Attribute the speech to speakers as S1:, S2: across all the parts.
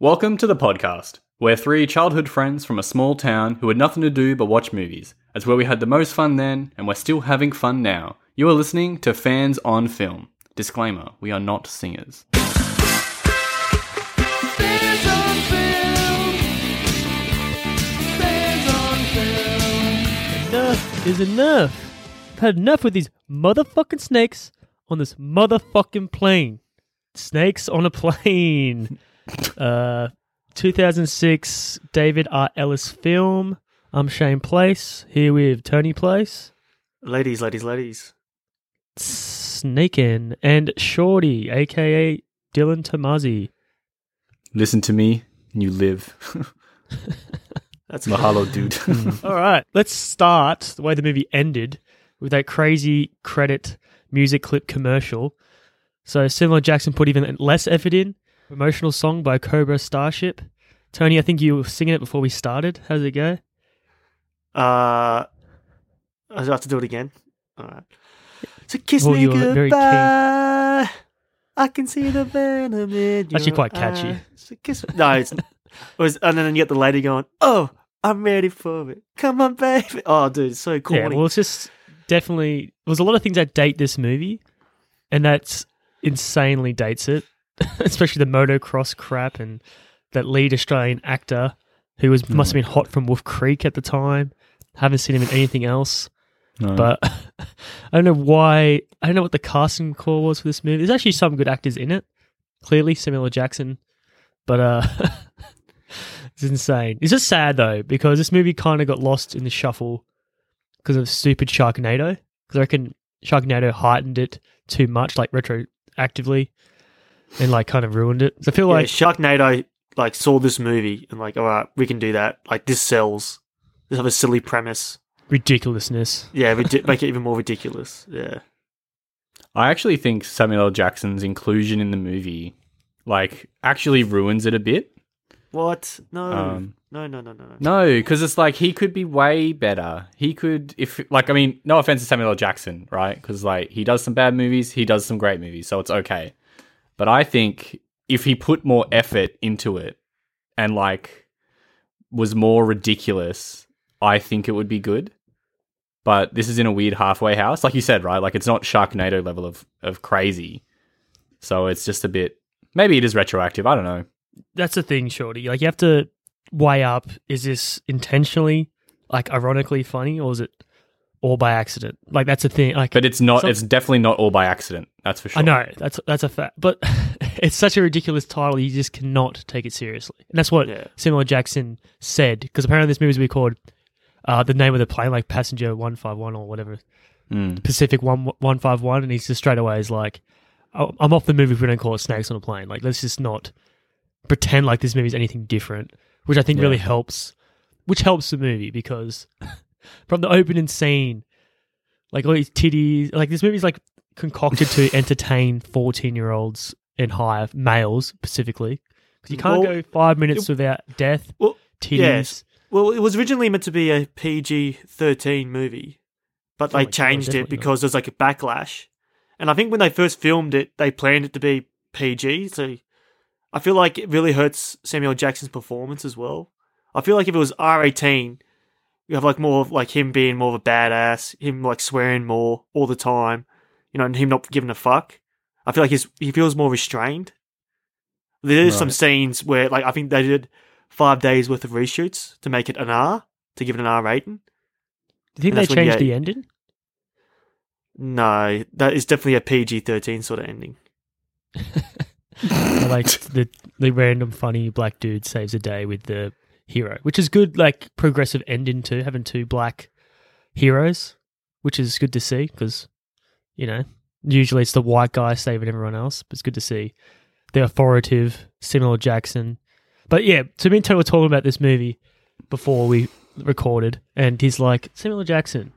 S1: Welcome to the podcast. We're three childhood friends from a small town who had nothing to do but watch movies. It's where we had the most fun then, and we're still having fun now. You are listening to Fans on Film. Disclaimer we are not singers.
S2: Fans on film. Fans on film.
S3: enough is enough. I've had enough with these motherfucking snakes on this motherfucking plane. Snakes on a plane. uh, 2006 David R. Ellis film. I'm Shane Place here with Tony Place,
S4: Ladies, ladies, ladies.
S3: Snaken, and Shorty, aka Dylan Tamazzi.
S1: Listen to me, and you live.
S4: That's
S1: Mahalo, dude.
S3: All right, let's start the way the movie ended with that crazy credit music clip commercial. So similar, Jackson put even less effort in. Promotional song by Cobra Starship. Tony, I think you were singing it before we started. How's it go?
S4: Uh, I have to do it again. All right. So kiss
S3: Oh,
S4: me
S3: you were very
S4: goodbye. I can see the venom in
S3: Actually
S4: your
S3: quite catchy.
S4: eye. So kiss me. No, it's it was, and then you get the lady going, "Oh, I'm ready for it. Come on, baby." Oh, dude, it's so corny.
S3: Yeah, well, it's just definitely there was a lot of things that date this movie, and that's insanely dates it, especially the motocross crap and that lead Australian actor who was must have been hot from Wolf Creek at the time. Haven't seen him in anything else.
S1: No.
S3: but I don't know why. I don't know what the casting call was for this movie. There's actually some good actors in it. Clearly, Samuel L. Jackson, but uh, it's insane. It's just sad though because this movie kind of got lost in the shuffle because of stupid Sharknado. Because I reckon Sharknado heightened it too much, like retroactively, and like kind of ruined it. So I feel
S4: yeah,
S3: like
S4: Sharknado like saw this movie and like, all right, we can do that. Like this sells. This have a silly premise.
S3: ridiculousness.
S4: Yeah, ridi- make it even more ridiculous. Yeah.
S1: I actually think Samuel L. Jackson's inclusion in the movie, like, actually ruins it a bit.
S4: What? No.
S1: Um,
S4: no. No. No. No. No.
S1: No, because it's like he could be way better. He could, if like, I mean, no offense to Samuel L. Jackson, right? Because like he does some bad movies, he does some great movies, so it's okay. But I think if he put more effort into it and like was more ridiculous, I think it would be good. But this is in a weird halfway house, like you said, right? Like it's not Sharknado level of of crazy, so it's just a bit. Maybe it is retroactive. I don't know.
S3: that's the thing, Shorty. Like you have to weigh up: is this intentionally, like ironically funny, or is it all by accident? Like that's the thing. Like
S1: But it's not.
S3: Some-
S1: it's definitely not all by accident. That's for sure.
S3: I know that's that's a fact, but it's such a ridiculous title. You just cannot take it seriously, and that's what
S4: Yeah.
S3: Samuel L. Jackson said. Because apparently, this movie was called uh, the name of the plane, like Passenger One Five One or whatever,
S1: Mm.
S3: Pacific One One Five One, and he's just straight away is like, "Oh, "I'm off the movie if we don't call it Snakes on a Plane." Like, let's just not pretend like this movie is anything different, which I think really helps, which helps the movie because from the opening scene, like all these titties, like this movie's like concocted to entertain fourteen year olds and higher males specifically because you can't
S4: Well-
S3: go five minutes without death,
S4: Well,
S3: titties.
S4: yes. Well, it was originally meant to be a PG thirteen movie, but
S3: Oh my
S4: they
S3: God,
S4: changed it
S3: definitely not.
S4: because there's like a backlash. And I think when they first filmed it, they planned it to be PG. So I feel like it really hurts Samuel Jackson's performance as well. I feel like if it was R eighteen, you have like more of like him being more of a badass, him like swearing more all the time, you know, and him not giving a fuck. I feel like he's he feels more restrained. There is some
S1: Right.
S4: scenes where like I think they did five days worth of reshoots to make it an R, to give it an R rating.
S3: Do you think
S4: And
S3: they
S4: that's when you
S3: changed
S4: get-
S3: the ending?
S4: No, that is definitely a PG thirteen sort of ending.
S3: I like the the random funny black dude saves the day with the hero, which is good. Like progressive ending to having two black heroes, which is good to see because you know usually it's the white guy saving everyone else, but it's good to see the authoritative similar Jackson. But yeah, so me and Tony were talking about this movie before we recorded, and he's like similar Jackson.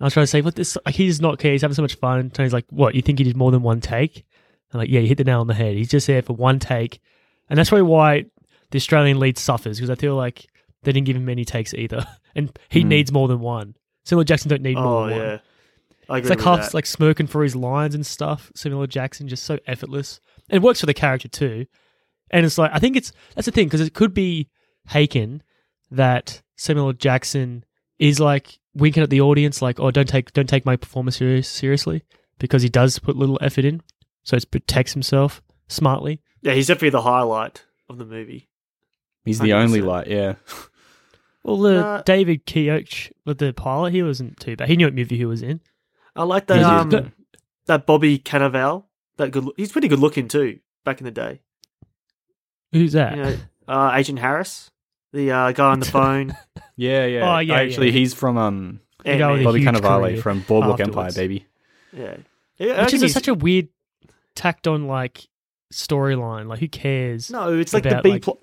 S3: I was trying to say, what this? Like, he's not care. He's having so much fun. Tony's like, what? You think he did more than one take? I'm like, yeah, you hit the nail on the head. He's just there for one take. And that's probably why the Australian lead suffers because I feel like they didn't give him many takes either. And he
S1: Mm.
S3: needs more than one. Samuel Jackson don't need more
S4: Hmm. Oh
S3: than one.
S4: yeah, I
S3: It's
S4: agree
S3: like
S4: with
S3: half
S4: that.
S3: like smirking for his lines and stuff. Samuel Jackson just so effortless. And it works for the character too. And it's like I think it's that's the thing because it could be Haken that Samuel L. Jackson is like winking at the audience, like, "Oh, don't take don't take my performance serious, seriously," because he does put little effort in, so it protects himself smartly.
S4: Yeah, he's definitely the highlight of the movie.
S1: He's the only
S4: 100%.
S1: light. Yeah.
S3: Well, the
S4: Nah.
S3: David Keoch, with the pilot, he wasn't too bad. He knew what movie he was in.
S4: I like that
S1: He's-
S4: um that Bobby Cannavale. That good. He's pretty good looking too. Back in the day,
S3: Who's that?
S4: you know, uh, Agent Harris, the uh, guy on the phone.
S1: Yeah, yeah.
S3: Oh, yeah,
S1: Actually,
S3: yeah.
S1: he's from um
S3: The guy with
S4: Ant-Man.
S3: the
S1: Bobby
S3: huge
S1: Cannavale
S3: career
S1: from Boardwalk Empire,
S3: afterwards.
S1: baby.
S4: Yeah, yeah. I
S3: Which
S4: reckon
S3: is
S4: he's-
S3: such a weird tacked on like storyline. Like, who cares?
S4: no. It's like the
S3: about,
S4: B
S3: like-
S4: plot.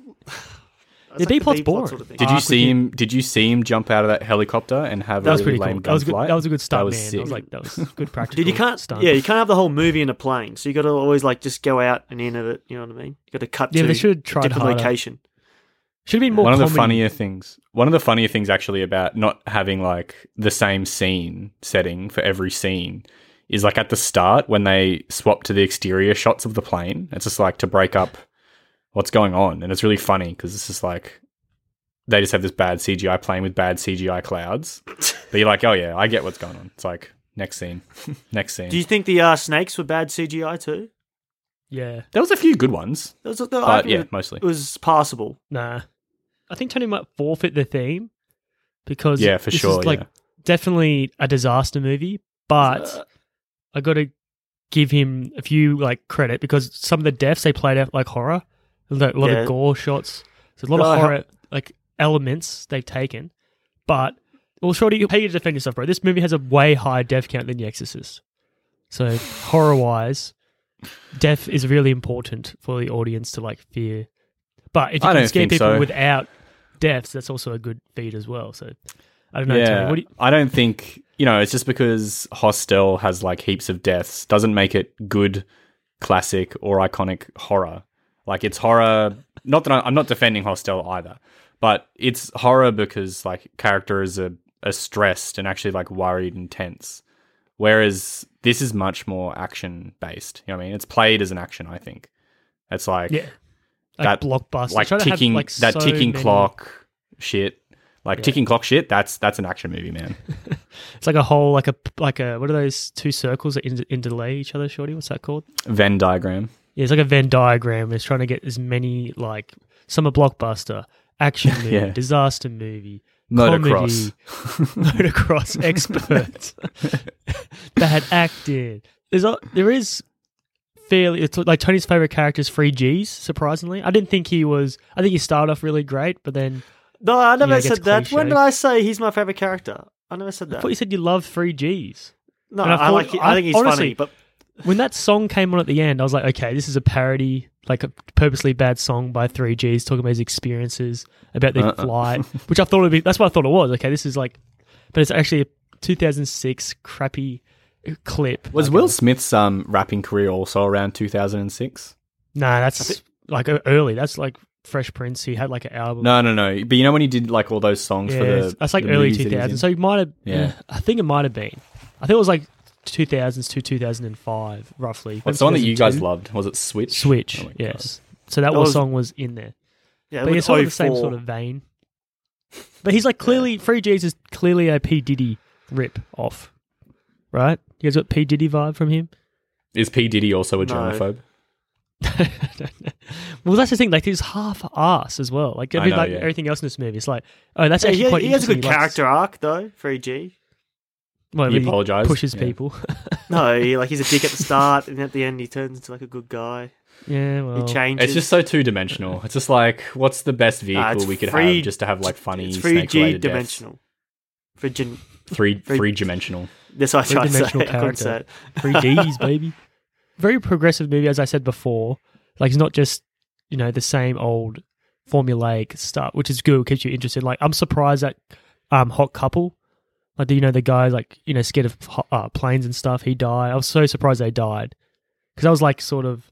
S3: The B plot's boring.
S1: Did
S3: Ah,
S1: you
S3: could
S1: see
S3: you-
S1: him? Did you see him jump out of that helicopter and have
S3: That
S1: a
S3: was
S1: really
S3: pretty
S1: lame
S3: cool. That was good.
S1: gunfight?
S3: That was a good stunt,
S1: That was
S3: man.
S1: sick.
S3: I was like, that was good practical.
S4: Did you can't?
S3: stunt.
S4: Yeah, you can't have the whole movie in a plane. So you got to always like just go out and in of it. You know what I mean? You got to cut.
S3: Yeah,
S4: to
S3: they should have tried
S4: different
S3: harder.
S4: location.
S3: Should have been more.
S1: one of the
S3: comedy.
S1: funnier things. One of the funnier things actually about not having like the same scene setting for every scene is like at the start when they swap to the exterior shots of the plane. It's just like to break up what's going on, and it's really funny because it's just like they just have this bad CGI plane with bad CGI clouds. but you're like, oh yeah, I get what's going on. It's like next scene, next scene.
S4: Do you think the uh, snakes were bad CGI too?
S3: Yeah,
S1: there was a few good ones,
S4: There was, there, I
S1: but
S4: reckon
S1: Uh, yeah,
S4: it,
S1: mostly.
S4: it was passable.
S3: nah. I think Tony might forfeit the theme because
S1: Yeah, for
S3: this
S1: sure.
S3: Is like
S1: yeah.
S3: definitely a disaster movie, but
S4: Uh,
S3: I got to give him a few like credit because some of the deaths they played out like horror. There's like, a lot
S4: Yeah.
S3: of gore shots. There's a lot
S4: Uh,
S3: of
S4: how-
S3: horror like elements they've taken, but well, shorty, you pay you to defend yourself, bro. This movie has a way higher death count than The Exorcist, so horror wise, death is really important for the audience to like fear. But if you
S1: I
S3: can
S1: don't
S3: scare
S1: think
S3: people
S1: so.
S3: without deaths, that's also a good feat as well. So I don't know, Tony.
S1: yeah,
S3: What do you,
S1: I don't think you know. It's just because Hostel has like heaps of deaths doesn't make it good, classic or iconic horror. Like it's horror. Not that I, I'm not defending Hostel either, but it's horror because like characters are, are stressed and actually like worried and tense. Whereas this is much more action based. You know what I mean? It's played as an action. I think it's like
S3: yeah, like
S1: that-
S3: blockbuster,
S1: like
S3: Try to have,
S1: ticking
S3: like,
S1: that
S3: so
S1: ticking
S3: many-
S1: clock shit. Like
S3: Yeah.
S1: ticking clock shit. That's that's an action movie, man.
S3: It's like a whole, like a like a what are those two circles that inter- interlay each other? Shorty, what's that called?
S1: Venn diagram.
S3: Yeah, it's like a Venn diagram. It's trying to get as many like summer blockbuster, action movie,
S1: Yeah.
S3: disaster movie,
S1: Motocross.
S3: comedy, motocross expert, bad acting. There's a, there is fairly it's like Tony's favorite character is Free G's. Surprisingly, I didn't think he was. I think he started off really great, but then
S4: no, I never
S3: Yeah, it gets
S4: said that. When
S3: cliche.
S4: did I say he's my favorite character? I never said
S3: I
S4: that.
S3: thought you said you love Free G's.
S4: No,
S3: and I
S4: I,
S3: thought-
S4: like. it. I
S3: I-
S4: think he's funny,
S3: honestly-
S4: but
S3: when that song came on at the end, I was like, okay, this is a parody, like a purposely bad song by Three Gs talking about his experiences about the
S1: Uh-uh.
S3: flight, which I thought would be. That's what I thought it was. Okay, this is like, but it's actually a 2006 crappy clip.
S1: Was
S3: Like,
S1: Will
S3: uh,
S1: Smith's um, rapping career also around 2006?
S3: Nah, that's like uh, early. That's like Fresh Prince. He had like an album.
S1: No, no, no. But you know when he did like all those songs
S3: yeah,
S1: for the
S3: that's like
S1: the
S3: early
S1: movies that he was
S3: 2000s.
S1: in?
S3: So he might have. mm,
S1: Yeah.
S3: I think it might have been. I think it was like 2000s to 2005, roughly.
S1: What's the one that you guys
S3: 2002?
S1: loved? Was it Switch?
S3: Switch.
S1: Oh my God.
S3: yes. So
S4: That
S3: that, was, oh
S4: was-
S3: song was in there.
S4: yeah,
S3: but
S4: look
S3: it's
S4: at
S3: sort of the same
S4: 04.
S3: sort of vein. But he's like clearly Free G's is clearly a P Diddy rip off, right? You guys got P Diddy vibe from him.
S1: Is P Diddy also a
S4: No.
S1: germaphobe?
S3: well, that's the thing. Like he's half ass as well. Like,
S1: I
S3: every,
S1: know,
S3: like
S1: yeah.
S3: everything else in this movie, it's like, oh, that's
S4: Yeah,
S3: actually
S4: he,
S3: quite.
S4: he has a good
S3: interesting. He likes-
S4: character arc though. E 3G.
S3: well,
S1: He
S3: he
S1: apologised.
S3: pushes
S1: Yeah.
S3: people.
S4: No, he, like he's a dick at the start, and at the end he turns into like a good guy.
S3: yeah,
S4: He
S3: well,
S4: changes.
S1: It's just so two dimensional. It's just like, what's the best vehicle
S4: it's
S1: we could
S4: free-
S1: have just to have like funny
S4: it's
S1: snake
S4: 3G
S1: related
S4: dimensional. 3G.
S1: Three
S4: Three-
S1: three dimensional.
S4: That's what I tried to say. I
S3: Three-dimensional
S4: couldn't say it.
S3: three Ds, baby. Very progressive movie, as I said before. Like it's not just you know the same old formulaic stuff, which is good, keeps you interested. Like I'm surprised that um hot couple, like the, you know the guy like you know scared of ho- uh, planes and stuff, he died. I was so surprised they died because I was like sort of.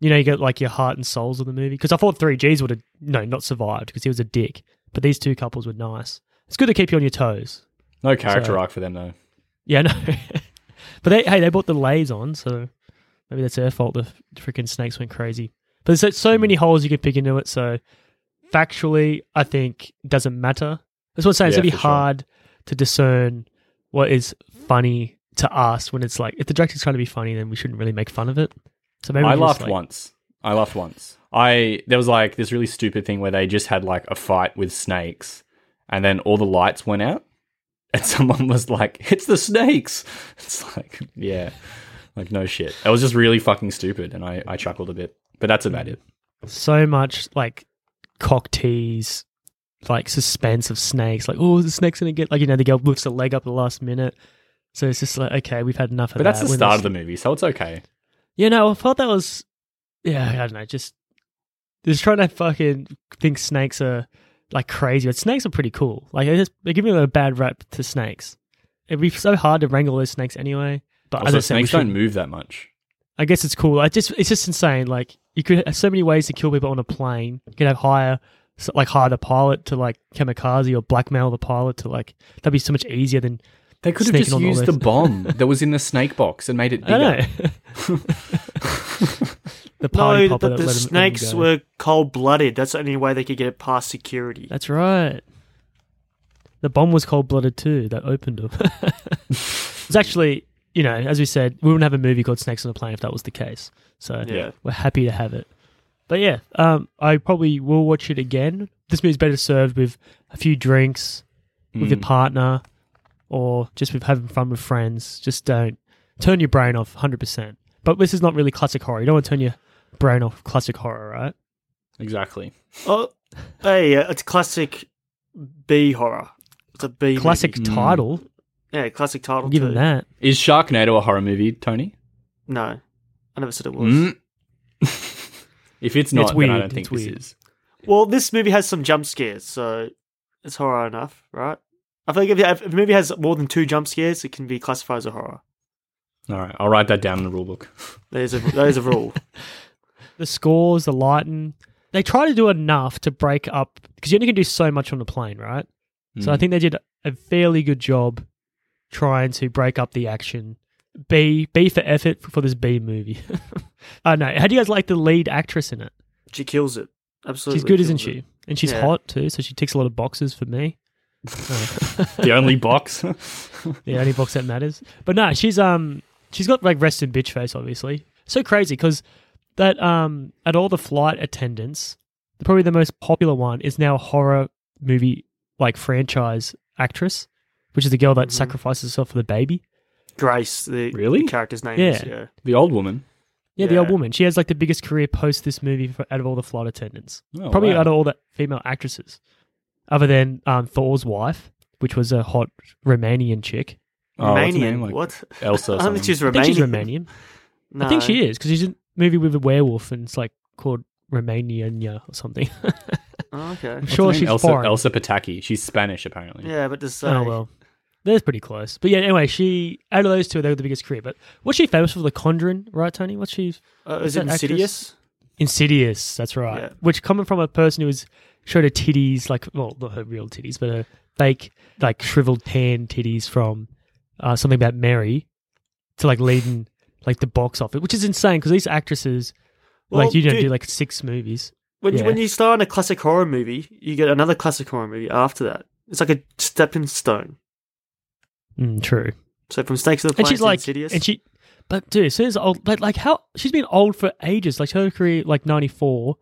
S3: You know, you get like your heart and souls of the movie. Because I thought 3Gs would have, no, not survived because he was a dick. But these two couples were nice. It's good to keep you on your toes.
S1: No character
S3: So-
S1: arc for them though.
S3: Yeah, no. but they, hey, they bought the lays on, so maybe that's their fault. The freaking snakes went crazy. But there's so- so
S1: Hmm.
S3: many holes you can pick into it. So factually, I think it doesn't matter. That's what I'm saying. it's
S1: Yeah,
S3: gonna be
S1: for sure.
S3: hard to discern what is funny to us when it's like if the director's trying to be funny, then we shouldn't really make fun of it. So maybe
S1: I
S3: we just,
S1: laughed
S3: like-
S1: once. I laughed once. I there was like this really stupid thing where they just had like a fight with snakes, and then all the lights went out, and someone was like, "It's the snakes." It's like, yeah, like no shit. It was just really fucking stupid, and I I chuckled a bit, but that's about it.
S3: so much like cock tease, like suspense of snakes. Like, oh, is the snake's gonna get like you know the girl lifts a leg up at the last minute. So it's just like okay, we've had enough of
S1: But
S3: that.
S1: that's the
S3: When
S1: start
S3: there's-
S1: of the movie, so it's okay.
S3: You know, I thought that was yeah. I don't know, just just trying to fucking think snakes are like crazy, but snakes are pretty cool. Like they just they give me a little bad rap to snakes. It'd be so hard to wrangle those snakes anyway. But as I
S1: Also,
S3: said, we
S1: snakes don't
S3: should-
S1: move that much.
S3: I guess it's cool. I just it's just insane. Like you could have so many ways to kill people on a plane. You could have hire so- like hire the pilot to like kamikaze or blackmail the pilot to like that'd be so much easier than
S1: They could have
S3: Sneaking
S1: just
S3: on all
S1: used the
S3: those.
S1: bomb that was in the snake box and made it
S3: I
S1: bigger.
S3: don't know. the party
S4: no, the, the
S3: popper that let him- let him
S4: snakes
S3: go.
S4: were cold blooded. That's the only way they could get it past security.
S3: That's right. The bomb was cold blooded too. That opened up. it's actually, you know, as we said, we wouldn't have a movie called Snakes on a Plane if that was the case. So
S4: Yeah.
S3: we're happy to have it. But yeah, um, I probably will watch it again. This movie's better served with a few drinks, with
S1: Mm.
S3: your partner, or just with having fun with friends. Just don't turn your brain off 100%. But this is not really classic horror. You don't want to turn your brain off classic horror, right?
S1: Hmm, Exactly.
S4: Oh, hey, uh, it's classic B horror. It's a B
S3: Classic
S4: movie.
S3: title.
S4: Yeah, classic title.
S3: I'll give
S4: too.
S3: him that.
S1: Is Sharknado a horror movie, Tony?
S4: No, I never said it was.
S3: Hmm?
S1: Mm. if it's not, then I
S3: weird,
S1: don't think
S3: it's
S1: this
S3: weird.
S1: is.
S4: Well, this movie has some jump scares, so it's horror enough, right? I feel like if, if a movie has more than two jump scares, it can be classified as a horror.
S1: All right, I'll write that down in the rule book.
S4: There's a there's a rule.
S3: the scores, the lighting. They try to do enough to break up because you only can do so much on the plane, right?
S4: Mm.
S3: So I think they did a fairly good job trying to break up the action. B B for effort for this B movie. I know. How do you guys like the lead actress in it?
S4: She kills it. Absolutely,
S3: She's good, isn't
S4: kills it.
S3: she? And she's
S4: Yeah.
S3: hot too, so she ticks a lot of boxes for me.
S1: the only box.
S3: the only box that matters. But no, she's um she's got like rest and bitch face, obviously. So crazy because that um at all the flight attendants, probably the most popular one is now a horror movie like franchise actress, which is the girl that sacrifices herself for the baby.
S4: Grace, the
S1: Really?
S4: the character's name. Is,
S3: Yeah.
S4: yeah.
S1: the old woman.
S3: Yeah, the old
S4: Yeah.
S3: woman. She has like the biggest career post this movie for, out of all the flight attendants.
S1: Oh,
S3: probably
S1: wow.
S3: out of all the female actresses, other than um, Thor's wife, which was a hot Romanian chick.
S1: Oh, what's her
S4: Romanian.
S1: name? Like
S4: what?
S1: Elsa. Or
S4: I don't
S1: something.
S4: think she's
S3: I
S4: Romanian.
S3: think she's Romanian. I think she is because she's in a movie with a werewolf and it's like called Romania or something.
S4: Oh, okay.
S3: I'm
S1: What's her
S3: sure
S1: name?
S3: she's
S1: Elsa,
S3: foreign.
S1: Elsa Pataki. She's Spanish, apparently.
S4: Yeah, but just uh,
S3: Oh well, that's pretty close. But yeah, anyway, she out of those two, they were the biggest career. But what's she famous for? The Conjuring, right, Tony? What's she?
S4: uh, is
S3: that
S4: it
S3: actress?
S4: Insidious?
S3: Insidious. That's right.
S4: Yeah.
S3: Which coming from a person who was showed her titties, like well, not her real titties, but her fake, like shriveled tan titties from uh, something about Mary to like leading like the box office, which is insane because these actresses, like
S4: Well,
S3: you don't
S4: dude,
S3: do like six movies.
S4: when you
S3: yeah.
S4: when you start on a classic horror movie, you get another classic horror movie after that. It's like a stepping stone.
S3: Mm, true.
S4: So from Snakes of the
S3: and
S4: Plane
S3: she's
S4: to
S3: like,
S4: Insidious.
S3: and she, but dude, as soon as old, but like how she's been old for ages. Like her career, like ninety four,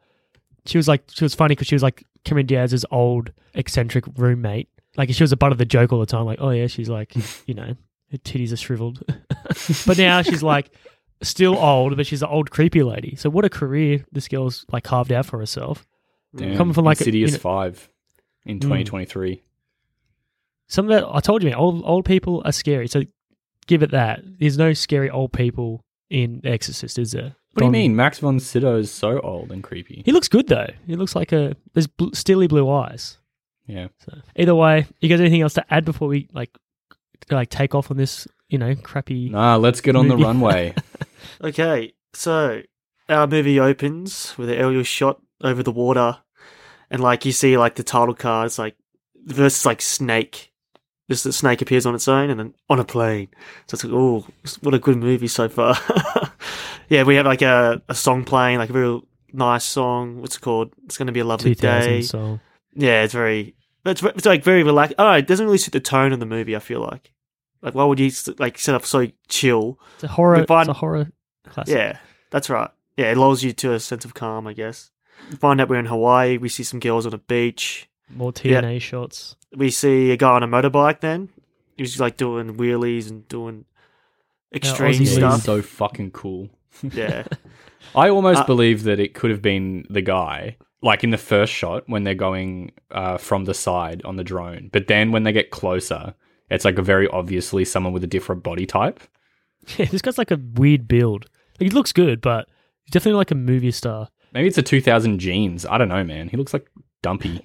S3: she was like she was funny because she was like Cameron Diaz's old eccentric roommate. Like she was a butt of the joke all the time. Like oh yeah, she's like you know her titties are shriveled, but now she's like still old, but she's an old creepy lady. So what a career this girl's like carved out for herself.
S1: Damn.
S3: Coming from, like, a-
S1: Insidious
S3: you know- Hmm.
S1: Five in 2023.
S3: Some of that I told you, man, old old people are scary. So give it that.
S1: Mm.
S3: There's no scary old people in Exorcist, is there?
S1: What do you
S3: Don-
S1: mean? Max von Sydow is so old and creepy.
S3: He looks good though. He looks like a there's bl- steely blue eyes.
S1: Yeah.
S3: So either way, you guys anything else to add before we like like take off on this you know crappy?
S1: Nah, let's get on the
S3: Movie.
S1: runway.
S4: Okay, so our movie opens with an aerial shot over the water, and like you see, like the title card is like versus like snake. Just the snake appears on its own and then on a plane. So it's like, oh, what a good movie so far. yeah, we have like a, a song playing, like a real nice song. What's it called? It's going to be a lovely
S3: Two
S4: day.
S3: thousand song.
S4: Yeah, it's very. It's, it's like very relaxed. I don't know. It doesn't really suit the tone of the movie. I feel like, like why would you s- like set up so chill?
S3: It's a horror.
S4: We find-
S3: it's a horror classic.
S4: Yeah, that's right. Yeah, it lulls you to a sense of calm, I guess. We Find out we're in Hawaii. We see some girls on a beach.
S3: More TNA shots.
S4: We see a guy on a motorbike. Then he's like doing wheelies and doing extreme
S3: Aussie
S1: Yeah, he's
S4: stuff.
S1: so fucking cool.
S4: yeah,
S1: I almost
S4: Uh,
S1: believe that it could have been the guy, like in the first shot when they're going uh, from the side on the drone. But then when they get closer, it's like a very obviously someone with a different body type.
S3: Yeah, this guy's like a weird build. Like, he looks good, but he's definitely like a movie star.
S1: Maybe it's a 2000 jeans. I don't know, man. He looks like dumpy.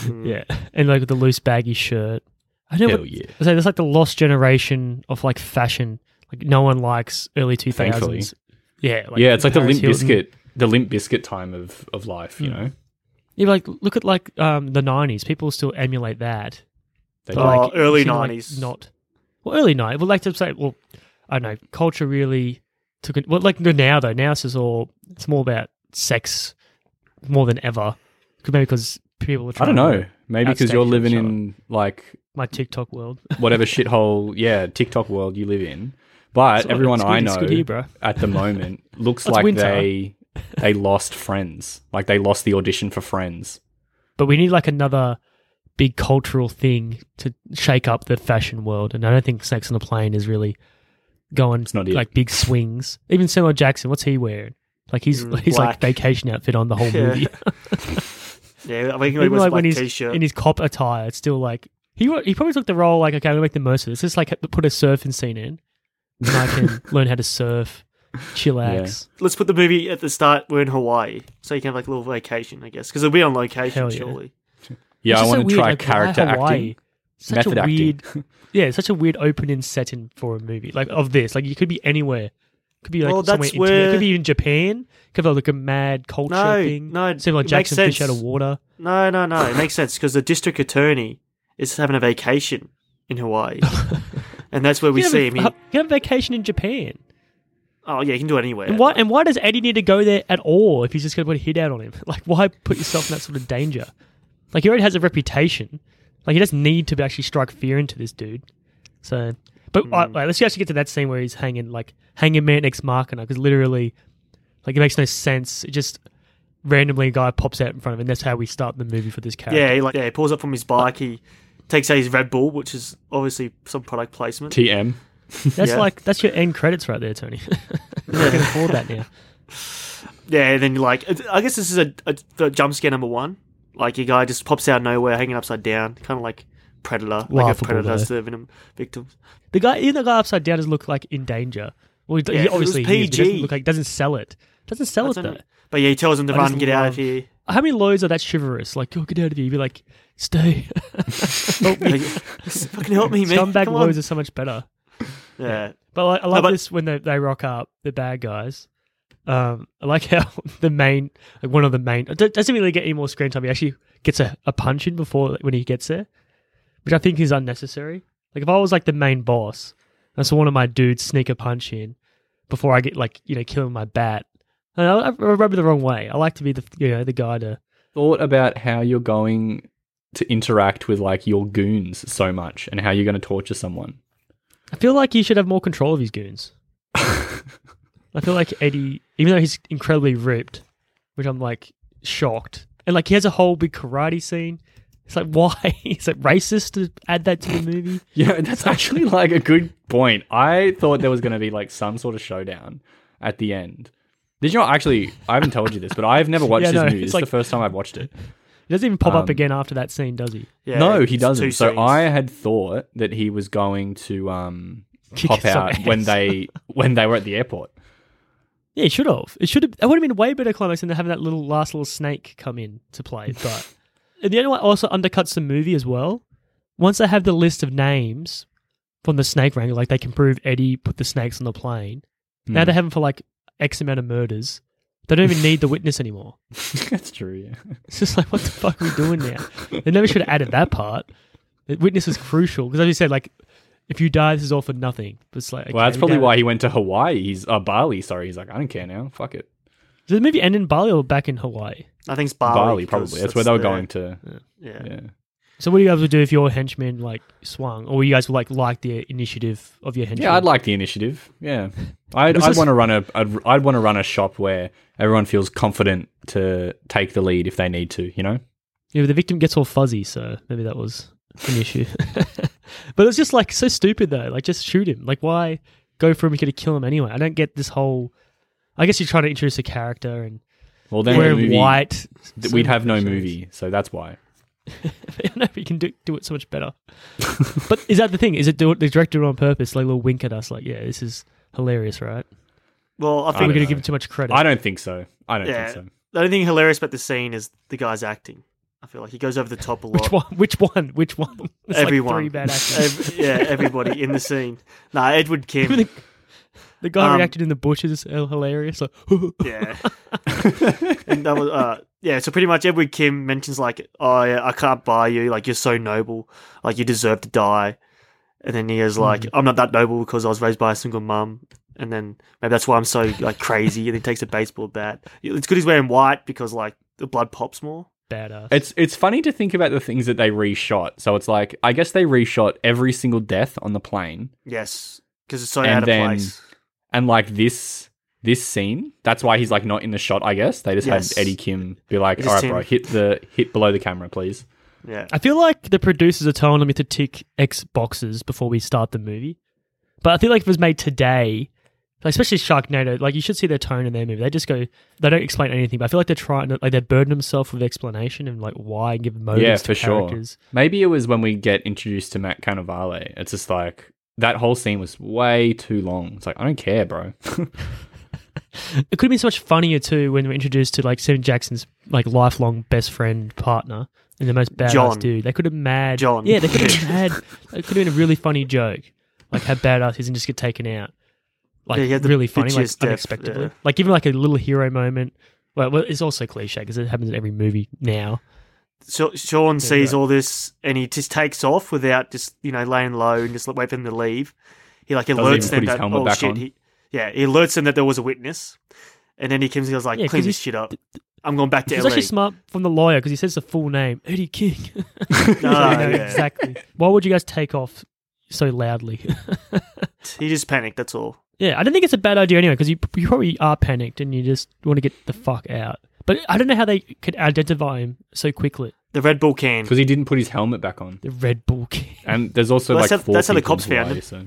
S4: Mm.
S3: Yeah, and like with the loose baggy shirt. I know.
S1: Mm. Hell
S3: what,
S1: yeah.
S3: I say that's like the lost generation of like fashion. Like no one likes early two
S1: Thankfully.
S3: thousands. Yeah,
S1: yeah, it's like the
S3: Paris
S1: limp
S3: Hilton.
S1: biscuit, the limp biscuit time of of life. You
S3: Mm.
S1: know,
S3: Yeah, but, like look at like um the nineties. People still emulate that.
S1: They do.
S3: But,
S4: Oh,
S3: like, it
S4: early
S3: seemed like
S4: 90s.
S3: not well, early night. Well, like to say, well, I don't know. Culture really took it. Well, like the now though. Now it's just all. It's more about sex more than ever. 'Cause Maybe because people are
S1: I don't
S3: trying.
S1: know.
S3: to-
S1: Maybe because
S3: Outstay
S1: you're
S3: each
S1: living
S3: other.
S1: in like
S3: My TikTok world.
S1: whatever shithole, yeah, TikTok world you live in. But
S3: It's all-
S1: everyone
S3: it's
S1: I
S3: good-
S1: know
S3: it's good here, bro.
S1: at the moment looks
S3: It's
S1: like
S3: winter.
S1: they they lost Friends, like they lost the audition for Friends.
S3: but we need like another big cultural thing to shake up the fashion world. And I don't think Sex on a Plane is really going
S1: It's not it.
S3: like big swings. Even Samuel Jackson, what's he wearing? Like he's
S4: Mm,
S3: he's
S4: black.
S3: like vacation outfit on the whole
S4: Yeah.
S3: movie.
S4: yeah. I think he
S3: Even
S4: was
S3: like
S4: black
S3: when he's
S4: t-shirt.
S3: in his cop attire, it's still like he wa- he probably took the role like okay, I'm gonna make the most of this. Just like put a surfing scene in, and I can learn how to surf, chillax.
S4: Let's put the movie at the start. We're in Hawaii, so you can have like a little vacation, I guess, because it'll be on location,
S3: Hell yeah.
S4: surely.
S1: Yeah,
S3: It's
S1: I
S3: just so
S1: want to
S3: weird,
S1: try
S3: like, why
S1: character
S3: Hawaii?
S1: acting,
S3: Such
S1: method
S3: a weird
S1: acting.
S3: Yeah, it's such a weird opening setting for a movie like of this. Like you could be anywhere. Could be like
S4: Well,
S3: somewhere
S4: that's
S3: intimate. It
S4: where-
S3: could be in Japan. Could be like a mad culture
S4: No,
S3: thing.
S4: no,
S3: similar
S4: it makes
S3: Jackson fish out
S4: sense.
S3: of water.
S4: No, no, no. It makes sense because the district attorney is having a vacation in Hawaii, and that's where we
S3: You have
S4: see
S3: a-
S4: him. He-
S3: you have a vacation in Japan.
S4: oh yeah, he can do it anywhere.
S3: And why? And why does Eddie need to go there at all if he's just going to put a hit out on him? Like, why put yourself in that sort of danger? Like, he already has a reputation. Like, he doesn't need to actually strike fear into this dude. So, but all
S4: Hmm.
S3: right, let's actually get to that scene where he's hanging, like hanging man next Markiner, because literally, like, it makes no sense. It just randomly a guy pops out in front of him. And that's how we start the movie for this character.
S4: Yeah, he like yeah, he pulls up from his bike. He takes out his Red Bull, which is obviously some product placement.
S1: TM.
S3: that's
S4: yeah.
S3: like that's your end credits right there, Tony. I can afford that now.
S4: Yeah, and then like it- I guess this is a, a, a jump scare number one. Like your guy just pops out of nowhere, hanging upside down, kind of like Predator, like a
S3: Laughable,
S4: Predator
S3: though.
S4: does to venom victims.
S3: The guy, even the guy upside down, does look like in danger. Well, he-
S4: Yeah,
S3: he
S4: it was
S3: obviously he is, but he doesn't
S4: PG.
S3: look like doesn't sell it. Doesn't sell
S4: That's
S3: it
S4: what I
S3: though.
S4: mean. But yeah, he tells him to
S3: I
S4: run,
S3: just
S4: get out of
S3: love-
S4: here.
S3: How many lawyers are that chivalrous? Like, oh, get out of here. You'd be like, stay. Help me.
S4: Like, fucking help me, man!
S3: Scumbag
S4: Come on.
S3: lawyers are so much better.
S4: Yeah,
S3: But like, I love
S4: but-
S3: this when they, they rock up the bad guys. Um, I like how the main, like one of the main, it do- doesn't really get any more screen time. He actually gets a, a punch in before when he gets there, which I think is unnecessary. Like if I was like the main boss, and I saw one of my dudes sneak a punch in before I get like you know killing my bat. And I, I rub it the wrong way. I like to be the you know the guy to
S1: Thought about how you're going to interact with like your goons so much, and how you're going to torture someone.
S3: I feel like he should have more control of his goons. I feel like Eddie, even though he's incredibly ripped, which I'm like shocked, and like he has a whole big karate scene. It's like why is it racist to add that to the movie?
S1: Yeah, that's actually like a good point. I thought there was going to be like some sort of showdown at the end. Did you know? Actually, I haven't told you this, but I've never watched
S3: Yeah,
S1: this
S3: no,
S1: movie.
S3: it's
S1: It's
S3: like-
S1: the first time I've watched it.
S3: He doesn't even pop up
S1: Um,
S3: again after that scene, does he?
S4: yeah.
S1: no, he
S4: it's two
S1: doesn't. So
S4: scenes.
S1: I had thought that he was going to um,
S3: Kick
S1: pop
S3: some
S1: out when
S3: ass.
S1: they when they were at the airport.
S3: Yeah, he should have. It should have. It would have been a way better climax than having that little last little snake come in to play. But and the other one also undercuts the movie as well. Once they have the list of names from the snake wrangler, like they can prove Eddie put the snakes on the plane.
S1: Hmm.
S3: Now they have them for like X amount of murders. They don't even need the witness anymore.
S1: that's true. Yeah.
S3: It's just like, what the fuck are we doing now? They never should have added that part. The witness is crucial because, as you said, like if you die, this is all for nothing. But it's like,
S1: Well, that's
S3: okay, we
S1: probably
S3: gotta-
S1: why he went to Hawaii. He's uh, Bali. Sorry, he's like, I don't care now. Fuck it.
S3: Did the movie end in Bali or back in Hawaii?
S4: I think it's Bali.
S1: Bali,
S4: because
S1: probably. That's where they were
S4: their-
S1: going to.
S4: Yeah.
S1: Yeah.
S3: So what do you guys would do if your henchman like swung, or you guys would like like the initiative of your henchman?
S1: Yeah, I'd like the initiative. Yeah, I'd,
S3: Was
S1: I'd
S3: this-
S1: want to run a I'd, I'd want to run a shop where everyone feels confident to take the lead if they need to. You know,
S3: Yeah, but the victim gets all fuzzy, so maybe that was an issue. but it's just like so stupid though. Like just shoot him. Like why go for him? You're gonna kill him anyway. I don't get this whole. I guess you're trying to introduce a character and
S1: well then
S3: wear
S1: the movie,
S3: white.
S1: th-
S3: So
S1: we'd have no
S3: many
S1: movie, so that's why.
S3: options. I don't know if we can do, do it so much better. but is that the thing? Is it do, they directed it on purpose? Like a little wink at us, like yeah, this is hilarious, right?
S4: Well, I
S3: We're
S4: think
S1: don't
S3: gonna
S1: know.
S3: give him too much credit.
S1: I don't think so. I don't
S4: Yeah.
S1: think so.
S4: the only thing hilarious about this scene is the guy's acting. I feel like he goes over the top a lot.
S3: Which one? Which one? Which one? There's
S4: Everyone.
S3: Like three bad actors.
S4: Ev- yeah, everybody in the scene. Nah, Edward
S3: Even
S4: Kim.
S3: the, the guy
S4: Um,
S3: reacted in the bushes. uh, Hilarious. Like,
S4: yeah. and that was uh yeah, so pretty much Edward Kim mentions like, Oh yeah, I can't buy you, like you're so noble, like you deserve to die. And then he goes
S1: Hmm.
S4: like, I'm not that noble because I was raised by a single mum and then maybe that's why I'm so like crazy and he takes a baseball bat. It's good he's wearing white because like the blood pops more.
S3: badass.
S1: It's it's funny to think about the things that they reshot. So it's like I guess they reshot every single death on the plane,
S4: Yes. Because it's so
S1: And
S4: out of
S1: then-
S4: place.
S1: and like this this scene. That's why he's like not in the shot. I guess they just
S4: Yes.
S1: had Eddie Kim be like,
S4: Just
S1: "All right,
S4: him.
S1: bro, hit the hit below the camera, please."
S4: Yeah.
S3: I feel like the producers are telling me to tick X boxes before we start the movie. But I feel like if it was made today, like especially Sharknado, like you should see their tone in their movie. They just go, they don't explain anything. But I feel like they're trying to, like they burden themselves with explanation and like why and give motives
S1: Yeah,
S3: to
S1: for sure.
S3: characters.
S1: Maybe it was when we get introduced to Matt Cannavale. It's just like that whole scene was way too long. It's like I don't care, bro.
S3: It could have been so much funnier too when we're introduced to like Sam Jackson's like lifelong best friend partner and the most badass
S4: John.
S3: dude. They could have mad
S4: John.
S3: Yeah, they could have mad. It could have been a really funny joke, like how badass he is and just get taken out, like
S4: Yeah, he had the
S3: really funny, like
S4: bitchiest death,
S3: unexpectedly,
S4: yeah.
S3: like even like a little hero moment. Well, well it's also cliche because it happens in every movie now.
S4: So Sean sees
S3: right.
S4: all this and he just takes off without just you know laying low and just like, wait for them to leave. He like
S1: even
S4: alerts
S1: put
S4: them
S1: his
S4: that
S1: helmet
S4: oh
S1: back
S4: shit,
S1: on.
S4: he, yeah, he alerts them that there was a witness, and then he comes and goes like
S3: Yeah, 'cause
S4: clean this
S3: he's-
S4: shit up. I'm going back to
S3: It's
S4: LA.
S3: actually smart from the lawyer because he says the full name, Eddie King.
S4: Ah,
S3: I know
S4: yeah.
S3: exactly. Why would you guys take off so loudly?
S4: He just panicked. That's all.
S3: Yeah, I don't think it's a bad idea anyway because you you probably are panicked and you just want to get the fuck out. But I don't know how they could identify him so quickly.
S4: The Red Bull can.
S1: Because he didn't put his helmet back on.
S3: The Red Bull kid.
S1: And there's also
S4: Well,
S1: like
S4: that's how-
S1: four
S4: that's how the
S1: people
S4: cops
S1: in
S4: found
S1: Hawaii,
S4: him.
S1: so-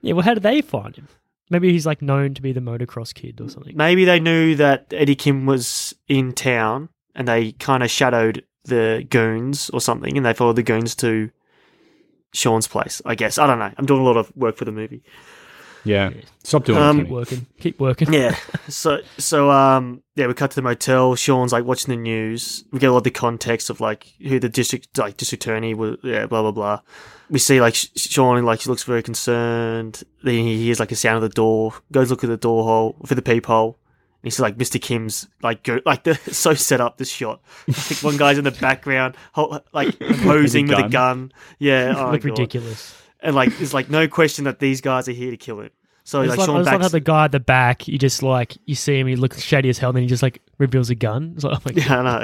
S3: Yeah, well, how do they find him? Maybe he's like known to be the motocross kid or something.
S4: Maybe they knew that Eddie Kim was in town and they kind of shadowed the goons or something, and they followed the goons to Sean's place. I guess I don't know. I'm doing a lot of work for the movie.
S1: Yeah. Stop doing it.
S4: Um,
S3: Keep
S1: Timmy.
S3: working, keep working.
S4: Yeah. So so um yeah, we cut to the motel. Sean's like watching the news. We get a lot of the context of like who the district like district attorney was. Yeah, blah blah blah. We see like Sh- Sean like she looks very concerned. Then he hears like a sound of the door. Goes look at the door hole for the peephole. And he sees like Mr. Kim's like go like the so set up this shot. Like one guy's in the background, ho- like posing with a
S1: gun.
S4: gun. Yeah, oh my
S3: Look
S4: God.
S3: ridiculous.
S4: And like there's like no question that these guys are here to kill him. So
S3: It's
S4: Oh, like,
S3: like, I
S4: Sean
S3: just like
S4: backs.
S3: how the guy at the back, you just like you see him, he looks shady as hell, then he just like reveals a gun. It's like, oh my god,
S4: yeah, I know.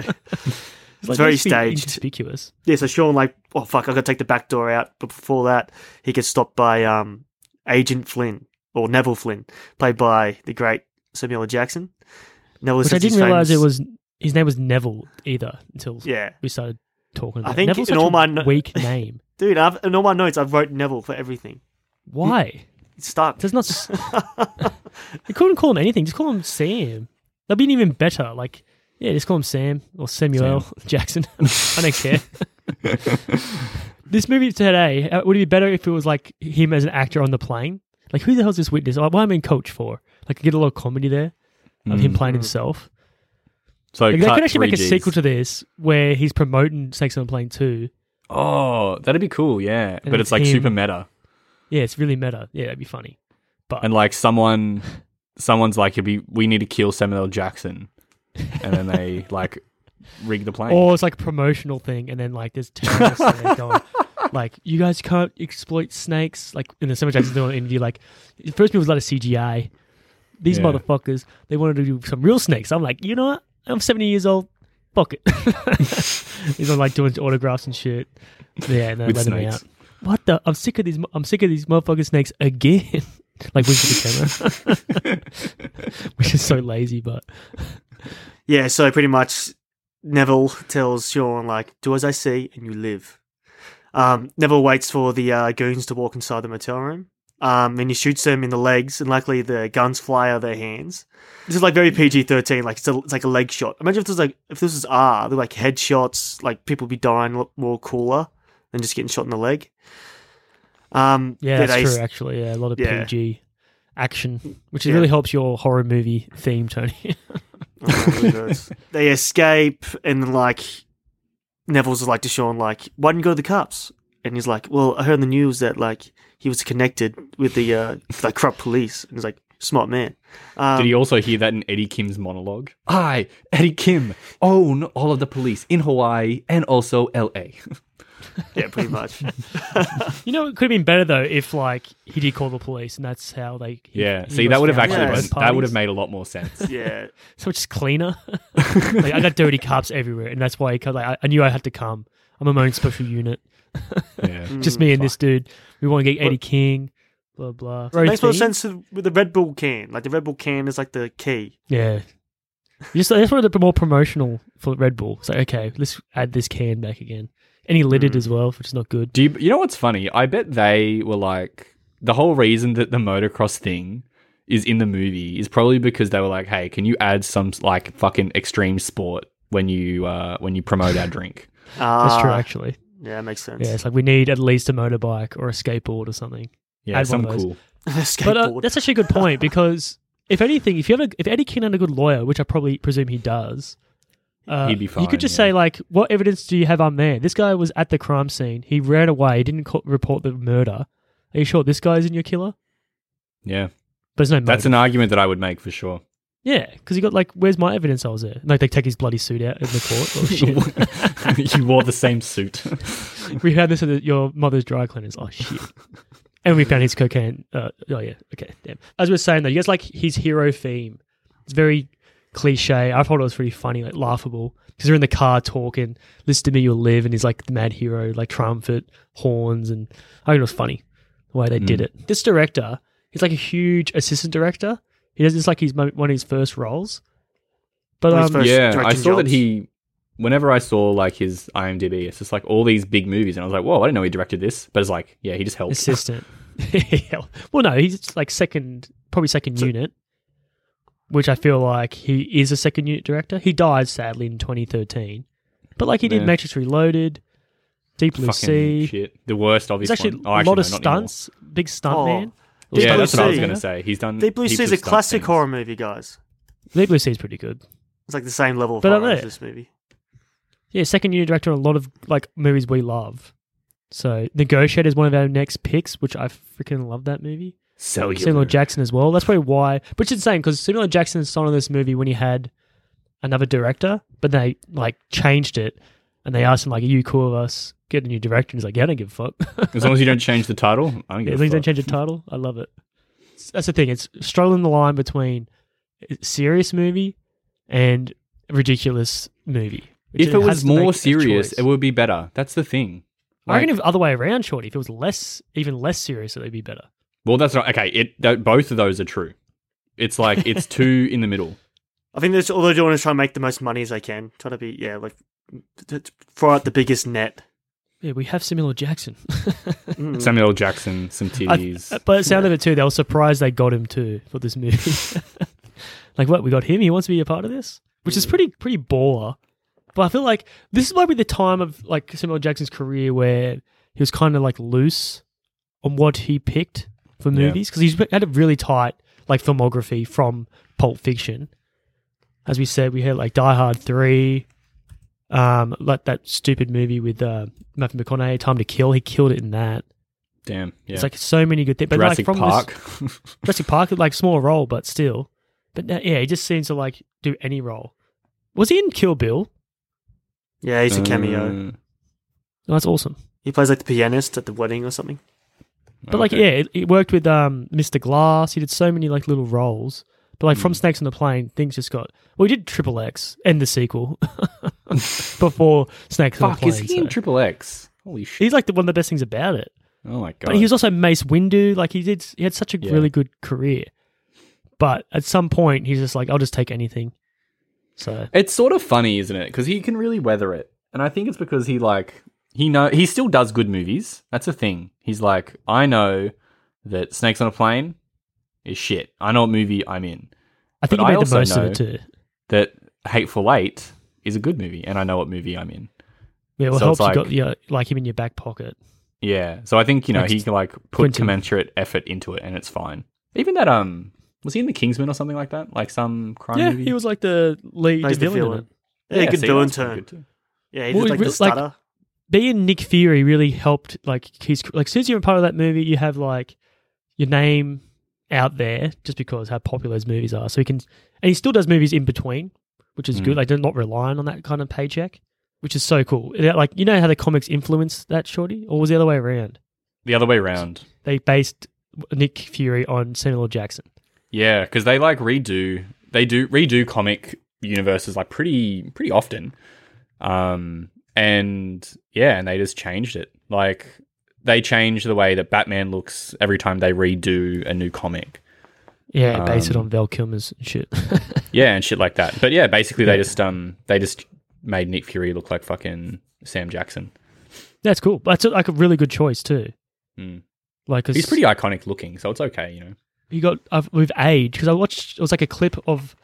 S3: it's
S4: very
S3: just be
S4: staged.
S3: inconspicuous.
S4: yeah, so Sean like, oh fuck, I gotta take the back door out. But before that, he gets stopped by um, Agent Flynn or Neville Flynn, played by the great Samuel L. Jackson. Neville
S3: Which I
S4: says he's
S3: didn't realize it
S4: famous-
S3: was his name was Neville either until
S4: Yeah,
S3: we started talking.
S4: I
S3: About it.
S4: think
S3: Neville's
S4: in
S3: such
S4: all
S3: a
S4: my no-
S3: weak name.
S4: dude. I've, in all my notes, I've wrote Neville for everything.
S3: Why?
S4: It's stuck.
S3: Does not. s- you couldn't call him anything. Just call him Sam. That'd be even better. Like, yeah, just call him Sam or Samuel Jackson. I don't care. this movie today uh, would it be better if it was like him as an actor on the plane? Like, who the hell's this witness? Like, why am I in coach for? Like, I get a lot of comedy there of him playing himself.
S1: So
S3: Like, they
S1: Mm. cut
S3: could actually make a
S1: 3Gs.
S3: sequel to this where he's promoting Sex on the Plane too.
S1: Oh, that'd be cool, yeah.
S3: And
S1: but
S3: it's
S1: it's like
S3: him.
S1: super meta.
S3: Yeah, it's really meta. Yeah, that'd be funny. But
S1: And like someone someone's like, "It'd be- we need to kill Samuel L. Jackson. And then they like rig the plane.
S3: Or it's like a promotional thing, and then like there's terrorists and they're going, like you guys can't exploit snakes. Like in the Samuel Jackson's doing an interview, like first people was a lot of CGI, these
S1: Yeah.
S3: motherfuckers, they wanted to do some real snakes. I'm like, you know what? I'm 70 years old. Fuck it. He's on like doing autographs and shit. Yeah, and they
S1: With
S3: let me out.
S1: snakes.
S3: What the? I'm sick of these. mo- I'm sick of these motherfucking snakes again. like wink at the camera, which is so lazy. But
S4: Yeah, so pretty much Neville tells Sean, like, do as I say and you live. Um, Neville waits for the uh, goons to walk inside the motel room. Um, and he shoots them in the legs, and luckily the guns fly out of their hands. This is like
S3: Mm-hmm.
S4: very PG thirteen, like it's, a, it's like a leg shot. Imagine if this was like if this was R, they're like headshots, like people would be dying a lot more cooler than just getting shot in the leg. Um,
S3: yeah, that's
S4: they-
S3: true. Actually, yeah, a lot of
S4: Yeah.
S3: PG action, which
S4: Yeah.
S3: really helps your horror movie theme, Tony.
S4: Oh, really good. they escape, and then, like Neville's like to Sean, like, why didn't you go to the cops? And he's like, well, I heard in the news that like he was connected with the uh, like corrupt police, and he's like, smart man. Um,
S1: Did he also hear that in Eddie Kim's monologue? I, Eddie Kim, own all of the police in Hawaii and also LA.
S4: yeah, pretty much.
S3: you know, it could have been better though if like he did call the police, and that's how they. he-
S1: Yeah.
S3: he
S1: See,
S3: got
S1: that would have
S3: scouted by
S1: actually been,
S4: Yeah.
S3: both
S1: that would
S3: parties.
S1: have made a lot more sense.
S4: yeah,
S3: so much cleaner. like I got dirty cops everywhere, and that's why he come, like I, I knew I had to come. I'm on my own special unit.
S1: yeah.
S4: Mm,
S3: Just me and this dude. We want to get Eddie King. Blah blah. Road
S4: makes more
S3: Steve?
S4: sense with the Red Bull can. Like the Red Bull can is like the key.
S3: Yeah. You Just I just wanted to be more promotional for Red Bull. So okay, let's add this can back again. And he lit
S4: Mm.
S3: it as well, which is not good.
S1: Do you, you know what's funny? I bet they were like the whole reason that the motocross thing is in the movie is probably because they were like, "Hey, can you add some like fucking extreme sport when you uh, when you promote our drink?"
S4: Uh,
S3: That's true, actually.
S4: Yeah, makes sense.
S3: Yeah, it's like we need at least a motorbike or a skateboard or something.
S1: Yeah,
S3: Add
S1: some
S3: one of those.
S1: cool.
S3: But uh,
S4: Skateboard.
S3: that's actually a good point because if anything, if you have a, if Eddie King had a good lawyer, which I probably presume he does, uh,
S1: He'd be
S3: You could
S1: fine,
S3: just
S1: yeah.
S3: say like, "What evidence do you have on there? This guy was at the crime scene. He ran away. He didn't co- report the murder. Are you sure this guy isn't your killer?"
S1: Yeah,
S3: But there's no. Motive.
S1: that's an argument that I would make for sure.
S3: Yeah, because he got like, where's my evidence I was there? And, like, they take his bloody suit out in the court. Oh, shit.
S1: you wore the same suit.
S3: we found this at the, your mother's dry cleaners. Oh, shit. and we found his cocaine. Uh, oh, yeah. Okay, damn. As we were saying, though, you guys like his hero theme. It's very cliche. I thought it was pretty funny, like, laughable. Because they're in the car talking, listen to me, you'll live. And he's like the mad hero, like, triumphant horns. And I think it was funny the way they did it. This director, he's like a huge assistant director. He does this like he's mo- one of his first roles. But
S4: One of
S3: um,
S4: his first
S1: yeah, I
S4: directing
S1: saw that
S4: jobs.
S1: he. Whenever I saw like his IMDb, it's just like all these big movies, and I was like, "Whoa, I didn't know he directed this." But it's like, yeah, he just helped.
S3: assistant. Yeah. Well, no, he's like second, probably second unit, which I feel like he is a second unit director. He died sadly in 2013, but like he did
S1: Yeah.
S3: Matrix Reloaded, Deep Blue
S1: Fucking
S3: Sea.
S1: shit. The worst obvious
S3: There's actually
S1: one.
S3: a
S1: Oh,
S3: lot
S1: no,
S3: of
S1: not anymore.
S3: stunts, big stunt
S4: Oh.
S3: man.
S4: Deep
S1: yeah,
S4: Blue
S1: that's what I was
S4: Sea.
S1: going to say. He's done.
S4: Deep Blue
S1: heaps
S4: Sea is
S1: of
S4: a
S1: stuff
S4: classic
S1: things.
S4: horror movie, guys.
S3: Deep Blue Sea is pretty good.
S4: It's like the same level of
S3: But I
S4: horror
S3: know.
S4: as this movie.
S3: Yeah, second unit director on a lot of like movies we love. So Negotiator is one of our next picks, which I freaking love that movie.
S1: Cellular.
S3: Samuel Jackson as well. That's probably why. Which is insane because Samuel Jackson signed on this movie when he had another director, but they like changed it and they asked him like, "Are you cool with us get a new director?" And he's like, "Yeah, I don't give a fuck.
S1: As long as you don't change the title, I don't
S3: yeah,
S1: give
S3: as
S1: a
S3: long as they
S1: fuck.
S3: don't change the title, I love it." It's- That's the thing. It's struggling the line between a serious movie and a ridiculous movie. which
S1: if it
S3: has
S1: was
S3: to
S1: more
S3: make a
S1: serious,
S3: choice.
S1: it would be better. That's the thing.
S3: I reckon
S1: Like-
S3: if other way around, Shorty, if it was less, even less serious, it'd be better.
S1: Well, that's not okay. It th- both of those are true. It's like it's two in the middle.
S4: I think that's all they're doing is trying to make the most money as they can. Trying to be, yeah, like t- t- throw out the biggest net.
S3: Yeah, we have Samuel L. Jackson.
S4: Mm.
S1: Samuel Jackson, some
S3: I-
S1: titties.
S3: uh, but it sounded it too. They were surprised they got him too for this movie. like, what we got him? He wants to be a part of this, which is pretty pretty baller. But I feel like this is might be the time of like Samuel Jackson's career where he was kind of like loose on what he picked for
S1: Yeah.
S3: movies because he's had a really tight like filmography from Pulp Fiction. As we said, we had like Die Hard three, um, like that stupid movie with uh, Matthew McConaughey, Time to Kill. He killed it in that.
S1: Damn. Yeah.
S3: It's like so many good things. But
S1: Jurassic
S3: like from
S1: Park.
S3: This, Jurassic Park, like small role, but still. But no- yeah, he just seems to like do any role. Was he in Kill Bill?
S4: Yeah, he's a cameo.
S1: Um,
S3: Oh, that's awesome.
S4: He plays like the pianist at the wedding or something.
S3: But like,
S1: okay.
S3: yeah, it, it worked with um, Mr. Glass. He did so many like little roles. But like from
S1: Hmm.
S3: Snakes on the Plane, things just got. We did Triple X and the sequel before Snakes on the
S1: Fuck,
S3: Plane.
S1: is he in
S3: so-
S1: Triple X? Holy shit!
S3: He's like the, one of the best things about it.
S1: Oh my god!
S3: But he was also Mace Windu. Like he did, he had such a
S1: Yeah.
S3: really good career. But at some point, he's just like, I'll just take anything. So
S1: It's sort of funny, isn't it? Because he can really weather it, and I think it's because he like he know he still does good movies. That's a thing. He's like, I know that Snakes on a Plane is shit. I know what movie I'm in.
S3: I think
S1: But
S3: he
S1: I
S3: made
S1: also
S3: the most of
S1: know-
S3: it too.
S1: That Hateful Eight is a good movie, and I know what movie I'm in.
S3: Yeah, well,
S1: So
S3: helps
S1: it's
S3: you got
S1: like-
S3: you know, like him in your back pocket.
S1: Yeah, so I think you know he
S3: Next.
S1: can like put
S3: Quentin.
S1: commensurate effort into it, and it's fine. Even that um, was he in the Kingsman or something like that? Like some crime
S3: Yeah,
S1: movie.
S3: he was like the lead
S4: Plays the
S3: villain. in
S4: villain.
S3: it.
S4: Yeah, good
S1: see,
S4: villain
S1: that's pretty
S4: turn.
S1: good too.
S4: Yeah, he
S3: Well,
S4: did like
S3: it
S4: the
S3: was like-
S4: stutter.
S3: being Nick Fury really helped. Like he's like since you're a part of that movie, you have like your name out there just because how popular his movies are. So he can, and he still does movies in between, which is
S1: Mm.
S3: good. Like they're not relying on that kind of paycheck, which is so cool. Yeah, Like you know how the comics influenced that shorty, or was it the other way around?
S1: The other way around.
S3: They based Nick Fury on Samuel L. Jackson.
S1: Yeah, because they like redo they do redo comic universes like pretty pretty often, um, and yeah, and they just changed it. Like they change the way that Batman looks every time they redo a new comic.
S3: Yeah, based it
S1: Um,
S3: on Val Kilmer's shit.
S1: Yeah, and shit like that. But yeah, basically they just um they just made Nick Fury look like fucking Sam Jackson.
S3: That's cool. That's like a really good choice too.
S1: Mm.
S3: Like 'cause-
S1: He's pretty iconic looking, so it's okay, you know.
S3: you got I've, with age because I watched it was like a clip of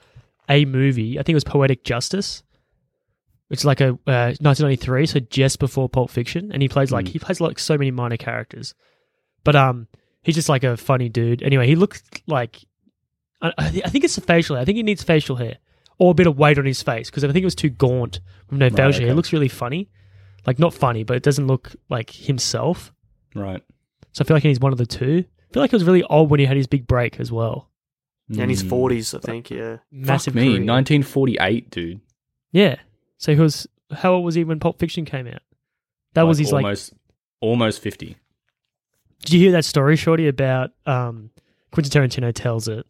S3: a movie. I think it was Poetic Justice, which is like a uh, 1993, so just before Pulp Fiction, and he plays like
S1: Mm.
S3: he plays like so many minor characters, but um, he's just like a funny dude. Anyway, he looks like I, I thi- I think it's the facial hair. I think he needs facial hair or a bit of weight on his face because I think it was too gaunt with no facial hair. It
S1: okay.
S3: looks really funny, like not funny, but it doesn't look like himself.
S1: Right.
S3: So I feel like he's one of the two. I feel like he was really old when he had his big break as well.
S4: Yeah, in his
S1: Mm.
S4: forties, I think. Yeah,
S3: Massive
S1: Fuck me,
S3: career.
S1: 1948, dude.
S3: Yeah. So he was how old was he when Pulp Fiction came out? That was his like.
S1: almost almost 50.
S3: Did you hear that story, Shorty, about um, Quentin Tarantino tells it,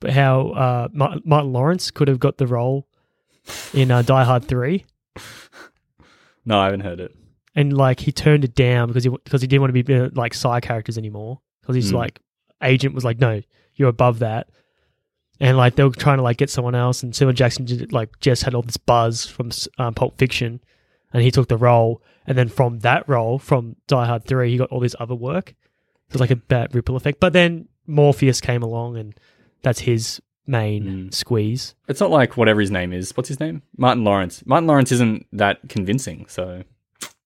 S3: but how uh, Ma- Martin Lawrence could have got the role in uh, Die Hard Three,
S1: No, I haven't heard it.
S3: and like he turned it down because he because he didn't want to be uh, like side characters anymore because his
S4: Hmm.
S1: Mm.
S3: like agent was like, no, you're above that. And like they were trying to like get someone else, and Samuel Jackson did, like just had all this buzz from um, Pulp Fiction, and he took the role. And then from that role, from Die Hard Three, he got all this other work. So it's like a bad ripple effect. But then Morpheus came along, and that's his main
S4: Hmm.
S1: Mm.
S3: squeeze.
S1: It's not like whatever his name is. What's his name? Martin Lawrence. Martin Lawrence isn't that convincing, so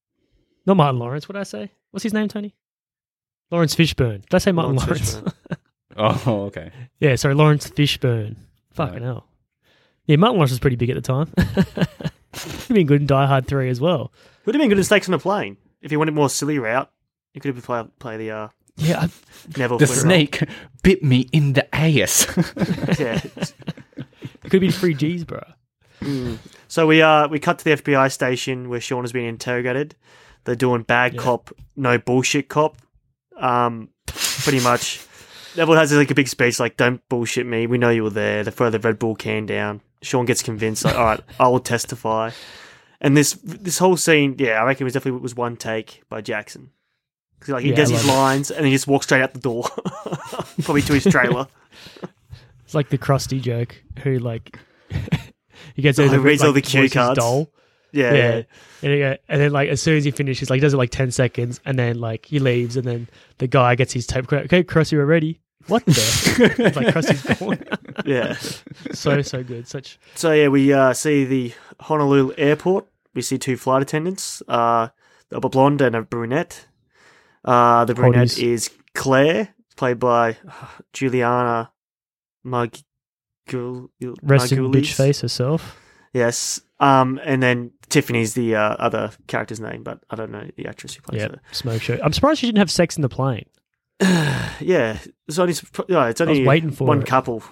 S3: Not Martin Lawrence. What did I say? What's his name, Tony? Lawrence Fishburne. Did I say Martin
S4: Lawrence
S3: Lawrence?
S4: Fishburne.
S1: oh okay.
S3: Yeah, sorry, Lawrence Fishburne. Fucking
S1: Right.
S3: hell. Yeah, Martin Lawrence was pretty big at the time. He'd been good in Die Hard 3 as well.
S4: would have been good in Snakes on a Plane if he wanted more silly route. He could have play play the uh,
S3: Yeah, I,
S4: Neville.
S1: The
S4: Flynn
S1: snake bit me in the ass.
S4: route. Yeah.
S3: it could have been free G's, bro.
S4: So we uh we cut to the FBI station where Sean has been interrogated. They're doing bad
S3: Yeah.
S4: cop, no bullshit cop. Um, pretty much. Neville has like a big speech like, "Don't bullshit me. We know you were there." They throw the Red Bull can down. Sean gets convinced. Like, all right, I will testify. And this this whole scene, yeah, I reckon it was definitely was one take by Jackson. 'Cause, like he
S3: Yeah,
S4: does
S3: I
S4: his
S3: love it.
S4: lines and he just walks straight out the door, probably to his trailer.
S3: It's like the crusty joke who, like, he gets
S4: Oh,
S3: over
S4: he reads
S3: like,
S4: all the cue
S3: voices
S4: cards.
S3: Dull.
S4: Yeah,
S3: Yeah. And, he go- and then, like, as soon as he finishes, like, he does it like 10 seconds and then, like, he leaves and then the guy gets his tape. Okay, Krusty, we're ready. What the? it's like Krusty's gone.
S4: yeah.
S3: so, so good. Such.
S4: So yeah, we uh, see the Honolulu airport. We see two flight attendants, uh, a blonde and a brunette. Uh, the brunette
S3: Hotties.
S4: is Claire, played by uh, Juliana Margulies.
S3: Rest in bitch face herself.
S4: Yes. Um, and then Tiffany's the uh, other character's name, but I don't know the actress who plays
S3: Yeah,
S4: her.
S3: smoke show. I'm surprised she didn't have sex in the plane.
S4: Yeah, it's only no, it's
S3: was
S4: only
S3: waiting for
S4: one
S3: it.
S4: couple.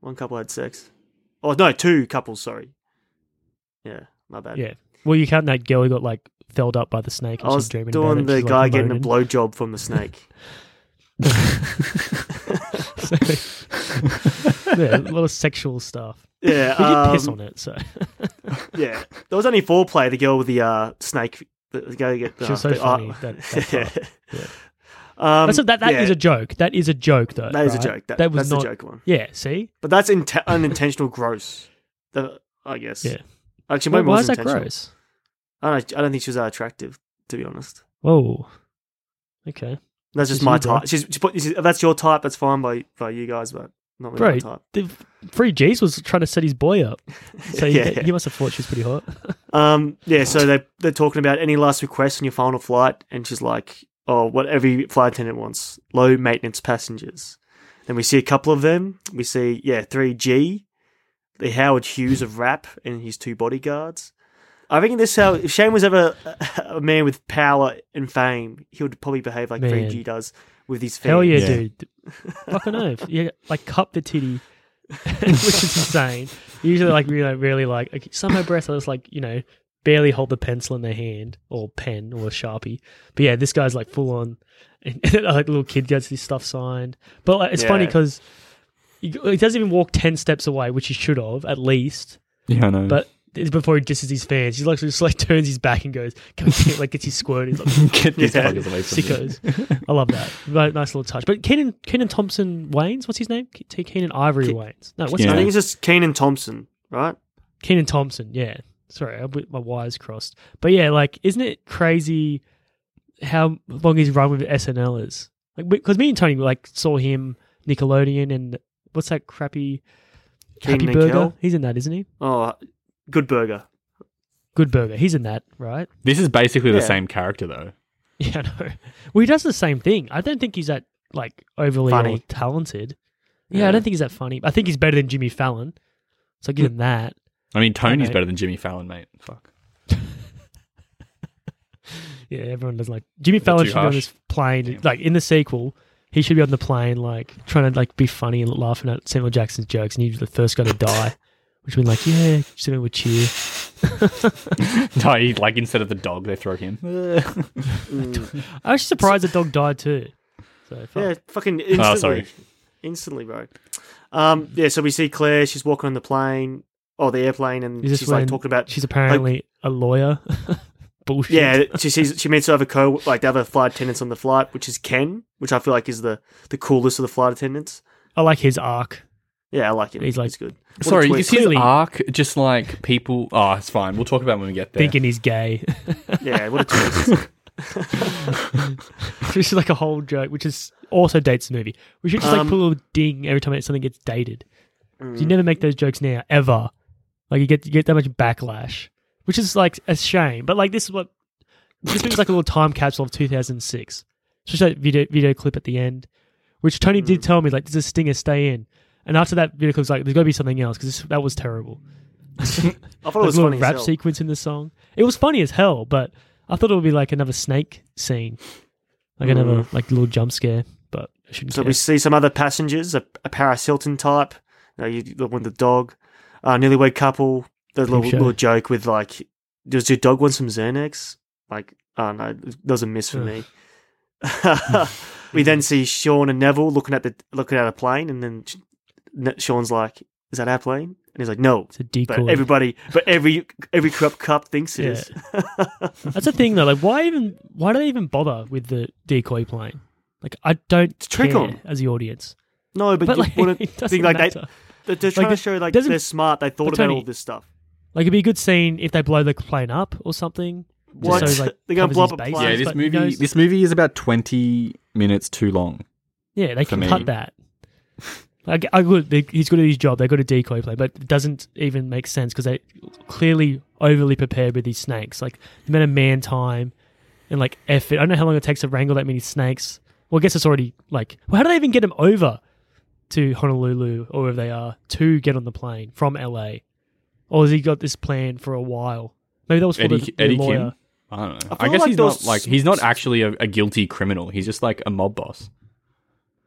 S4: One couple had sex. Oh no, two couples. Sorry. Yeah, my bad.
S3: Yeah. Well, you count that girl who got like felled up by the snake.
S4: I
S3: And she's
S4: was
S3: dreaming
S4: doing
S3: about it.
S4: the
S3: She's,
S4: guy
S3: like,
S4: getting a
S3: moaning.
S4: blowjob from the snake.
S3: So- yeah, a lot of sexual stuff.
S4: Yeah,
S3: He did
S4: um,
S3: piss on it, so
S4: yeah. There was only foreplay. The girl with the uh, snake. The, the girl who get.
S3: She
S4: uh,
S3: was so
S4: the,
S3: funny,
S4: uh,
S3: that- that part. Yeah.
S4: Um,
S3: that's a, that, that is
S4: yeah,
S3: a joke. That is a joke, though.
S4: that is
S3: right?
S4: a joke. That, that's
S3: was not.
S4: the joke one.
S3: Yeah, see,
S4: But that's inte- unintentional gross. The, I guess.
S3: Yeah.
S4: Actually,
S3: why,
S4: maybe it
S3: why
S4: was
S3: is that
S4: intentional.
S3: gross?
S4: I don't, I don't think she was that attractive, to be honest.
S3: Whoa, okay,
S4: That's just
S3: She's
S4: my
S3: you, bro.
S4: type. She's, she put, she's- if that's your type, that's fine by, by you guys, but not really
S3: Bro,
S4: my type.
S3: the Free G's was trying to set his boy up, so he-
S4: Yeah.
S3: he, must have thought she was pretty hot.
S4: Um, yeah, so they, they're talking about any last requests on your final flight, and she's like, oh, what every flight attendant wants low maintenance passengers. Then we see a couple of them. We see, yeah, 3G, the Howard Hughes of rap, and his two bodyguards. I reckon this how if Shane was ever a, a man with power and fame, he would probably behave like
S3: Man.
S4: 3G does with his fans.
S3: Hell yeah,
S1: Yeah.
S3: dude! Fucking oath. Yeah, like cup the titty, which is insane. Usually, like you know, really like okay, some are breasts are just like you know barely hold the pencil in their hand or pen or sharpie. But yeah, this guy's like full on, and like little kid gets his stuff signed. But like, it's funny
S4: Yeah.
S3: because he he doesn't even walk ten steps away, which he should have at least.
S1: Yeah, I know.
S3: But it's before he disses his fans, he like just like turns his back and goes, "Come here," like gets his squirt. He's like,
S1: get these
S4: Yeah.
S1: fuckers away from me.
S3: sickos. I love that. Ni- Nice little touch. But Kenan Kenan Thompson Waynes, what's his name? Ke- T- Kenan Ivory
S4: Ke-
S3: Waynes. No, what's
S1: Yeah.
S4: I think
S3: his name?
S4: it's just Keenan Thompson, right?
S3: Kenan Thompson. Yeah. Sorry, I put my wires crossed. But yeah, like, isn't it crazy how long his run with SNL is? Like, because me and Tony like saw him Nickelodeon and what's that crappy
S4: Kenan
S3: Happy
S4: and
S3: Burger?
S4: Kel?
S3: He's in that, isn't he?
S4: Oh, good burger.
S3: Good Burger. He's in that, right?
S1: This is basically
S4: Yeah.
S1: the same character, though.
S3: Yeah, I know. Well, he does the same thing. I don't think he's that like overly
S4: Funny.
S3: or talented. Yeah,
S4: Yeah.
S3: I don't think he's that funny. I think he's better than Jimmy Fallon. So I give him that.
S1: I mean, Tony's
S3: know.
S1: better than Jimmy Fallon, mate. Fuck.
S3: Yeah, everyone doesn't like Jimmy Fallon
S1: too
S3: should be on
S1: harsh?
S3: this plane.
S1: Damn.
S3: Like in the sequel, he should be on the plane, like trying to like be funny and laughing at Samuel Jackson's jokes, and he's the first guy to die, which would be like, yeah, Samuel would cheer.
S1: no, he, like instead of the dog, they throw
S3: Uh,
S1: him.
S3: I was surprised the dog died too. So fuck. Oh,
S4: Yeah, fucking instantly.
S1: sorry.
S4: Instantly, bro. Um, yeah, so we see Claire, she's walking on the plane or the airplane and
S3: Is this
S4: she's like
S3: when
S4: talking about
S3: she's apparently a lawyer. Bullshit.
S4: Yeah, she sees she meets other co like the other flight attendants on the flight, which is Ken, which I feel like is the, the coolest of the flight attendants.
S3: I like his arc.
S4: Yeah, I like him.
S3: He's
S4: He's
S3: like-
S4: like good. What a
S1: Sorry, you
S4: twig.
S1: see
S3: Clearly-
S1: his arc, just like people. Oh, it's fine. We'll talk about it when we get there.
S3: Thinking he's gay.
S4: Yeah, what a twig.
S3: This is like a whole joke, which is also dates the movie. We should just like
S4: Um,
S3: put a little ding every time something gets dated. You never make those jokes now, ever. Like you get you get that much backlash, which is like a shame. But like this is what this movie's like a little time capsule of 2006. It's just that video video clip at the end, which Tony did tell me like there's a stinger, stay in. And after that video clip, was like there's got to be something else because that was terrible.
S4: I thought it was
S3: like,
S4: funny.
S3: little
S4: as
S3: rap
S4: hell.
S3: sequence in the song. It was funny as hell, but I thought it would be like another snake scene, like another like little jump scare. But I shouldn't.
S4: Mm. So
S3: care.
S4: we see some other passengers, a, a Paris Hilton type, you know, you, the one with the dog, uh, newlywed couple. The little,
S3: show.
S4: little joke with like, does your dog want some Xanax? Like, oh no, there was a miss for
S3: Ugh.
S4: me. we then see Sean and Neville looking at the looking at a plane, and then Sh- Ne- Sean's like, "Is that our plane?" And he's like, "No."
S3: it's a decoy.
S4: But everybody, but every every corrupt cup thinks it
S3: Yeah.
S4: is.
S3: That's the thing though. Like, why even? Why do they even bother with the decoy plane? Like, I don't
S4: trick
S3: care
S4: 'em.
S3: as the audience.
S4: No, but,
S3: But
S4: you
S3: like,
S4: wouldn't
S3: it doesn't
S4: think like they,
S3: matter.
S4: they're, they're trying
S3: it
S4: to show like
S3: doesn't-
S4: they're smart. They thought
S3: But
S4: about
S3: Tony-
S4: all this stuff.
S3: Like, it'd be a good scene if they blow the plane up or something. just
S4: What?
S3: so, like,
S4: They're gonna
S3: covers
S4: blow
S3: his
S4: up a
S3: bases,
S4: plane?
S1: yeah, this
S3: but he
S1: movie.
S3: knows-
S1: This movie is about twenty minutes too long.
S3: Yeah, they
S1: for
S3: can
S1: me.
S3: cut that. Like, I would. they- He's good at his job. They got a decoy play, but it doesn't even make sense because they clearly overly prepared with these snakes. Like the amount of man time and like effort. I don't know how long it takes to wrangle that many snakes. Well, I guess it's already like. Well, how do they even get them over to Honolulu or wherever they are to get on the plane from LA? Or has he got this plan for a while? Maybe that was for
S1: Eddie,
S3: the, the
S1: Eddie
S3: lawyer.
S1: Kim. I don't know.
S4: I
S1: I,
S4: feel
S1: guess
S4: like
S1: he's
S4: there
S1: not
S4: was-
S1: like he's not actually a, a guilty criminal. He's just like a mob boss.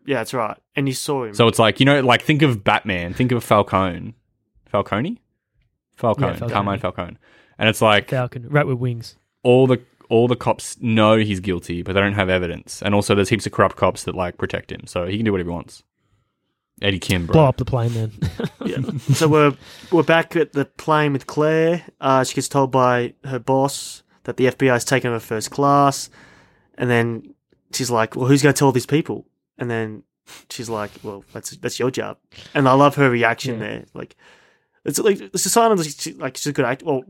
S4: Yeah, that's right. And you saw him.
S1: So it's like you know, like think of Batman, think of Falcone, Falcone, Falcone,
S3: Yeah, Falcone.
S1: Carmine Falcone, and it's like
S3: Falcon, rat with wings.
S1: all the all the cops know he's guilty, but they don't have evidence, and also there's heaps of corrupt cops that like protect him, so he can do whatever he wants. Eddie Kim, bro.
S3: Blow up the plane then.
S4: Yeah. so we're we're back at the plane with Claire. Uh, she gets told by her boss that the FBI has taken her first class, and then she's like, "Well, who's going to tell these people?" And then she's like, "Well, that's that's your job." And I love her reaction
S3: Yeah.
S4: there. Like, it's like it's a sign of like, she, like she's a good act. Well,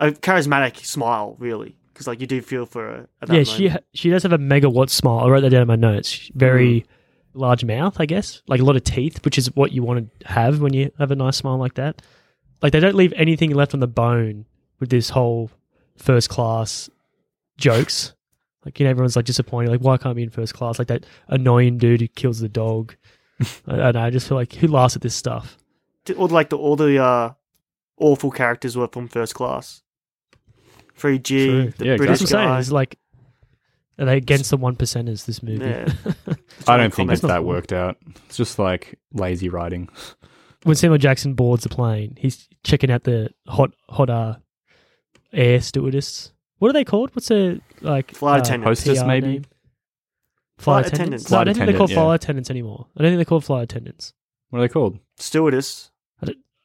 S4: a charismatic smile, really, because like you do feel for her. At that
S3: yeah,
S4: moment.
S3: she ha- she does have a megawatt smile. I wrote that down in my notes. She-
S4: Mm.
S3: Very large mouth, I guess, like a lot of teeth, which is what you want to have when you have a nice smile like that. Like they don't leave anything left on the bone with this whole first class jokes. Like you know, everyone's like disappointed. Like why can't I be in first class? Like that annoying dude who kills the dog. I, I know. I just feel like who laughs at this stuff?
S4: all like the all the uh, awful characters were from first class. Free G,
S3: True.
S4: the
S1: Yeah,
S4: British
S3: That's what I'm saying.
S4: guy.
S3: It's like are they against the one percenters? This movie.
S4: Yeah.
S1: I don't think
S4: That's
S1: it's
S3: not
S1: that
S3: cool.
S1: worked out. It's just like lazy writing.
S3: when Samuel Jackson boards the plane, he's checking out the hot hot uh, air stewardess. What are they called? What's a like
S4: Flight
S3: uh,
S4: attendant.
S1: Hostess,
S3: PR
S1: maybe?
S3: name?
S4: Flight
S3: Flight,
S4: attendants.
S3: attendants. No,
S1: Flight
S3: I don't think they're
S1: attendant,
S3: called
S1: yeah.
S3: flight attendants anymore. I don't think they're called flight attendants.
S1: What are they called?
S4: stewardess.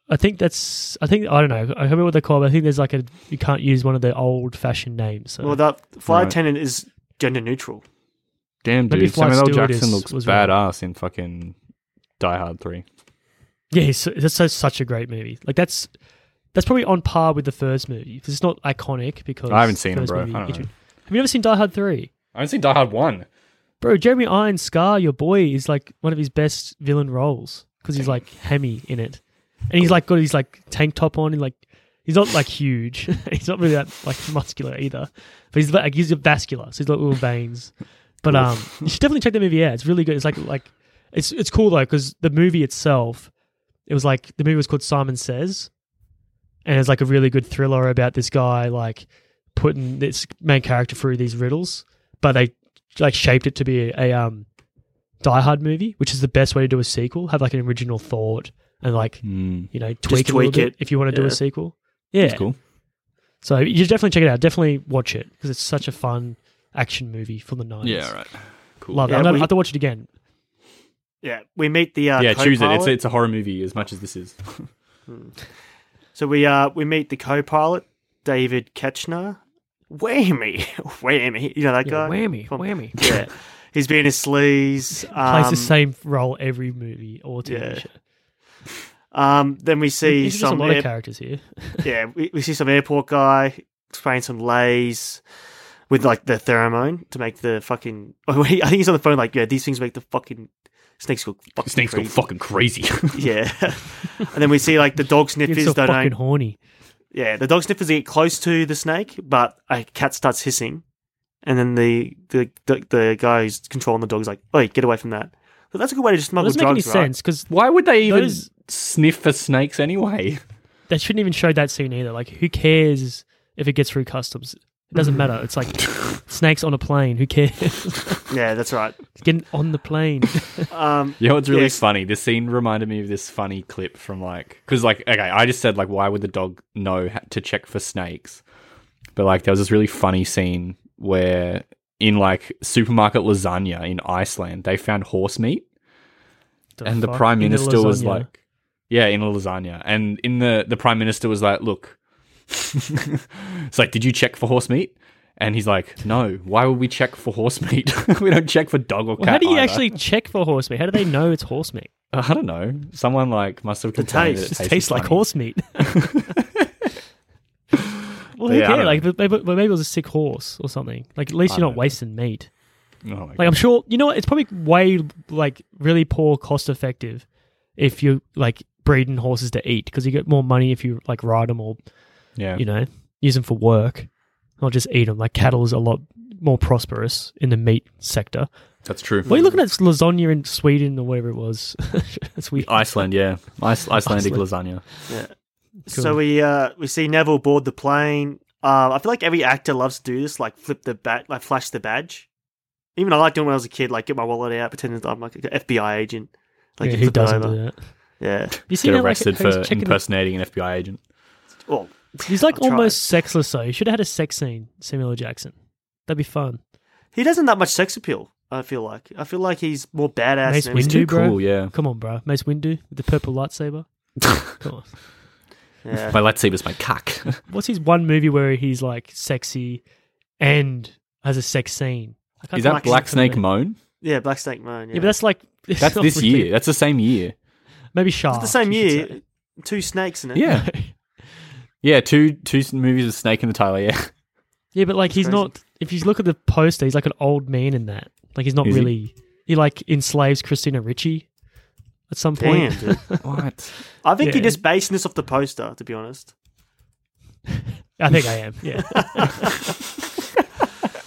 S3: I think that's. I think I don't know. I can't remember what they're called. But I think there's like a. You can't use one of the old fashioned names. So.
S4: Well, that flight
S1: Right.
S4: attendant is gender neutral.
S1: Damn,
S3: Maybe
S1: dude.
S3: Flight
S1: Samuel L.
S3: Stewardess
S1: Jackson looks
S3: was right.
S1: badass in fucking Die Hard 3.
S3: yeah, he's, that's so, such a great movie. Like that's that's probably on par with the first movie 'cause it's not iconic. Because
S1: I haven't seen it,
S3: first
S1: bro.
S3: movie-
S1: I don't know.
S3: Have you ever seen Die Hard three?
S1: I haven't seen Die Hard 1.
S3: Bro, Jeremy Irons, Scar, your boy, is like one of his best villain roles because he's like Hemi in it, and he's like got his like tank top on and like he's not like huge, he's not really that like muscular either, but he's like he's vascular, so he's got little veins. But um, you should definitely check that movie out. It's really good. It's like like it's it's cool though because the movie itself, it was like the movie was called Simon Says, and it's like a really good thriller about this guy like putting this main character through these riddles, but they like shaped it to be a, um Die Hard movie, which is the best way to do a sequel. Have like an original thought and like you know tweak, it, a
S4: tweak
S3: little bit
S4: it.
S3: if you want to do
S4: Yeah.
S3: a sequel. Yeah,
S1: It's Hmm. cool.
S3: so you should definitely check it out. Definitely watch it because it's such a fun action movie from the nineties.
S1: right. Cool.
S3: Love it.
S4: Yeah,
S3: I'm gonna
S4: we-
S3: have to watch it again.
S4: Yeah, we meet the uh,
S1: yeah, choose it. It's,
S4: co-pilot.
S1: it's a horror movie as much as this is.
S4: So we uh we meet the co-pilot David Ketchner. Whammy, whammy. You know that
S3: Yeah,
S4: guy.
S3: whammy,
S4: From-
S3: whammy.
S4: Yeah, he's being a sleaze.
S3: Plays the
S4: Um,
S3: same role every movie or TV
S4: yeah.
S3: show.
S4: um, then we see
S3: There's just a
S4: some
S3: lot
S4: air-
S3: of characters here.
S4: yeah, we, we see some airport guy spraying some lays with like the pheromone to make the fucking. Oh, he, I think he's on the phone like, yeah, these things make the fucking snakes go fucking.
S1: Snake's go
S4: crazy.
S1: fucking crazy.
S4: Yeah, and then we see like the dog
S3: It's
S4: sniffers.
S3: so
S4: They
S3: fucking
S4: don't.
S3: horny.
S4: Yeah, the dog sniffers get close to the snake, but a cat starts hissing, and then the the the, the guy who's controlling the dog is like, "Oi, get away from that." So that's a good way to just
S3: It
S4: smuggle
S3: doesn't make any
S4: drugs, right?
S3: sense because
S1: Why would they even
S3: Those-
S1: sniff for snakes anyway?
S3: they shouldn't even show that scene either. Like, who cares if it gets through customs? It doesn't matter. It's like snakes on a plane. Who cares?
S4: Yeah, that's right.
S3: Getting on the plane.
S4: Um,
S1: You know what's really
S4: Yeah.
S1: funny? This scene reminded me of this funny clip from like, because like, okay, I just said like, why would the dog know ha- to check for snakes? But like, there was this really funny scene where in like supermarket lasagna in Iceland, they found horse meat, and the
S3: fuck?
S1: prime
S3: In the
S1: minister was
S3: lasagna.
S1: like, yeah, in a lasagna, and in the the prime minister was like, look, it's like, did you check for horse meat? And he's like, no. Why would we check for horse meat? we don't check for dog or cat.
S3: well, how do you
S1: either."
S3: actually check for horse meat? How do they know it's horse meat?
S1: I don't know. Someone like must have complained
S4: taste.
S1: that it tasted
S3: It tastes, like
S1: funny.
S3: horse meat. well,
S1: Yeah,
S3: who
S1: I
S3: cares?
S1: don't
S3: Like, but maybe, but maybe it was a sick horse or something. Like, at least
S1: I
S3: you're
S1: don't
S3: not
S1: know.
S3: wasting meat.
S1: Oh my
S3: Like,
S1: God.
S3: I'm sure you know what, it's probably way like really poor cost effective if you're like breeding horses to eat because you get more money if you like ride them or
S1: yeah.
S3: you know, use them for work, not just eat them. Like cattle is a lot more prosperous in the meat sector.
S1: That's true.
S3: What are you looking at? Lasagna in Sweden or whatever it was. That's weird.
S1: Iceland, yeah. Ice- Icelandic lasagna.
S4: So
S3: Cool.
S4: we uh, we see Neville board the plane. Uh, I feel like every actor loves to do this, like flip the bat, like flash the badge. Even I like doing when I was a kid, like get my wallet out, pretending that I'm like an FBI agent. Like
S3: yeah,
S4: you
S3: who
S4: flip it
S3: doesn't
S4: over.
S3: do that?
S4: Yeah.
S3: You see
S1: Get
S3: how like
S1: arrested
S3: how he's
S1: for
S3: checking the-
S1: impersonating an FBI agent.
S4: Well,
S3: He's like
S4: I'll try.
S3: almost sexless though. He should have had a sex scene, Samuel L. Jackson. That'd be fun.
S4: he doesn't have that much sex appeal. I feel like I feel like he's more badass.
S3: Mace
S4: than his-
S3: Windu,
S1: Too
S3: bro.
S1: cool, yeah.
S3: Come on, bro. Mace Windu with the purple lightsaber. Come on.
S4: Yeah.
S1: My lightsaber's my cock.
S3: What's his one movie where he's like sexy and has a sex scene? I can't
S1: Is that
S3: remember.
S1: Black Snake Moan?
S4: yeah, Black Snake Moan. Yeah,
S3: Yeah, but that's like
S1: That's
S3: not
S1: this
S3: really-
S1: year. That's the same year.
S3: Maybe Shaft.
S4: It's the same
S3: you could
S4: year.
S3: say.
S4: Two snakes in it.
S1: Yeah. Yeah, two two s- movies with Snake in the title, yeah.
S3: Yeah, but like he's
S4: crazy.
S3: not. If you look at the poster, he's like an old man in that. Like he's not
S1: Is he?
S3: really. He? like enslaves Christina Ricci at some
S4: Damn,
S3: point.
S4: dude.
S1: What?
S4: I think
S3: Yeah.
S4: you're just basing this off the poster, to be honest.
S3: I think I am. Yeah.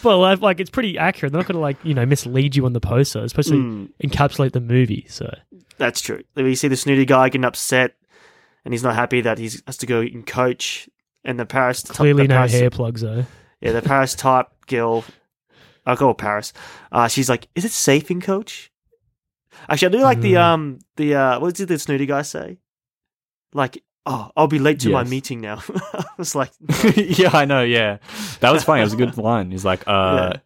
S3: Well, I've- like it's pretty accurate. They're not going to like you know mislead you on the poster. It's supposed to
S4: Hmm.
S3: encapsulate the movie. So
S4: That's true. We see the snooty guy getting upset, and he's not happy that he has to go and coach. And the Paris
S3: clearly
S4: the
S3: no
S4: Paris,
S3: hair plugs though.
S4: Yeah, the Paris type girl. I'll call her Paris. Uh, she's like, "Is it safe in coach?" Actually, I do like the
S3: Mm.
S4: um the uh what did the snooty guy say? Like, oh, I'll be late to my
S1: Yes.
S4: meeting now. I was like,
S1: yeah, I know, yeah. That was funny. It was a good line. He's like, uh,
S4: Yeah.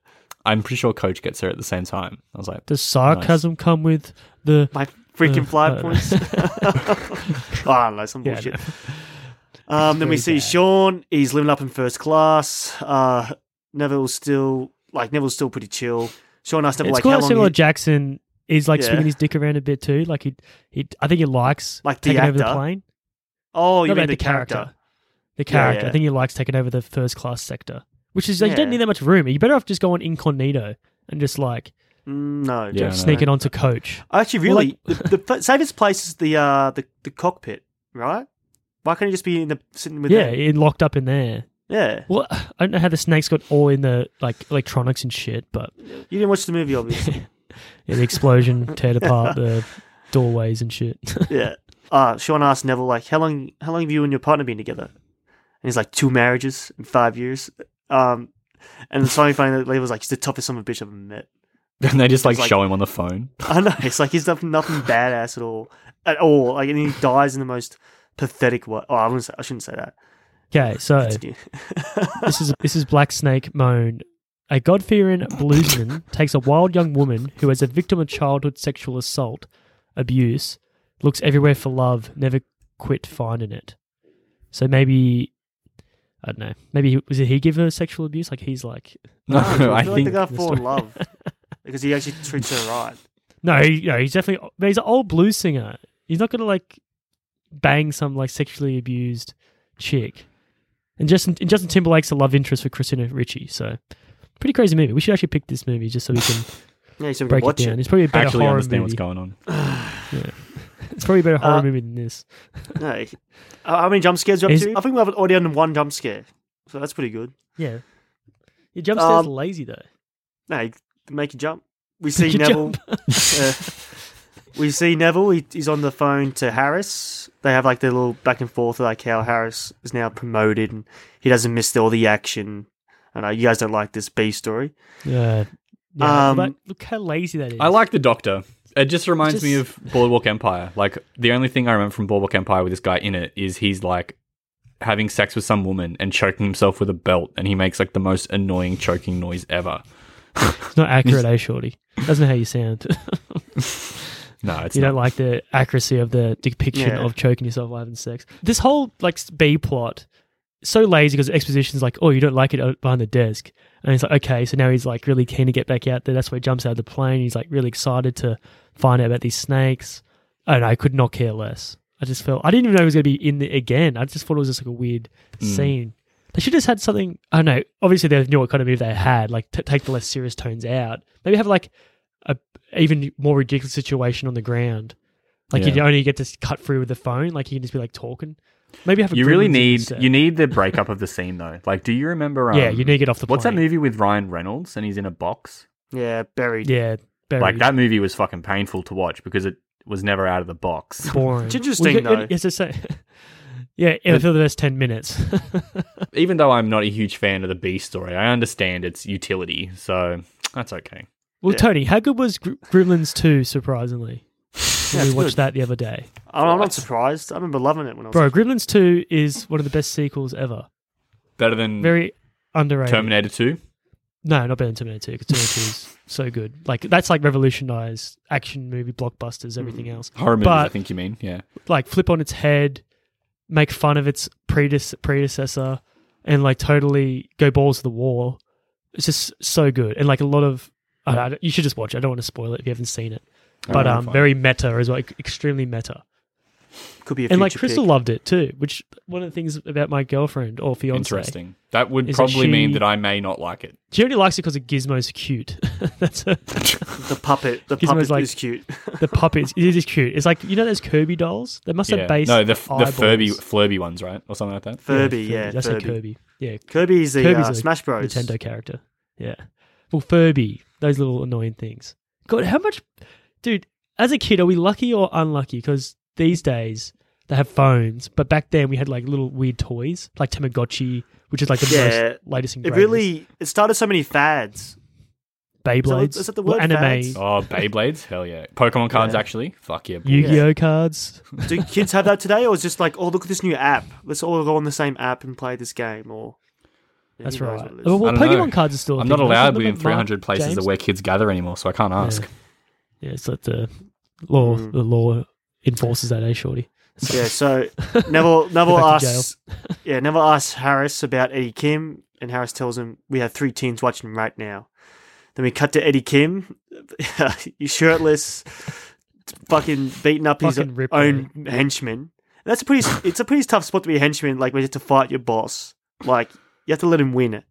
S1: I'm pretty sure Coach gets there at the same time. I was like,
S3: Does sarcasm come with the?
S4: my freaking
S3: Uh,
S4: fly
S3: uh,
S4: points. oh, I don't know, some
S3: Yeah, I
S4: bullshit. Um, then we
S3: Very
S4: see
S3: bad.
S4: Sean. He's living up in first class. Uh, Neville's still like Neville's still pretty chill. Sean asked Neville
S3: it's
S4: like
S3: cool
S4: how
S3: how
S4: long.
S3: Samuel
S4: you-
S3: Jackson is like
S4: Yeah.
S3: swinging his dick around a bit too. Like he, he, I think he likes
S4: Like the
S3: taking over the
S4: actor?
S3: plane.
S4: oh, you
S3: Not
S4: mean
S3: about
S4: the character?
S3: The character.
S4: yeah.
S3: I think he likes taking over the first class sector, which is like, you don't
S4: Yeah.
S3: need that much room. You better off just going incognito and just like
S4: Mm, no,
S1: Yeah, I know.
S3: sneaking onto coach.
S4: actually,
S3: Well,
S4: really, the, the f- safest place is the uh the, the cockpit, right? Why can't he just be in the sitting with?
S3: yeah,
S4: them?
S3: it locked up in there.
S4: yeah.
S3: Well, I don't know how the snakes got all in the like electronics and shit, but
S4: You didn't watch the movie, obviously.
S3: yeah, the explosion teared apart the doorways and shit.
S4: yeah. Uh, Sean asked Neville like, how long how long have you and your partner been together? And he's like, two marriages in five years. Um, and it's finally funny that Leah was like, he's the toughest son of a bitch I've ever met.
S1: and they just like,
S4: It's like-
S1: show him on the phone.
S4: I know. It's like he's nothing, nothing badass at all, at all. Like, and he dies in the most pathetic way. Oh, I, wouldn't say, I shouldn't say that.
S3: Okay, so
S4: Continue.
S3: this is this is Black Snake Moan. A God-fearing bluesman takes a wild young woman who is a victim of childhood sexual assault, abuse, looks everywhere for love, never quit finding it. So maybe I don't know. Maybe he- was it he give her sexual abuse? Like he's like
S1: No,
S4: I feel
S1: I
S4: like
S1: think
S4: they got
S3: the
S4: fall in
S3: story-
S4: love because he actually treats her right.
S3: no, he, no, he's definitely but he's an old blues singer. He's not gonna like bang some like sexually abused chick. And Justin and Justin Timberlake's a love interest for Christina Ricci. So pretty crazy movie. We should actually pick this movie just so we can.
S4: Yeah, so we
S3: break
S4: can
S3: it
S4: watch
S3: down.
S4: it.
S3: It's probably a better
S1: Actually,
S3: horror
S1: understand what's
S3: movie.
S1: going on.
S3: It's probably a better horror
S4: Uh,
S3: movie than this.
S4: No, uh, how how many jump scares are up
S3: Is-
S4: to? I think we have it all down to one jump scare, so that's pretty good.
S3: Yeah. Your jump scare's
S4: Um,
S3: lazy though.
S4: No, you make you jump. We see
S3: you
S4: Neville. uh, we see Neville. He, he's on the phone to Harris. They have like their little back and forth, like how Harris is now promoted and he doesn't miss all the action. I know you guys don't like this B story.
S3: Yeah. yeah
S4: Um,
S3: but look how lazy that is.
S1: I like the Doctor. It just reminds me of
S3: Just-
S1: Boardwalk Empire. Like the only thing I remember from Boardwalk Empire with this guy in it is he's like having sex with some woman and choking himself with a belt, and he makes like the most annoying choking noise ever.
S3: it's not accurate, eh, Shorty? Doesn't know how you sound.
S1: No, it's
S3: you
S1: not.
S3: don't like the accuracy of the depiction
S4: Yeah.
S3: of choking yourself while having sex. This whole like B plot is so lazy because exposition's like, oh, you don't like it uh, behind the desk, and he's like, okay, so now he's like really keen to get back out there. That's why he jumps out of the plane. He's like really excited to find out about these snakes. I don't know. I could not care less. I just felt I didn't even know he was going to be in there again. I just thought it was just like a weird
S1: Mm.
S3: scene. They should have just had something. I don't know. Obviously, they knew what kind of move they had. Like t- take the less serious tones out. Maybe have like a even more ridiculous situation on the ground. Like you
S1: Yeah.
S3: only get to s- cut through with the phone. Like you can just be like talking. Maybe have a
S1: you
S3: good
S1: really
S3: ones in
S1: need
S3: this set.
S1: you need the breakup of the scene though. Like, do you remember? Um,
S3: yeah you need to get off the
S1: What's that
S3: plane.
S1: movie with Ryan Reynolds and he's in a box?
S4: Yeah, buried.
S3: Yeah, buried.
S1: Like that movie was fucking painful to watch because it was never out of the box.
S3: boring.
S4: It's interesting,
S3: you- you-
S4: though.
S3: It's the same. yeah, yeah, for the first ten minutes.
S1: Even though I'm not a huge fan of the B story, I understand its utility, so that's okay.
S3: well,
S4: Yeah.
S3: Tony, how good was Gr- Gremlins Two? Surprisingly, When we
S4: it's
S3: watched
S4: good.
S3: that the other day.
S4: I'm, I'm not surprised. I remember loving it when I was.
S3: Bro, Gremlins Two is one of the best sequels ever.
S1: Better than
S3: Very underrated.
S1: Terminator Two.
S3: No, not better than Terminator 2 because Terminator 2 is so good. Like that's like revolutionized action movie blockbusters, everything else.
S1: Horror movies, I
S3: But-
S1: think you mean. Yeah.
S3: Like flip on its head, make fun of its predes- predecessor, and like totally go balls to the wall. It's just so good, and like a lot of. I don't, I don't- you should just watch. it. I don't want to spoil it if you haven't seen it, but
S1: Alright,
S3: um,
S1: fine.
S3: very meta as well, like, extremely meta.
S4: Could be a
S3: And like
S4: future
S3: Crystal
S4: pick.
S3: loved it too, which one of the things about my girlfriend or fiance.
S1: interesting. That would
S3: Is that
S1: probably mean
S3: she-
S1: that I may not like it.
S3: She only likes it because Gizmo's cute. That's her,
S4: the puppet. The
S3: Gizmo's
S4: puppet
S3: like-
S4: is cute.
S3: the puppets. It is cute. It's like you know those Kirby dolls. They must
S1: yeah.
S3: have based
S1: no, the f- the
S3: eyeballs.
S1: Furby Flurby ones, right, or something like that.
S4: Furby, yeah,
S3: that's
S4: Furby.
S3: a Kirby. Yeah,
S4: Kirby's the
S3: Kirby's
S4: uh,
S3: a
S4: Smash Bros.
S3: Nintendo character. Yeah. Well, Furby, those little annoying things. God, how much, dude? As a kid, are we lucky or unlucky? Because these days they have phones, but back then we had like little weird toys, like Tamagotchi, which is like the
S4: Yeah.
S3: most latest and
S4: It
S3: greatest.
S4: really it started so many fads.
S3: Beyblades,
S4: is that the
S3: Well,
S4: word,
S3: anime,
S4: fads?
S1: Oh, Beyblades, hell yeah. Pokemon cards,
S4: Yeah.
S1: actually, fuck yeah. boy.
S4: Oh,
S3: Yu-Gi-Oh cards.
S4: Do kids have that today, or is just like, oh, look at this new app? Let's all go on the same app and play this game, or Yeah,
S3: That's
S4: who knows
S3: right.
S4: what it is.
S3: Well,
S1: I don't
S3: Pokemon
S1: know.
S3: cards are still. a
S1: I'm
S3: thing.
S1: not
S3: I
S1: allowed
S3: remember
S1: within
S3: Mark
S1: 300 places
S3: James-
S1: where kids gather anymore, so I can't ask.
S3: Yeah, it's like the law.
S4: Mm.
S3: The law enforces that, eh, Shorty?
S4: Yeah. So Neville Neville
S3: Go back to
S4: asks, yeah, Neville asks Harris about Eddie Kim, and Harris tells him we have three teens watching right now. Then we cut to Eddie Kim, he's shirtless, fucking beating up his
S3: Fucking Ripper.
S4: own henchman. And that's a pretty. It's a pretty tough spot to be a henchman, like where you have to fight your boss. Like you have to let him win it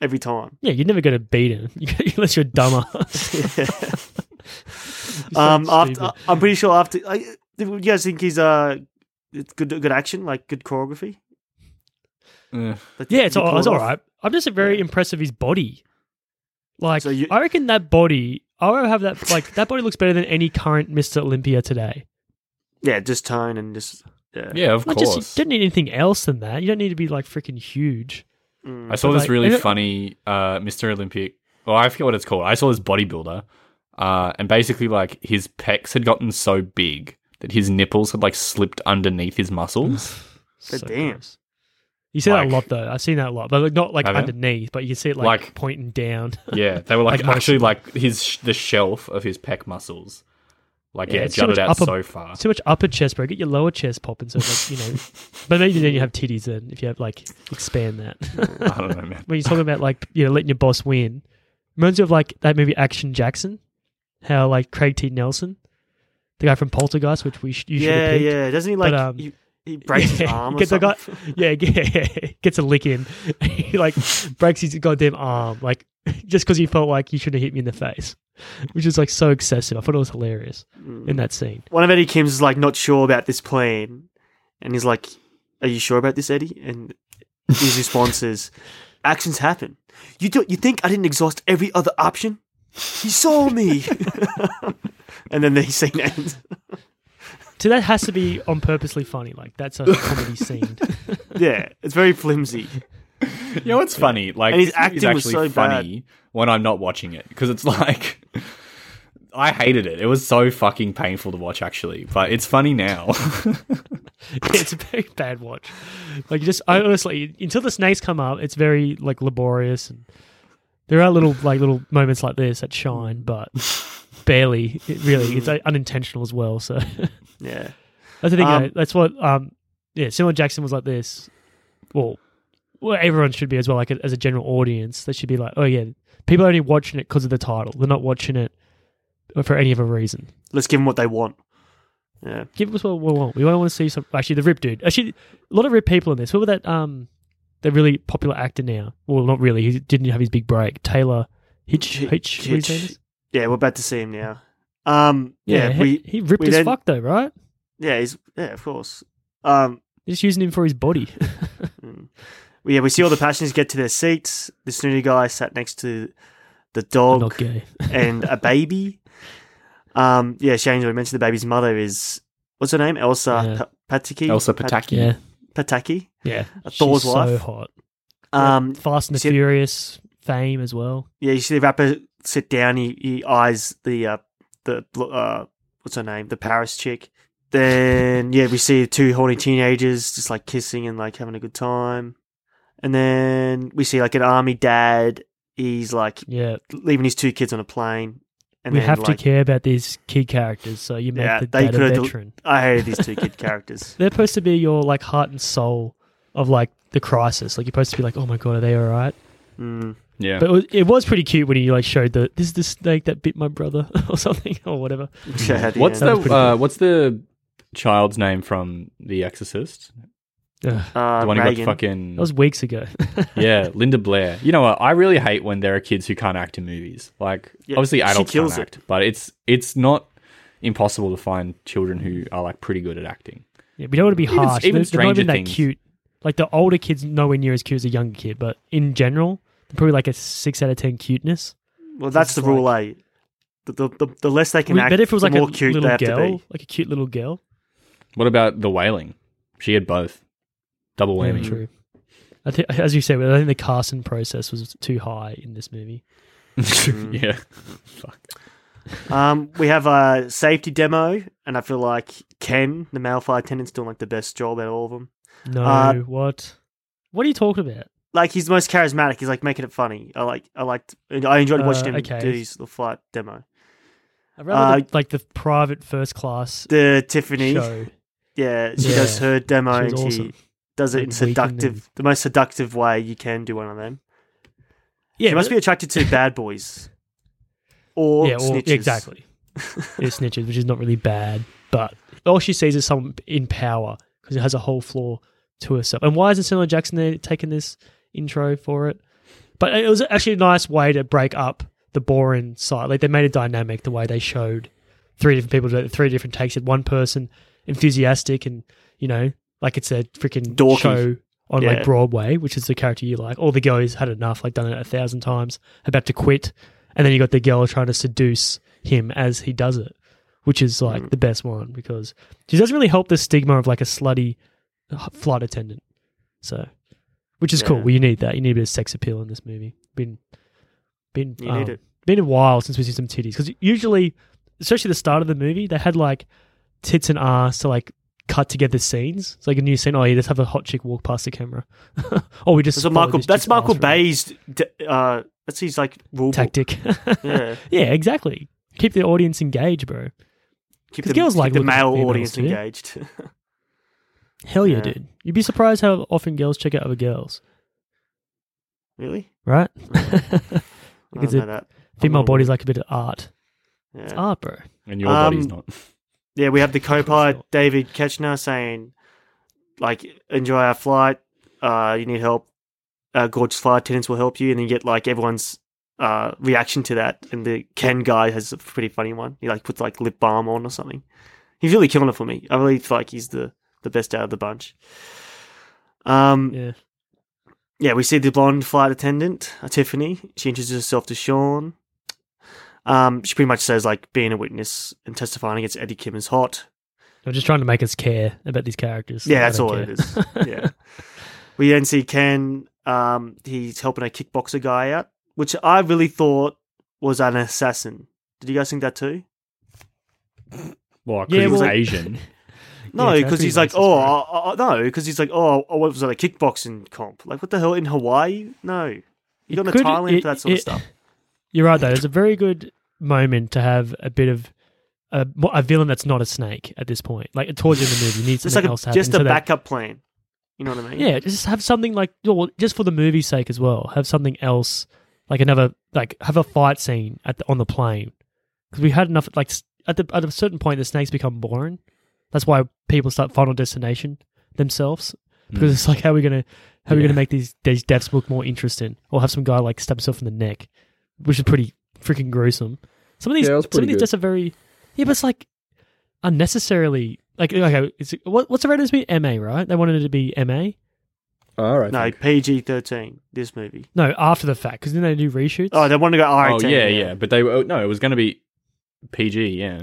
S4: every time.
S3: Yeah, you're never going to beat him unless you're dumber.
S4: um, after I'm pretty sure after. I, do you guys think he's uh, it's good good action, like good choreography?
S1: Eh.
S4: Like,
S3: yeah,
S4: did
S3: it's,
S4: he
S3: all,
S4: pull
S3: it's
S4: it
S3: all
S4: off?
S3: right. I'm just very
S4: Yeah.
S3: impressed of his body. Like,
S4: So you-
S3: I reckon that body, I would have that. Like, that body looks better than any current Mr. Olympia today.
S4: Yeah, just tone and just yeah.
S1: Yeah, of
S3: Not
S1: course.
S3: just you don't need anything else than that. You don't need to be like freaking huge.
S4: Mm.
S1: I saw
S3: But,
S1: this
S3: like,
S1: really
S3: and it-
S1: funny uh, Mr. Olympic. Well, I forget what it's called. I saw this bodybuilder, uh, and basically, like his pecs had gotten so big that his nipples had like slipped underneath his muscles.
S4: But damn.
S3: gross. You see
S1: Like-
S3: that a lot though. I've seen that a lot, but like, not like
S1: Have you?
S3: underneath, but you can see it like,
S1: Like-
S3: pointing down.
S1: yeah, they were like,
S3: Like muscle.
S1: actually like his sh- the shelf of his pec muscles, like
S3: Yeah,
S1: yeah,
S3: it's too
S1: jutted
S3: much
S1: out
S3: upper-
S1: so far.
S3: Too much upper chest, bro. Get your lower chest popping. So like you know, but maybe then you have titties. Then if you have like expand that.
S1: I don't know, man.
S3: when you're talking about like you know letting your boss win, reminds you of like that movie Action Jackson, how like Craig T. Nelson, the guy from Poltergeist, which we sh- you should have
S4: yeah,
S3: picked.
S4: yeah. Doesn't he like
S3: But, um,
S4: he, he breaks his
S3: yeah,
S4: arm? Or
S3: get the guy-
S4: something?
S3: Yeah, yeah, gets a lick in. he like breaks his goddamn arm, like just because he felt like he should have hit me in the face, which is like so excessive. I thought it was hilarious
S4: Mm.
S3: in that scene.
S4: One of Eddie Kim's is like not sure about this plan, and he's like, "Are you sure about this, Eddie?" And his response is, "Actions happen. You do. You think I didn't exhaust every other option? He saw me." and then the scene ends.
S3: So that has to be on purposely funny. Like that's a comedy scene.
S4: Yeah, it's very flimsy.
S1: You know what's funny? Like
S4: And his
S1: this movie's
S4: acting was
S1: actually
S4: so bad.
S1: funny when I'm not watching it because it's like I hated it. It was so fucking painful to watch actually, but it's funny now.
S3: Yeah, it's a very bad watch. Like you just I honestly until the snakes come up, it's very like laborious and there are little like little moments like this that shine, but barely. It really, it's like, unintentional as well. So
S4: Yeah.
S3: that's the thing.
S4: Um,
S3: though. that's what um yeah, Samuel Jackson was like this. Well, well, everyone should be as well. Like as a general audience, they should be like, oh yeah, people are only watching it because of the title. They're not watching it for any other reason.
S4: Let's give them what they want. Yeah.
S3: Give us what we want. We want to see some. Actually, the Rip dude. Actually, a lot of Rip people in this. Who were that? Um, the really popular actor now. Well, not really. He didn't have his big break. Taylor Hitch.
S4: Hi-
S3: Hitch. what his name
S4: Hitch.
S3: is?
S4: Yeah, we're about to see him now. Um, yeah,
S3: he,
S4: we,
S3: he ripped
S4: we
S3: as
S4: then-
S3: fuck though, right?
S4: yeah, he's, yeah, of course. Um,
S3: They're Just using him for his body.
S4: mm. Well, yeah, we see all the passengers get to their seats. The snooty guy sat next to the dog
S3: Not gay.
S4: and a baby. Um, yeah, Shane's already mentioned the baby's mother is what's her name?
S3: Yeah.
S4: Elsa Pa Pataki.
S1: Elsa
S4: Pa-
S1: Pataki.
S3: Yeah,
S4: Pataki.
S3: yeah.
S4: A Thor's
S3: She's so
S4: wife.
S3: hot.
S4: Um,
S3: Fast and the
S4: see-
S3: Furious fame as well.
S4: yeah, you see the rapper sit down. He, he eyes the uh, the bl- uh, what's her name? The Paris chick. Then yeah, we see two horny teenagers just like kissing and like having a good time. And then we see like an army dad he's like
S3: Yeah,
S4: leaving his two kids on a plane. And
S3: we
S4: then,
S3: have
S4: like,
S3: to care about these key characters, so you make
S4: Yeah,
S3: the
S4: they
S3: dad a
S4: could've del-
S3: veteran.
S4: I hated these two kid characters.
S3: They're supposed to be your like heart and soul of like the crisis. Like you're supposed to be like, oh my god, are they all right?
S4: Mm.
S1: Yeah.
S3: But it was, it was pretty cute when he like showed the this is the snake that bit my brother or something or whatever.
S4: Yeah, at the
S1: what's
S4: end.
S1: the
S3: That was pretty
S1: uh, what's the child's name from The Exorcist?
S3: Ugh,
S4: Uh,
S1: the one who
S4: Reagan.
S1: got fucking
S3: that was weeks ago.
S1: yeah, Linda Blair. You know what? I really hate when there are kids who can't act in movies. Like
S4: Yeah,
S1: obviously
S4: she
S1: adults
S4: kills
S1: can't
S4: it.
S1: act, but it's it's not impossible to find children who are like pretty good at acting.
S3: yeah, we don't want to be
S1: Even- even
S3: harsh. they're, they're not
S1: Stranger
S3: even that
S1: Things.
S3: cute. Like the older kids, nowhere near as cute as a younger kid. But in general, they're probably like a six out of ten cuteness.
S4: Well, that's
S3: It's
S4: the rule, eh? The, the, the, the less they can
S3: We
S4: act,
S3: bet if it was
S4: the
S3: like a
S4: more cute they
S3: little
S4: have to
S3: girl,
S4: be.
S3: like a cute little girl.
S1: What about The Wailing? She had both. Double
S3: Yeah,
S1: whammy.
S3: true. I think, as you said, I think the casting process was too high in this movie.
S1: yeah.
S4: Mm.
S1: Fuck.
S4: Um, we have a safety demo, and I feel like Ken, the Malphite attendant's doing like the best job out of all of them.
S3: No,
S4: Uh,
S3: what? What are you talking about?
S4: Like he's the most charismatic. He's like making it funny. I like. I liked. I enjoyed watching him
S3: Uh, okay.
S4: do his the flight demo.
S3: I'd rather
S4: Uh,
S3: the- like the private first class
S4: The Tiffany,
S3: show.
S4: yeah, she
S3: Yeah.
S4: does her demo
S3: She was
S4: and she
S3: awesome.
S4: does it
S3: Like
S4: in
S3: waking
S4: seductive, the most seductive way you can do one of them.
S3: Yeah,
S4: she must
S3: but-
S4: be attracted to bad boys or
S3: yeah, or-
S4: snitches.
S3: exactly. yeah, snitches, which is not really bad, but all she sees is someone in power because it has a whole floor to herself. And why isn't Samuel Jackson there taking this intro for it? But it was actually a nice way to break up the boring side. Like they made it dynamic the way they showed three different people, do it, three different takes. Had one person enthusiastic and you know, like it's a freaking
S4: Dorky.
S3: show on
S4: Yeah.
S3: like Broadway, which is the character you like. All the girl who's had enough, like done it a thousand times, about to quit, and then you got the girl trying to seduce him as he does it, which is
S4: Mm.
S3: like the best one because she doesn't really help the stigma of like a slutty h- flight attendant. So, which is cool.
S4: Yeah.
S3: Well, you need that. You need a bit of sex appeal in this movie. Been, been, um,
S4: You need it.
S3: Been a while since we've seen some titties because usually, especially the start of the movie, they had like tits and ass to like cut together scenes. It's like a new scene. Oh, you just have a hot chick walk past the camera. oh, we just
S4: That's what
S3: follow
S4: Michael.
S3: this
S4: That's
S3: chick's
S4: Michael
S3: ass around.
S4: Bay's. d- Uh, that's his like rule book.
S3: tactic.
S4: Yeah,
S3: yeah, exactly. Keep the audience engaged, bro.
S4: keep
S3: 'Cause girls like
S4: keep the
S3: looking at
S4: male
S3: females,
S4: audience
S3: do you?
S4: engaged.
S3: Hell yeah,
S4: Yeah.
S3: dude. You'd be surprised how often girls check out other girls,
S4: really?
S3: right? like
S4: I
S3: it's
S4: don't know
S3: a-
S4: that.
S3: female
S4: not a
S3: body's
S4: woman.
S3: like a bit of art. It's
S4: Yeah.
S3: art, bro.
S1: And your
S4: Um,
S1: body's not.
S4: yeah, we have the co-pilot
S3: not.
S4: David Ketchner saying, like, enjoy our flight. Uh, you need help. Uh, gorgeous flight attendants will help you, and you get like everyone's uh reaction to that. And the Ken guy has a pretty funny one. He like puts like lip balm on or something. He's really killing it for me. I really feel like he's the the best out of the bunch. Um,
S3: Yeah.
S4: yeah, we see the blonde flight attendant, uh, Tiffany. She introduces herself to Sean. Um, she pretty much says like being a witness and testifying against Eddie Kim is hot.
S3: I'm just trying to make us care about these characters.
S4: Yeah,
S3: I
S4: that's
S3: don't
S4: all
S3: care.
S4: it is. Yeah. we then see Ken. Um, he's helping a kickboxer guy out, which I really thought was an assassin. Did you guys think that too?
S1: Well, 'cause
S3: Yeah,
S1: he was
S3: well-
S1: Asian.
S4: No,
S3: Yeah, it's
S4: because
S3: actually
S4: he's like,
S3: racist,
S4: oh,
S3: bro.
S4: I, I, no, because he's like, oh, I was at a kickboxing comp. Like, what the hell in Hawaii? No, you got
S3: It
S4: to
S3: could-
S4: Thailand
S3: it-
S4: for that sort of
S3: it-
S4: stuff.
S3: You're right, though. It's a very good moment to have a bit of a, a villain that's not a snake at this point. Like, towards the end of the movie, you need
S4: It's
S3: something
S4: like a,
S3: else to happen.
S4: just a
S3: so that-
S4: backup plan. You know what I mean?
S3: Yeah, just have something like you know, well, just for the movie's sake as well. Have something else, like another like have a fight scene at the, on the plane because we had enough. Like s- at the at a certain point, the snakes become boring. That's why people start Final Destination themselves because it's like how are we gonna how are
S1: Hmm.
S3: we
S1: Yeah.
S3: gonna make these these deaths look more interesting or have some guy like stab himself in the neck, which is pretty freaking gruesome. Some of these
S1: Yeah, it was
S3: some
S1: pretty
S3: of these
S1: good.
S3: deaths are very yeah, but it's like unnecessarily. Like okay, it's, what, what's the rating of this movie? MA, right? They wanted it to be MA.
S1: All right.
S4: No, PG thirteen. This movie.
S3: No, after the fact, because then they do reshoots.
S4: Oh, they want to go R
S1: Oh
S4: eighteen.
S1: yeah, yeah. But they were, oh, no, it was going to be PG. Yeah.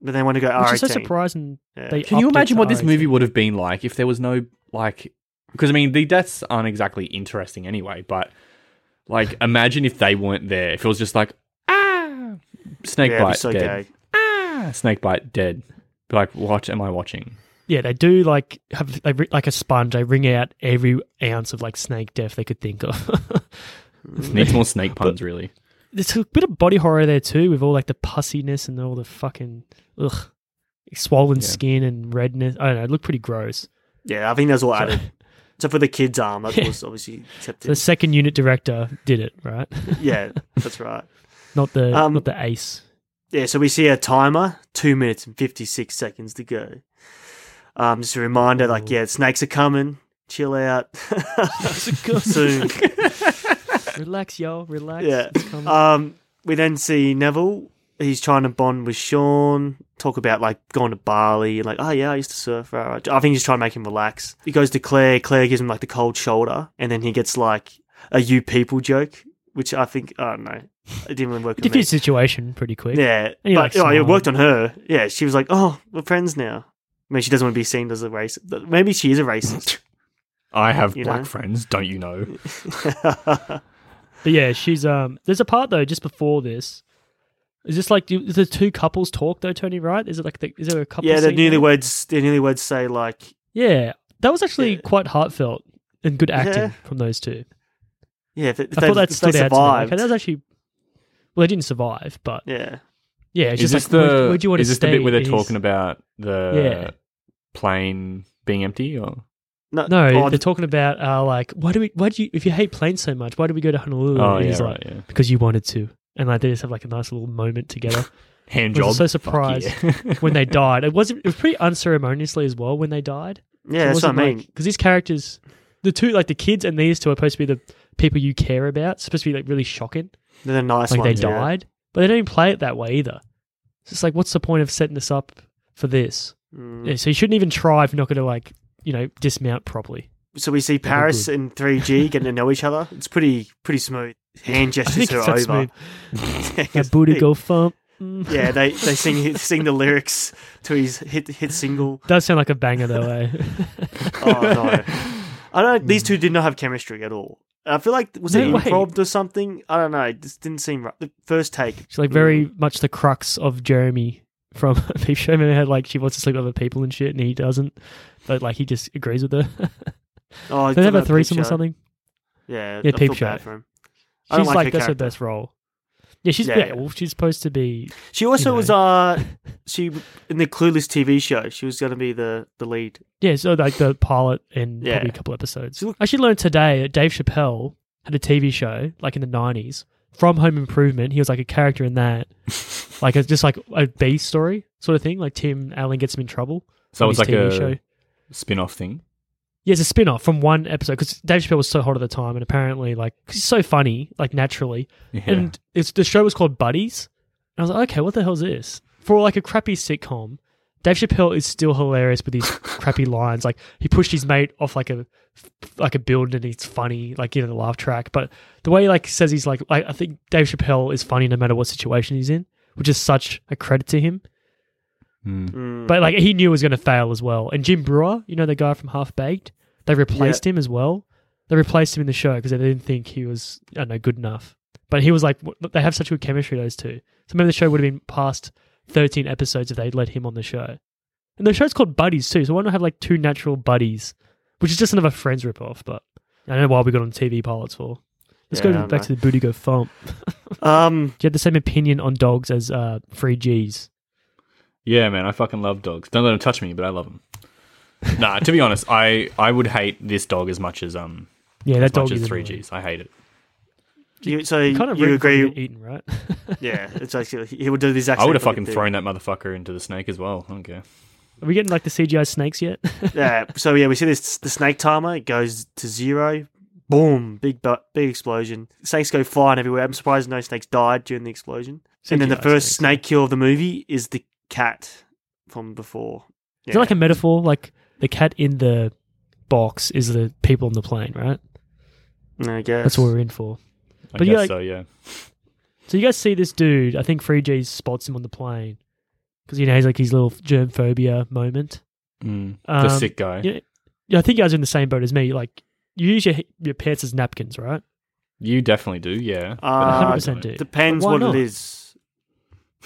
S4: But they want to go
S3: which
S4: R
S3: is so
S4: eighteen.
S3: surprising. They
S1: Can you
S3: upped it
S1: imagine
S3: to
S1: what this
S3: R18.
S1: movie would have been like if there was no like? Because I mean, the deaths aren't exactly interesting anyway. But like, imagine if they weren't there. If it was just like ah, snake
S4: Yeah, it'd be
S1: bite
S4: so
S1: dead,
S4: gay.
S1: ah, snake bite dead. Like, what am I watching?
S3: Yeah, they do like have they, ri- like a sponge. They wring out every ounce of like snake death they could think of.
S1: Needs more snake puns, really.
S3: There's a bit of body horror there too, with all like the pussiness and all the fucking ugh, swollen
S1: Yeah.
S3: skin and redness. I don't know. It looked pretty gross.
S4: Yeah, I think that's all
S3: So-
S4: added. Except for the kid's arm, that
S3: Yeah.
S4: was obviously
S3: The
S4: accepted.
S3: second unit director did it right,
S4: yeah, that's right.
S3: not the
S4: Um,
S3: not the ace.
S4: Yeah, so we see a timer, two minutes and fifty six seconds to go. Um, just a reminder, like,
S3: Ooh.
S4: yeah, snakes are coming. Chill out. Soon.
S3: relax, yo, relax.
S4: Yeah.
S3: It's coming.
S4: Um, we then see Neville. He's trying to bond with Sean. Talk about like going to Bali. Like, oh yeah, I used to surf. All right. I think he's trying to make him relax. He goes to Claire. Claire gives him like the cold shoulder, and then he gets like a "you people" joke, which I think I don't know. It didn't really work.
S3: it
S4: with
S3: did
S4: me.
S3: the situation pretty quick.
S4: Yeah,
S3: And he,
S4: but
S3: like,
S4: oh, it
S3: smiled.
S4: worked on her. Yeah, she was like, "Oh, we're friends now." I mean, she doesn't want to be seen as a racist. But Maybe she is a racist.
S1: I have
S4: You
S1: black
S4: know?
S1: friends, don't you know?
S3: But yeah, she's um. There's a part though just before this. Is this like do, is the two couples talk though, Tony? Right? Is it like the, is there a couple?
S4: yeah, the
S3: scene there?
S4: newlyweds. The newlyweds say like,
S3: Yeah, that was actually
S4: Yeah.
S3: quite heartfelt and good acting
S4: Yeah.
S3: from those two.
S4: "Yeah, if, it- if
S3: I
S4: they,
S3: thought that
S4: if they
S3: stood out. To me. Like,
S4: survived."
S3: that was actually. Well, they didn't survive, but
S4: yeah,
S3: yeah, it's
S1: is
S3: just
S1: this
S3: like,
S1: the
S3: where, where do you want
S1: is
S3: to
S1: this
S3: stay?
S1: the bit where they're
S3: is-
S1: talking about the
S3: Yeah.
S1: plane being empty or
S3: No,
S4: oh,
S3: they're talking about uh, like why do we why do you if you hate planes so much why do we go to Honolulu?
S1: oh
S3: And
S1: yeah
S3: he's like
S1: right yeah
S3: because you wanted to, and like they just have like a nice little moment together.
S1: hand
S3: I
S1: job
S3: was so
S1: Fuck yeah.
S3: when they died. It wasn't. It was pretty unceremoniously as well when they died.
S4: yeah, that's what I mean.
S3: Because these characters, the two like the kids and these two are supposed to be the people you care about. It's supposed to be like really shocking.
S4: They're the nice
S3: like
S4: ones.
S3: they
S4: yeah.
S3: died, but they don't even play it that way either. It's just like, what's the point of setting this up for this?
S4: Mm.
S3: Yeah, so you shouldn't even try if you're not going to like you know dismount properly.
S4: So we see Paris
S3: good.
S4: and 3G getting to know each other. It's pretty pretty smooth. Hand gestures
S3: think
S4: her
S3: it's that
S4: over.
S3: That booty go thump. Mm.
S4: Yeah, they they sing sing the lyrics to his hit hit single.
S3: Does sound like a banger though, eh?
S4: Oh no, I don't. These two did not have chemistry at all. I feel like was it
S3: Hmm. No way.
S4: improv or something? I don't know. It just didn't seem right. The first take.
S3: She's like very
S4: Mm.
S3: much the crux of Jeremy from Peep Show. Remember how like she wants to sleep with other people and shit, and he doesn't, but like he just agrees with her.
S4: Oh, I
S3: they
S4: don't
S3: have
S4: know,
S3: a
S4: Peep
S3: threesome or
S4: Show.
S3: something.
S4: Yeah,
S3: Yeah,
S4: I
S3: Peep
S4: feel bad
S3: Show.
S4: for him. I don't
S3: She's
S4: like
S3: like,
S4: her
S3: that's her
S4: character.
S3: best role. Yeah, she's
S4: Yeah,
S3: yeah,
S4: yeah.
S3: well, she's supposed to be
S4: She also
S3: know.
S4: was uh she in the Clueless TV show. She was going to be the the lead.
S3: yeah, so like the pilot and
S4: Yeah.
S3: probably a couple episodes.
S4: She look-
S3: I should learn today. that Dave Chappelle had a TV show like in the nineties from Home Improvement. He was like a character in that, like it's just like a B story sort of thing. Like Tim Allen gets him in trouble.
S1: so
S3: on
S1: it's
S3: his
S1: like
S3: TV
S1: a
S3: show.
S1: spin-off thing
S3: Yeah, it's a spin off from one episode because Dave Chappelle was so hot at the time, and apparently, like, 'cause he's so funny, like, naturally.
S1: yeah.
S3: And it's, the show was called Buddies. And I was like, okay, what the hell is this? For like a crappy sitcom, Dave Chappelle is still hilarious with these crappy lines. Like, he pushed his mate off like a like a building and it's funny, like, you know, the laugh track. But the way he, like, says he's like, like, I think Dave Chappelle is funny no matter what situation he's in, which is such a credit to him.
S1: Mm.
S4: Mm.
S3: But like he knew it was going to fail as well. And Jim Brewer, you know the guy from Half Baked, they replaced him as well. They replaced him in the show because they didn't think he was I don't know good enough. But he was like w- they have such good chemistry those two. So maybe the show would have been past thirteen episodes if they'd let him on the show. And the show's called Buddies too, so why not have like two natural buddies, which is just another Friends ripoff. But I don't know why we got on TV pilots for. Let's
S4: Yeah, I
S3: go to,
S4: don't
S3: back
S4: know.
S3: to the booty go thump.
S4: um,
S3: You had the same opinion on dogs as uh, free G's.
S1: yeah man i fucking love dogs don't let them touch me but i love them nah to be honest i i would hate this dog as much as um
S3: Yeah, that
S1: as
S3: dog
S1: much as
S3: is
S1: 3gs i hate it
S4: you, so
S3: annoying.
S4: you,
S3: Kind of rude for him
S4: agree?
S3: to get eaten, right?
S4: Yeah, it's actually he would do the exact.
S1: i
S4: same
S1: would have
S4: thing
S1: fucking
S4: do.
S1: thrown that motherfucker into the snake as well i don't care
S3: Are we getting like the CGI snakes yet?
S4: Yeah. So yeah, we see this the snake timer. It goes to zero. Boom! Big bu- big explosion. Snakes go flying everywhere. I'm surprised no snakes died during the explosion. and then the
S3: CGI
S4: first
S3: snakes,
S4: snake kill of the movie is the cat from before.
S3: Is it like a metaphor? Like the cat in the box is the people on the plane, right?
S4: Yeah, I guess.
S3: That's what we're in for.
S1: i
S3: But you
S1: guess
S3: like-
S1: so yeah
S3: So you guys see this dude? I think 3G spots him on the plane because you know he's like his little germ phobia moment.
S1: Mm. the
S3: Um,
S1: sick guy
S3: yeah. Yeah, I think you guys are in the same boat as me. Like you use your your pants as napkins, right?
S1: you definitely do yeah But
S4: Uh,
S1: I don't
S3: 100%
S1: know.
S3: do.
S4: Depends
S3: Why
S4: what
S3: not?
S4: it is.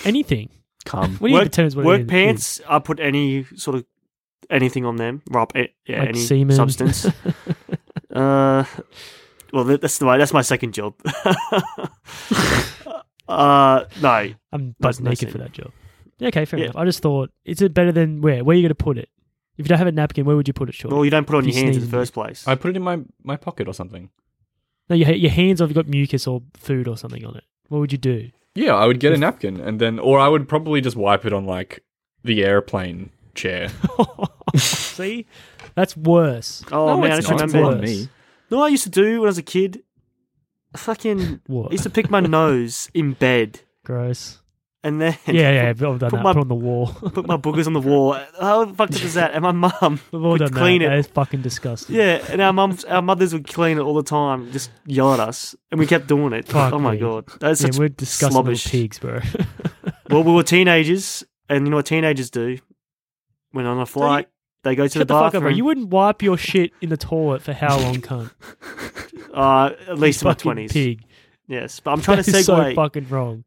S3: Anything.
S1: come
S3: What do you
S4: Work-
S3: determines what it
S4: Work
S3: is-
S4: pants. I put any sort of anything on them. Rob, eh, yeah,
S3: Like
S4: any
S3: semen.
S4: substance. uh, Well, that- that's my that's my second job. uh, no,
S3: I'm
S4: That's
S3: butt naked
S4: nothing.
S3: for that job. Yeah, okay, fair
S4: Yeah.
S3: enough. I just thought, is it better than where? Where are you going to put it? If you don't have a napkin, where would you put it, Sean?
S4: well, you don't put it on
S3: You
S4: your hands in the
S3: sneeze.
S4: first place.
S1: I put it in my, my pocket or something.
S3: no, your, your hands have got mucus or food or something on it. What would you do?
S1: Yeah, I would get a napkin and then, or I would probably just wipe it on like the airplane chair.
S3: See? That's worse.
S4: oh man, I just
S3: not.
S1: it's
S4: remember.
S1: on me.
S4: No, I used to do when I was a kid. Fucking, I
S3: What?
S4: used to pick my nose in bed
S3: Gross.
S4: and then
S3: Yeah, yeah, I've all done
S4: put
S3: that.
S4: my-
S3: put on the wall.
S4: put my boogers on the wall. How the fuck was that? And my mum
S3: We've all
S4: would
S3: done
S4: clean
S3: that. That
S4: it.
S3: is fucking disgusting.
S4: Yeah, and our mums, our mothers would clean it all the time, just yell at us, and we kept doing it.
S3: Fuck
S4: oh my
S3: me.
S4: god, that's
S3: Yeah,
S4: such
S3: we're disgusting
S4: slobbish.
S3: little pigs, bro.
S4: Well, we were teenagers, and you know what teenagers do? When on a flight, they go to the
S3: Shut the fuck up,
S4: bathroom.
S3: bro. You wouldn't wipe your shit in the toilet for how long, cunt?
S4: uh, at least in my
S3: Fucking
S4: twenties.
S3: pig.
S4: Yes, but I'm trying to
S3: That
S4: segue.
S3: is so fucking wrong.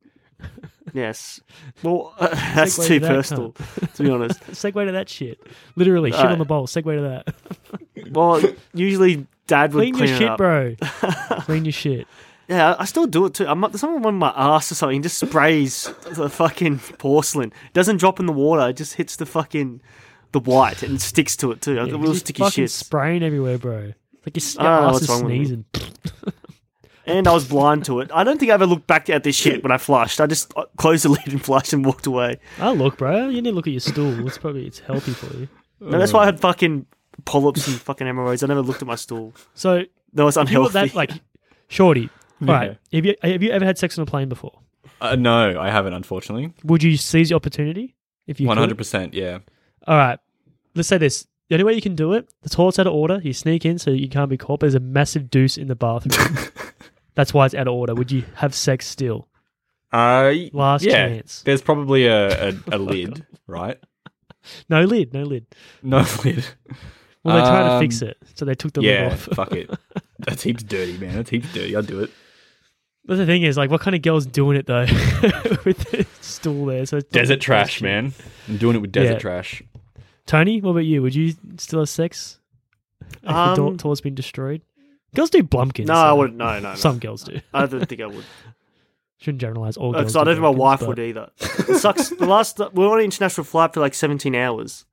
S4: yes. Well, that's
S3: Segue
S4: too
S3: to that,
S4: personal, to be honest.
S3: Segue to that shit. Literally, shit
S4: Alright.
S3: on the bowl. Segue to that.
S4: Well, usually Dad would
S3: Clean,
S4: clean,
S3: your
S4: it
S3: shit,
S4: up.
S3: bro. Clean your shit.
S4: Yeah, I- I still do it too. I'm not, someone on my ass or something just sprays the fucking porcelain. It doesn't drop in the water. It just hits the fucking the white and sticks to it too. I've
S3: Yeah,
S4: got
S3: you're
S4: real
S3: just
S4: sticky
S3: fucking
S4: shit.
S3: spraying everywhere, bro. Like your, s-
S4: I
S3: your
S4: don't know
S3: ass
S4: what's
S3: is
S4: wrong with me.
S3: sneezing.
S4: and I was blind to it. I don't think I ever looked back at this shit when I flushed. I just uh, closed the lid and flushed and walked away.
S3: Oh look, bro. You need to look at your stool. It's probably it's healthy for you.
S4: No, that's why I had fucking polyps and fucking hemorrhoids. I never looked at my stool.
S3: So
S4: That was
S3: you got
S4: unhealthy.
S3: that like, shorty.
S1: Yeah.
S3: Right. Have you have you ever had sex on a plane before?
S1: Uh, no, I haven't, unfortunately.
S3: Would you seize the opportunity if you?
S1: One
S3: could?
S1: hundred percent. Yeah.
S3: All right. Let's say this. The only way you can do it, the toilet's out of order. You sneak in so you can't be caught. But there's a massive deuce in the bathroom. That's why it's out of order. Would you have sex still?
S1: Uh,
S3: Last
S1: yeah.
S3: chance.
S1: There's probably a a, a lid, right?
S3: No lid. No lid.
S1: No lid.
S3: Well, they tried to
S1: Um,
S3: fix it, so they took the lid
S1: Yeah.
S3: off.
S1: fuck it. That's heaps dirty, man. That's heaps dirty. I'll do it.
S3: But the thing is, like, what kind of girl's doing it though, with the stool there? So it's not
S1: Desert
S3: the
S1: trash,
S3: best.
S1: man. I'm doing it with desert
S3: Yeah.
S1: trash.
S3: Tony, what about you? Would you still have sex? If the
S4: Um,
S3: door, toilet's been destroyed. Girls do blumpkins.
S4: no,
S3: so-
S4: I wouldn't. No, no, no.
S3: Some girls do.
S4: I don't think I would.
S3: Shouldn't generalize all girls.
S4: Because I
S3: do
S4: don't think my
S3: blumpkins,
S4: wife
S3: but-
S4: would either. It sucks. The last we were on an international flight for like 17 hours,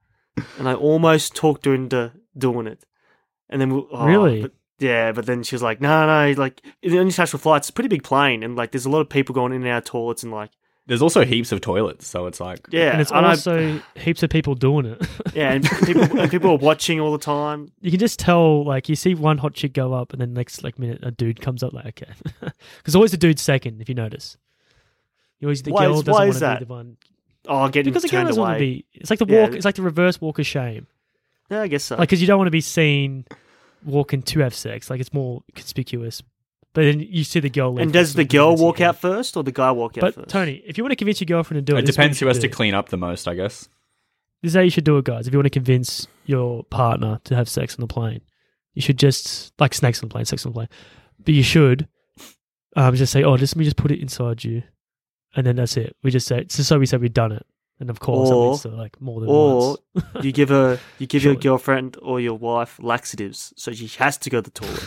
S4: and I almost talked her into doing it. And then we, oh,
S3: Really?
S4: but- yeah, but then she was like, "No, no, like in the international flights, it's a pretty big plane, and like there's a lot of people going in and out of toilets, and like
S1: There's also heaps of toilets, so it's like
S4: yeah,
S3: and it's
S4: I know-
S3: also heaps of people doing it.
S4: yeah, and people and people are watching all the time.
S3: you can just tell, like, you see one hot chick go up, and then next like minute a dude comes up, like, okay, because always the dude's second, if you notice. You always the
S4: Why
S3: girl
S4: is-
S3: doesn't
S4: why
S3: want
S4: is
S3: to
S4: that?
S3: be the one
S4: Oh, getting
S3: because the girl
S4: turned
S3: doesn't want
S4: away.
S3: to be. It's like the
S4: Yeah. Uh.
S3: walk. It's like the reverse walk of shame.
S4: yeah, I guess so.
S3: like because you don't want to be seen walking to have sex. Like it's more conspicuous. But then you see the girl. leave
S4: and does
S3: first,
S4: the
S3: so you
S4: girl
S3: can see
S4: walk
S3: her.
S4: out first or the guy walk out
S3: But
S4: first?
S3: Tony, if you want to convince your girlfriend to do it,
S1: it
S3: this is what
S1: depends
S3: you
S1: who has
S3: should
S1: to
S3: do.
S1: clean up the most, I guess.
S3: This is how you should do it, guys. If you want to convince your partner to have sex on the plane, you should just like snakes on the plane, sex on the plane. But you should um, just say, "Oh, just let me just put it inside you," and then that's it. We just say, "So, so we said we've done it," and of course, that
S4: Or-
S3: leads to like more than
S4: or
S3: once.
S4: you give her you give your
S3: Surely.
S4: girlfriend or your wife laxatives, so she has to go to the toilet,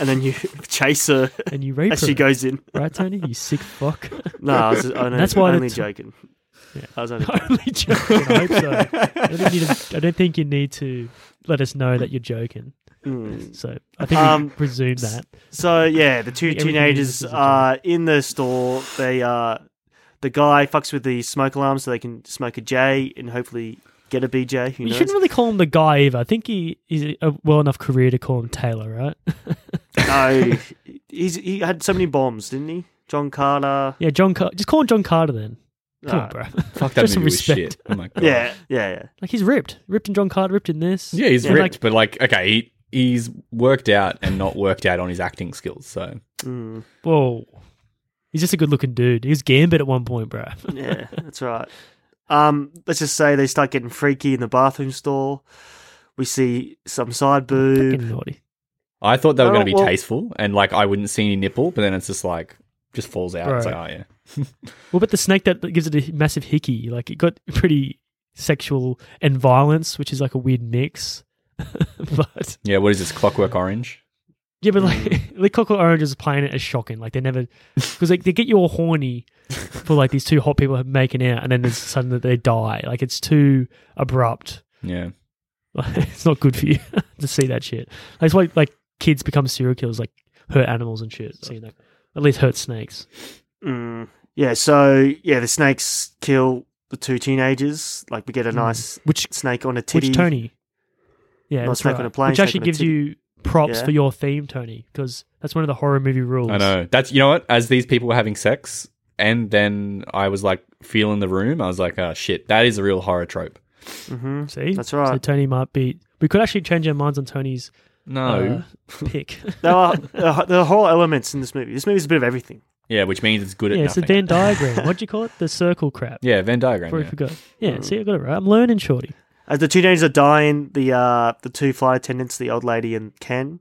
S4: and then you chase her
S3: and you rape
S4: as
S3: her,
S4: she goes in.
S3: right, Tony? You sick fuck.
S4: No, I was I know,
S3: That's why the
S4: only
S3: t-
S4: joking.
S3: Yeah.
S4: I was only
S3: only joking. I hope so. I don't, think you need to, I don't think you need to let us know that you're joking.
S4: Mm.
S3: So I think
S4: Um,
S3: we presume that.
S4: So yeah, the two
S3: Everything is-
S4: teenagers
S3: is a joke.
S4: are in the store. They uh, the guy fucks with the smoke alarm so they can smoke a J and hopefully get a BJ. Who
S3: You
S4: knows?
S3: shouldn't really call him the guy either. I think he is a well enough career to call him Taylor, right?
S4: No, he's he had so many bombs, didn't he? John Carter.
S3: Yeah, John. Car- just call him John Carter then. Come on,
S4: Ah,
S3: bro.
S1: Fuck that
S3: Just some
S1: movie was
S3: respect.
S1: shit. Oh my god.
S4: Yeah, yeah, yeah.
S3: Like he's ripped, ripped in John Carter, ripped in this.
S1: Yeah, he's
S4: Yeah.
S1: ripped, but like, okay, he, he's worked out and not worked out on his acting skills. So
S4: Mm,
S3: Whoa. He's just a good looking dude. He was Gambit at one point, bro.
S4: yeah, that's right. Um, let's just say they start getting freaky in the bathroom store. We see some side boob.
S3: Fucking naughty.
S1: I thought they were
S4: Oh,
S1: going to be
S4: well-
S1: tasteful and like I wouldn't see any nipple, but then it's just like just falls out. It's like,
S3: Right.
S1: oh yeah,
S3: What about the snake that gives it a massive hickey? Like it got pretty sexual and violence, which is like a weird mix. but
S1: yeah. What is this? Clockwork Orange.
S3: Yeah, but like Clockwork Orange is playing it as shocking. Like they never, because like they get you all horny for like these two hot people making out, and then there's suddenly they die. Like it's too abrupt.
S1: Yeah.
S3: Like, it's not good for you to see that shit. That's why like kids become serial killers, like hurt animals and shit. So, you know, at least hurt snakes.
S4: Mm. Yeah, so yeah, the snakes kill the two teenagers. Like we get a nice
S3: Which
S4: snake on a titty.
S3: Hmm. which Tony? Yeah,
S4: Not
S3: that's
S4: snake
S3: right.
S4: on a plane,
S3: Which
S4: snake
S3: actually
S4: on a
S3: gives
S4: titty.
S3: you props
S4: Yeah.
S3: for your theme, Tony, because that's one of the horror movie rules.
S1: I know. That's you know what? As these people were having sex, and then I was like feeling the room. I was like, oh shit, that is a real horror trope.
S4: Mm-hmm.
S3: See,
S4: That's
S3: So
S4: right.
S3: Tony might be. We could actually change our minds on Tony's
S1: No.
S3: uh, pick.
S4: There are uh, there are whole elements in this movie. This movie's a bit of everything.
S1: yeah, which means it's good at
S3: yeah, it's
S1: nothing.
S3: a Venn diagram. What'd you call it? The circle crap.
S1: yeah, Mm. Venn diagram.
S3: Before
S1: yeah.
S3: I forgot. Yeah, see, I got it right. I'm learning, Shorty.
S4: As the teenagers are dying, the uh, the two flight attendants, the old lady and Ken,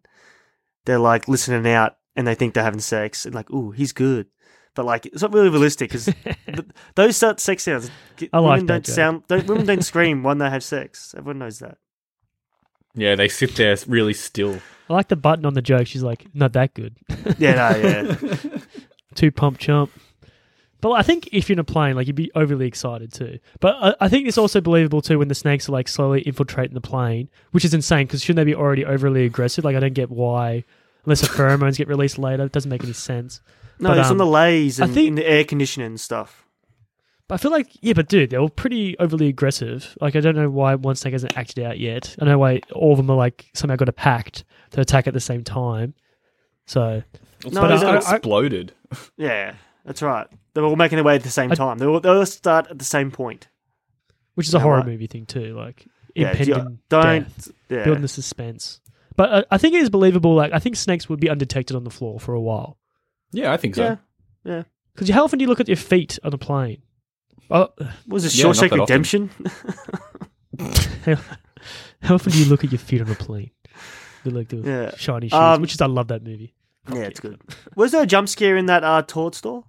S4: they're like listening out, and they think they're having sex, and like, ooh, he's good, but like it's not really realistic because those sort of sex sounds. g-
S3: I like
S4: women
S3: that
S4: don't
S3: joke.
S4: sound. Don't, women don't scream when they have sex. Everyone knows that.
S1: Yeah, they sit there really still.
S3: I like the button on the joke. She's like, not that good.
S4: Yeah, no, yeah.
S3: Two pump chump. But I think if you're in a plane, like you'd be overly excited too. But I, I think it's also believable too when the snakes are like slowly infiltrating the plane, which is insane because shouldn't they be already overly aggressive? Like I don't get why, unless the pheromones get released later, it doesn't make any sense.
S4: No,
S3: But,
S4: it's
S3: um,
S4: on the lays
S3: I
S4: and
S3: think-
S4: in the air conditioning and stuff.
S3: But I feel like yeah, but dude, they were pretty overly aggressive. Like I don't know why one snake hasn't acted out yet. I know why all of them are like somehow got a pact to attack at the same time. So
S4: No,
S3: But
S4: it's
S3: I-
S4: not-
S3: I-
S1: exploded.
S4: yeah, that's right. They're all making their way at the same
S3: I-
S4: time. They all, they all start at the same point.
S3: which is a
S4: Yeah,
S3: horror
S4: right.
S3: movie thing too, like
S4: Yeah, do-
S3: impending
S4: don't.
S3: death,
S4: Yeah.
S3: building the suspense. But uh, I think it is believable. Like I think snakes would be undetected on the floor for a while.
S1: Yeah, I think so.
S4: Yeah.
S3: Because how often do you look at your feet on a plane? Oh,
S4: What was it
S1: Yeah, not
S4: Shawshank
S1: that often.
S4: Redemption?
S3: how often do you look at your feet on a plane? They look the
S4: Yeah.
S3: shiny shoes,
S4: Um,
S3: which is I love that movie.
S4: yeah, it's good. Was there a jump scare in that uh, Todd store?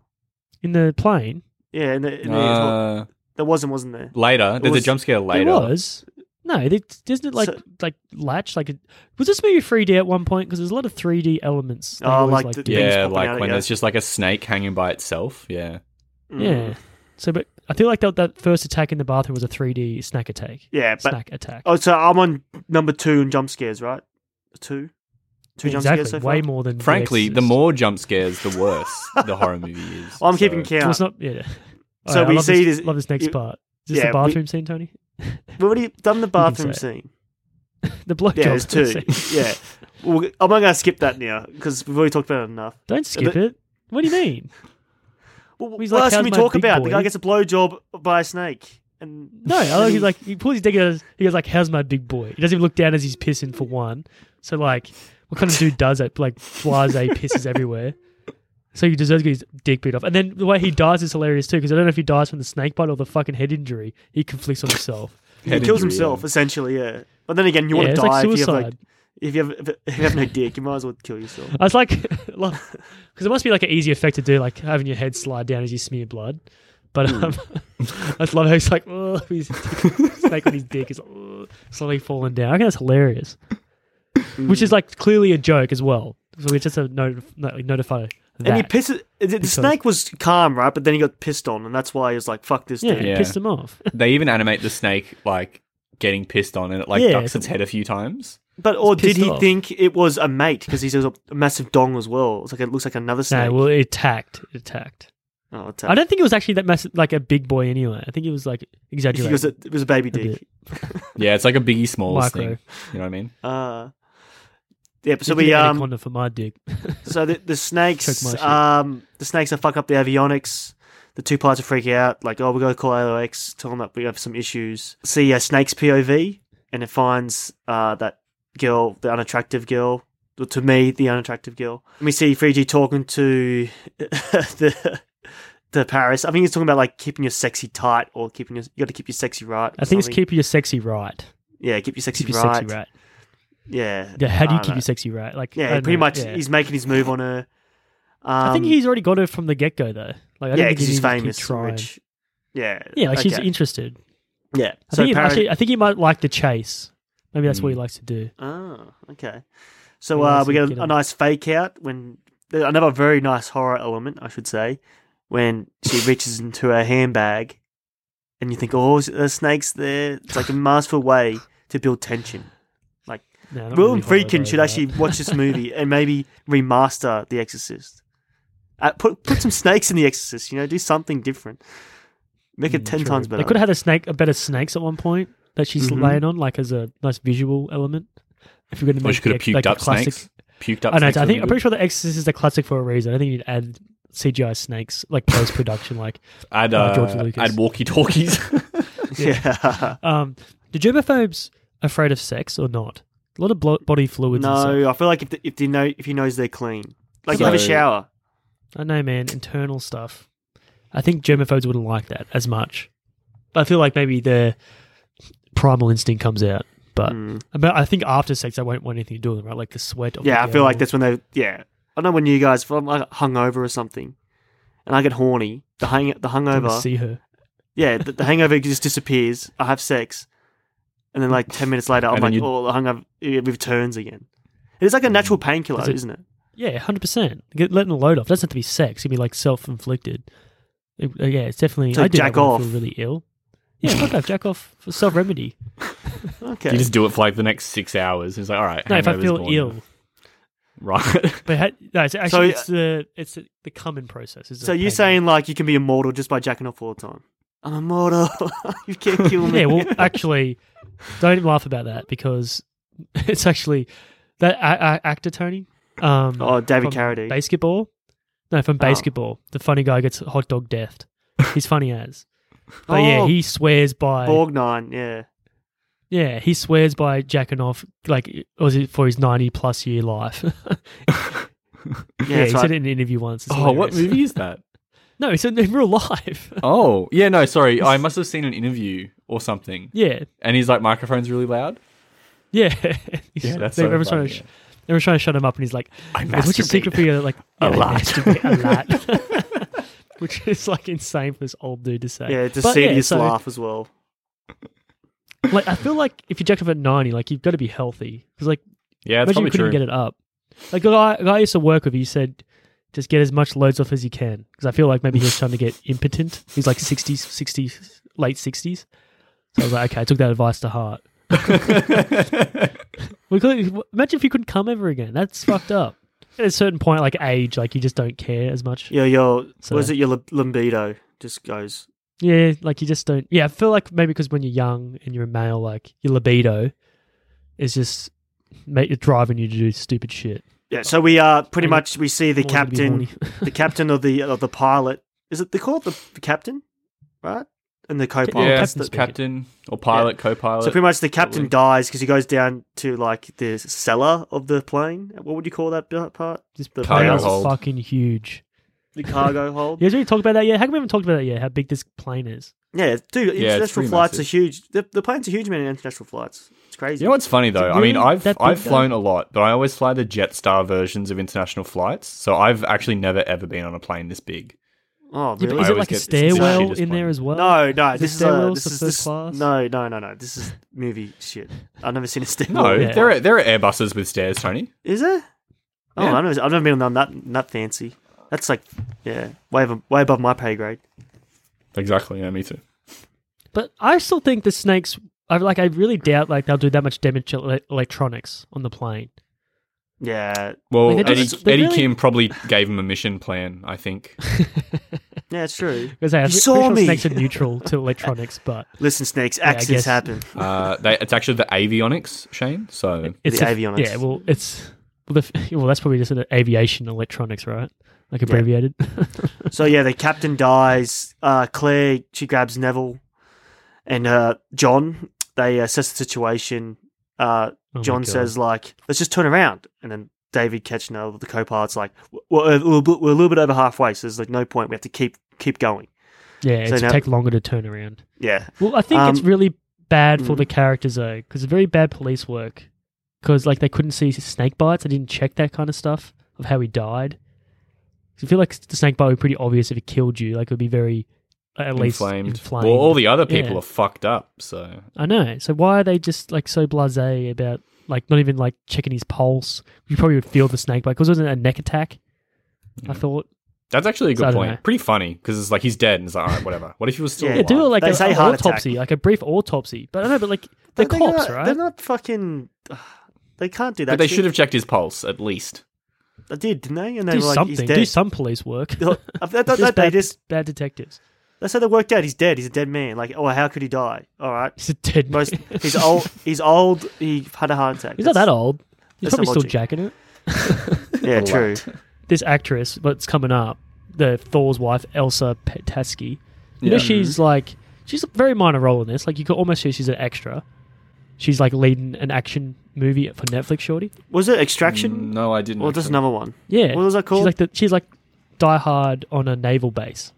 S3: In the plane,
S4: Yeah, in the, in the,
S1: Uh,
S4: there wasn't, wasn't there?
S1: later, there's
S4: was-
S1: a jump scare
S3: It
S1: later.
S3: was. No, they, isn't it like
S4: So-
S3: like latch? Like, it, was this movie 3D at one point? Because there's a lot of 3D elements. that
S4: Oh,
S3: always,
S4: like the- Things
S1: Yeah,
S4: popping out
S1: like
S4: at
S1: when
S4: you.
S1: there's just like a snake hanging by itself. Yeah.
S4: Mm.
S3: yeah.
S4: Hmm.
S3: So, but I feel like that that first attack in the bathroom was a 3D snack attack.
S4: Yeah, but
S3: snack attack.
S4: oh, so I'm on number two in jump scares, right? Two, two jump
S3: exactly.
S4: scares so far.
S3: Way more than The
S1: Frankly, the
S3: Exorcist.
S1: more jump scares, the worse the horror movie is.
S4: I'm keeping
S1: So-
S4: count.
S3: So it's not. Yeah. All
S4: So
S3: right, I
S4: we
S3: love
S4: see
S3: this,
S4: this-
S3: Love this next
S4: you-
S3: part. Is this
S4: yeah,
S3: the
S4: we-
S3: bathroom scene, Tony?
S4: We've already done the bathroom
S3: say
S4: scene.
S3: The blood
S4: Yeah,
S3: job
S4: there's two.
S3: scene.
S4: yeah, well, I'm not gonna skip that now because we've already talked about it enough.
S3: Don't skip
S4: the-
S3: it. What do you mean?
S4: Well,
S3: He's
S4: what
S3: like,
S4: else
S3: "How's
S4: can we
S3: my
S4: talk
S3: big
S4: about? The
S3: boy?"
S4: guy gets a blowjob by a snake, and
S3: No, I like,
S4: and
S3: he's like he pulls his dick out. He goes like, "How's my big boy?" He doesn't even look down as he's pissing for one. So like, what kind of dude does that? Like, blase pisses everywhere. So he deserves to get his dick beat off. And then the way he dies is hilarious too, because I don't know if he dies from the snake bite or the fucking head injury. He conflicts on himself.
S4: he
S1: Head
S4: kills
S1: injury,
S4: himself essentially. Yeah, but then again, you want
S3: yeah,
S4: to
S3: it's
S4: die
S3: like
S4: if you have
S3: suicide.
S4: like if you have if you have no dick, you might as well kill yourself.
S3: I was like, because it must be like an easy effect to do, like having your head slide down as you smear blood. But um,
S4: Hmm.
S3: I just love how he's like, oh, his snake on his dick is "Ugh," slowly falling down. I think that's hilarious, which
S4: Hmm.
S3: is like clearly a joke as well. So we just have not- not- like, notify that.
S4: And he pisses. The the
S3: Because-
S4: snake was calm, right? But then he got pissed on, and that's why he was like, "Fuck this
S3: yeah,
S4: dude."
S3: it
S1: Yeah.
S3: pissed him off.
S1: They even animate the snake like getting pissed on, and it like
S3: Yeah,
S1: ducks
S3: it's-
S1: its head a few times.
S4: But or did
S3: pissed
S4: he
S3: off.
S4: think it was a mate? Because he says a massive dong as well. It's like it looks like another snake.
S3: no, well, it attacked. It attacked.
S4: oh, it's a-
S3: I don't think it was actually that massive, like a big boy anyway. I think it was like
S4: it
S3: exaggerated.
S4: was a, it was a baby dick.
S3: bit.
S1: Yeah, it's like a Biggie Smalls
S3: Micro.
S1: thing. You know what I mean?
S4: Uh, yeah. but So
S3: You can
S4: we
S3: get
S4: um.
S3: anaconda for my dick.
S4: So the, the
S3: Choke my
S4: snakes
S3: shit.
S4: um the snakes are fuck up the avionics. The two pilots are freaking out. Like, oh, we gotta call LOX. Tell them that we have some issues. See a snake's POV, and it finds uh that girl, the unattractive girl. To me, the unattractive girl. And we see Fiji talking to the the Paris. I think he's talking about like keeping your sexy tight or keeping your you got to keep your sexy right.
S3: I think it's
S4: something.
S3: keep your sexy right.
S4: yeah, keep your sexy,
S3: Keep your
S4: right.
S3: sexy right.
S4: Yeah,
S3: Yeah, how do you
S4: I
S3: keep
S4: know.
S3: your sexy right? Like, I
S4: yeah.
S3: don't
S4: Pretty
S3: know,
S4: much,
S3: yeah.
S4: he's making his move on her. Um,
S3: I think he's already got her from the get go though. Like, I don't
S4: yeah,
S3: think
S4: because
S3: he
S4: he's
S3: needs to keep
S4: famous, and
S3: trying.
S4: rich. Yeah,
S3: Yeah, like she's
S4: okay.
S3: interested.
S4: yeah.
S3: I think he,
S4: Paris- Hmm.
S3: actually, I think he might like the chase. Maybe that's what he likes to do.
S4: oh, Ah, okay. So
S3: Yeah,
S4: uh,
S3: so
S4: we get
S3: get
S4: a, a
S3: him.
S4: nice fake out when uh, another very nice horror element, I should say, when she reaches into her handbag, and you think, "Oh, is it- the snake's there." It's like a masterful way to build tension.
S3: No, not
S4: William
S3: really
S4: Friedkin should
S3: horror,
S4: actually watch this movie and maybe remaster The Exorcist. Uh, put put some snakes in The Exorcist. You know, do something different. Make it
S3: Mm,
S4: ten
S3: true.
S4: times better.
S3: They could have had a snake, a better snakes at one point that she's
S4: Mhm.
S3: laying on, like as a nice visual element. If you're going to
S1: Or
S3: make
S1: she could have
S3: the-
S1: puked
S3: like a
S1: up
S3: classic,
S1: snakes. Puked up
S3: I know.
S1: snakes.
S3: I
S1: would be
S3: think I'm
S1: good.
S3: pretty sure the Exorcist is a classic for a reason. I think you'd add CGI snakes, like post production. like,
S1: I'd,
S3: uh,
S1: uh,
S3: George Lucas.
S1: I'd walkie talkies.
S4: yeah.
S3: um, do germaphobes afraid of sex or not? A lot of blo- body fluids. and stuff.
S4: no, I feel like if the, if they know if he knows they're clean, like have a
S1: So-
S4: shower.
S3: I know, man. Internal stuff. I think germaphobes wouldn't like that as much. But I feel like maybe their primal instinct comes out. But
S4: Mm.
S3: but I think after sex, I won't want anything to do with it, right? Like the sweat. Of
S4: Yeah, I
S3: the
S4: feel like
S3: girl.
S4: that's when they. Yeah, I know when you guys if I'm like hungover or something, and I get horny. The hang the
S3: Don't wanna
S4: hungover.
S3: See her.
S4: Yeah, the, the hangover just disappears. I have sex, and then like ten minutes later, I'm
S1: And then
S4: like,
S1: you-
S4: oh, the hangover it returns again. It's like a natural painkiller,
S3: Mm. Is it-
S4: isn't it?
S3: Yeah, hundred percent. Letting the load off doesn't have to be sex. It can be like self-inflicted. It- uh, yeah, it's definitely.
S4: So
S3: I do that
S4: jack
S3: when I feel
S4: off.
S3: really ill. Yeah, fuck off, jack off for self remedy.
S4: Okay.
S1: you just do it for like the next six hours. It's like, all right.
S3: No, if I
S1: hangover's
S3: feel
S1: gone.
S3: ill,
S1: Right.
S3: but ha- no, it's
S4: So- uh,
S3: actually it's the it's the, the coming process. Is
S4: so
S3: the
S4: you're
S3: pain.
S4: saying like you can be immortal just by jacking off all the time? I'm immortal. you can't kill me.
S3: Yeah, well, actually, don't laugh about that because it's actually that a- a- actor Tony. Um,
S4: oh, David
S3: from
S4: Carradine.
S3: Basketball? No, from Basketball. The funny guy gets hot dog deathed. He's funny as. But yeah,
S4: Oh,
S3: he swears by
S4: Borgnine. Yeah.
S3: yeah he swears by jacking off like or was it for his ninety plus year life.
S4: Yeah,
S3: yeah,
S4: that's
S3: he
S4: right.
S3: said it in an interview once. It's
S1: Oh, what
S3: hilarious.
S1: movie is that?
S3: No, he said in real life.
S1: Oh, yeah, no, sorry. I must have seen an interview or something.
S3: yeah,
S1: And he's like, microphone's really loud.
S3: yeah.
S1: Yeah, that's so
S3: everyone's
S1: funny,
S3: trying to sh- everyone's trying to shut him up, and he's like,
S1: I
S3: Like, What's your secret for your like
S1: A
S3: yeah,
S1: lot.
S3: masturbate a lot. Which is like insane for this old dude to say.
S4: Yeah, it's a
S3: But yeah,
S4: serious
S3: so,
S4: laugh as well.
S3: Like I feel like if you jacked up at ninety, like you've got to be healthy because like
S1: Yeah, that's
S3: imagine
S1: probably
S3: you couldn't
S1: true.
S3: get it up. Like the guy, the guy I used to work with, he said, just get as much loads off as you can because I feel like maybe he was trying to get impotent. He's like 60s, 60s, late sixties. So I was like, okay, I took that advice to heart. We could imagine if you couldn't come ever again. That's fucked up. At a certain point, like age, like you just don't care as much.
S4: Yeah, your
S3: So-
S4: what is it? Your li- libido just goes.
S3: Yeah, like you just don't. Yeah, I feel like maybe because when you're young and you're a male, like your libido is just make it driving you to do stupid shit.
S4: Yeah, so we uh pretty
S3: Maybe-
S4: much we see the
S3: Always gonna be
S4: captain,
S3: horny.
S4: the captain of the of the pilot. Is it they call it the, the captain, right? And the co-pilot.
S1: yeah,
S3: Captain
S1: that's
S4: The-
S1: the
S3: speaking.
S1: captain or pilot, co-pilot.
S4: so pretty much the captain
S1: Probably.
S4: dies because he goes down to like the cellar of the plane. What would you call that bu- part?
S3: Just
S4: The
S3: the
S1: cargo
S3: plane's
S1: hold.
S3: fucking huge.
S4: The cargo hold.
S3: You guys really talked about that yet? How come we haven't talked about that yet? How big this plane is?
S4: Yeah, dude,
S1: Yeah, it's
S4: international
S1: pretty
S4: flights
S1: massive.
S4: are huge. The, the planes are huge, man. in International flights, it's crazy.
S1: you know what's funny though? I mean,
S3: really
S1: I've
S3: that big,
S1: I've
S3: though?
S1: flown a lot, but I always fly the Jetstar versions of international flights. So I've actually never ever been on a plane this big.
S4: oh, really?
S3: Yeah, but is
S1: I
S3: it
S1: always
S3: like a
S1: get- it's the
S3: stairwell
S1: shittiest
S3: in there
S1: plane.
S3: as well?
S4: No, no,
S3: Is
S4: this is
S3: the
S4: a,
S3: stairwells
S4: this
S3: the
S4: is
S3: first
S4: this,
S3: class?
S4: No, no, no, no. This is movie shit. I've never seen a stairwell.
S1: No,
S3: Yeah.
S1: there are there are Airbuses with stairs, Tony.
S4: Is it? Oh,
S1: Yeah.
S4: I never, I've never been on that that fancy. That's like, yeah, way above, way above my pay grade.
S1: Exactly. Yeah, me too.
S3: But I still think the snakes. I like. I really doubt like they'll do that much damage to ele- electronics on the plane.
S4: Yeah,
S1: Well,
S3: Like, they
S1: Eddie,
S3: just- they
S1: Eddie
S3: really-
S1: Kim probably gave him a mission plan. I think.
S4: yeah, it's true.
S3: Because I
S4: You saw
S3: pretty sure
S4: me!
S3: snakes are neutral to electronics, but
S4: Listen, snakes,
S3: I
S4: accidents
S3: guess-
S4: happen.
S1: Uh, they, it's actually the avionics, Shane. So
S3: it's
S4: The
S3: a-
S4: avionics.
S3: Yeah, well, it's well, the, well, that's probably just an aviation electronics, right? Like abbreviated. Oh
S4: So yeah, the captain dies. Uh, Claire she grabs Neville, and uh, John. They assess the situation. Uh,
S3: Oh my
S4: John
S3: God.
S4: says like, "Let's just turn around," and then David Ketchner, the co-pilot's like, "We're, we're, we're a little bit over halfway, so there's like no point. We have to keep keep going."
S3: "Yeah,
S4: so
S3: it's
S4: now-
S3: take longer to turn around."
S4: Yeah,
S3: Well, I think it's
S4: Um,
S3: really bad for
S4: mhm.
S3: the characters though, because it's very bad police work. Because like they couldn't see snake bites, they didn't check that kind of stuff of how he died. 'Cause I feel like the snake bite would be pretty obvious if it killed you. Like it would be very at least
S1: inflamed.
S3: inflamed.
S1: Well, all the other people
S3: Yeah.
S1: are fucked up. So
S3: I know. So why are they just like so blasé about like not even like checking his pulse. You probably would feel the snake bite because it wasn't a neck attack. I thought.
S1: That's actually a
S3: So I
S1: good
S3: don't
S1: point.
S3: know.
S1: Pretty funny because it's like he's dead and it's like, all right, whatever. What if he was still
S4: Yeah,
S3: Yeah,
S1: alive?
S3: do it like
S4: They
S3: a,
S4: say
S3: an
S4: heart attack.
S3: autopsy, like a brief autopsy. But I don't know, but like the
S4: They're
S3: cops,
S4: not- They're
S3: right?
S4: not fucking. They can't do that.
S1: but they
S4: shit.
S1: should have checked his pulse at least.
S4: They did, didn't they? And they
S3: do
S4: were like,
S3: something.
S4: he's
S3: do
S4: dead.
S3: some police work.
S4: Look, I- that- that-
S3: Just
S4: that- they
S3: bad,
S4: just
S3: bad detectives.
S4: that's how they worked out. He's dead. He's a dead man. Like, oh, how could he die? All right,
S3: He's a dead
S4: most
S3: man.
S4: he's old. He's old. He had a heart attack.
S3: He's not that
S4: That's-
S3: old. He's
S4: that's the
S3: probably still
S4: logic.
S3: jacking it.
S4: Yeah, true.
S3: This actress, what's coming up, the Thor's wife, Elsa Petaski. You know,
S1: Yeah.
S4: Mm-hmm.
S3: she's like she's a very minor role in this. Like you could almost say she's an extra. She's like leading an action movie for Netflix, shorty.
S4: Was it Extraction?
S1: Mm, No, I didn't.
S4: Or just
S1: actually.
S4: another one?
S3: Yeah.
S4: What was that called?
S3: She's like the, she's like Die Hard on a naval base.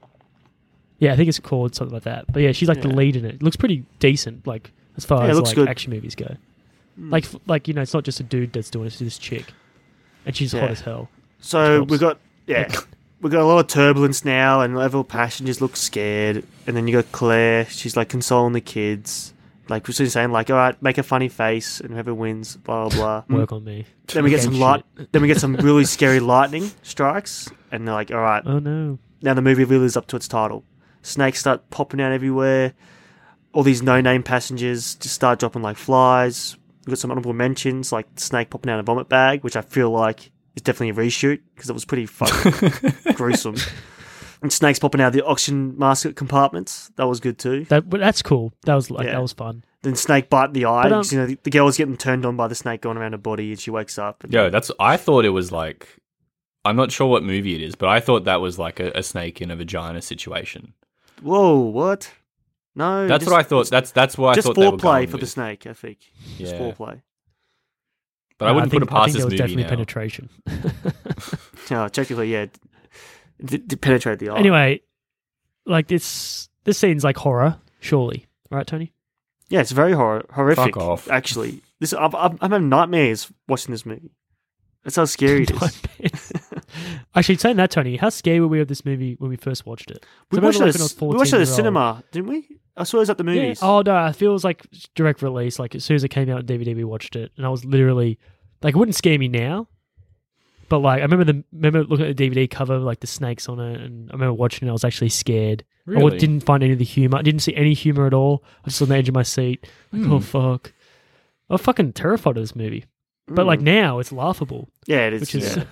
S3: Yeah, I think it's called something like that. But yeah, she's like the
S4: Yeah.
S3: lead in it. It Looks pretty decent, like as far
S4: Yeah, it
S3: as
S4: looks
S3: like
S4: good. Mm.
S3: action movies go. Like f- like you know, it's not just a dude that's doing it. It's this chick, and she's hot
S4: Yeah.
S3: as hell.
S4: So
S3: Tops.
S4: we've got yeah, we've got a lot of turbulence now, and level passion just looks scared. And then you got Claire; she's like consoling the kids, like she's saying like, "All right, make a funny face, and whoever wins, blah blah blah."
S3: Work on me.
S4: then we Mm. get
S3: Okay,
S4: some light. Then we get some really scary lightning strikes, and they're like, "All right,
S3: Oh no.
S4: now the movie really lives up to its title." Snakes start popping out everywhere. All these no-name passengers just start dropping like flies. We've got some honorable mentions, like the snake popping out of a vomit bag, which I feel like is definitely a reshoot because it was pretty fucking gruesome. And snakes popping out of the oxygen mask compartments. That was good too.
S3: That but that's cool. That was like
S4: Yeah.
S3: that was fun.
S4: Then snake biting the eye.
S3: But, um,
S4: you know, the, the girl's getting turned on by the snake going around her body, and she wakes up. And,
S1: Yo, that's. I thought it was like. I'm not sure what movie it is, but I thought that was like a, a snake in a vagina situation.
S4: Whoa, what? No,
S1: That's
S4: just-
S1: what I thought. That's that's why I
S4: just
S1: thought they were going
S4: foreplay for the
S1: with.
S4: snake. I think just
S1: Yeah.
S4: foreplay.
S1: But I
S3: Uh,
S1: wouldn't
S3: think,
S1: put it past
S3: I think
S1: this
S3: there was
S1: movie
S3: definitely
S1: now.
S3: penetration.
S4: Oh, technically, yeah, d- d- penetrate the eye.
S3: Anyway, like this this scene's like horror, surely, right, Tony?
S4: yeah, it's very hor- horrific.
S1: Fuck off.
S4: Actually, this I'm, I'm, I'm having nightmares watching this movie. That's how scary it is.
S3: Actually, saying that, Tony, how scared were we of this movie when we first watched it?
S4: We
S3: So I remember,
S4: watched,
S3: like,
S4: it
S3: when I was
S4: at, we watched it at the
S3: 14 years old.
S4: cinema, didn't we? I saw it was at the
S3: Yeah.
S4: movies.
S3: Oh no, I feel it was like direct release. Like as soon as it came out on DVD, we watched it, and I was literally like, it wouldn't scare me now, but like I remember the remember looking at the DVD cover, like the snakes on it, and I remember watching it. I was actually scared. Or
S1: Really?
S3: didn't find any of the humor. I didn't see any humor at all. I was just on the edge of my seat. Like,
S4: Hmm.
S3: oh fuck. I was fucking terrified of this movie. But like now, it's laughable,
S4: Hmm. yeah, it is.
S3: which is
S4: yeah.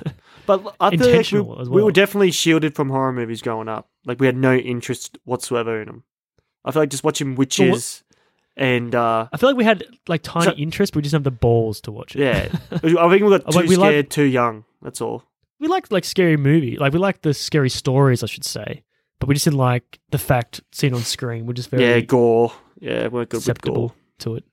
S4: But I feel like we,
S3: intentional as
S4: we
S3: well.
S4: were definitely shielded from horror movies growing up. Like we had no interest whatsoever in them. I feel like just watching witches and uh
S3: I feel like we had like tiny
S4: So-
S3: interest, but we just didn't have the balls to watch it.
S4: yeah, I think we got
S3: Oh,
S4: too
S3: but we
S4: scared,
S3: like-
S4: too young. That's all.
S3: we liked like scary movie, like we liked the scary stories, I should say, but we just didn't like the fact seen on screen. We're just very
S4: yeah, gore. Yeah, we're good with gore.
S3: susceptible to it.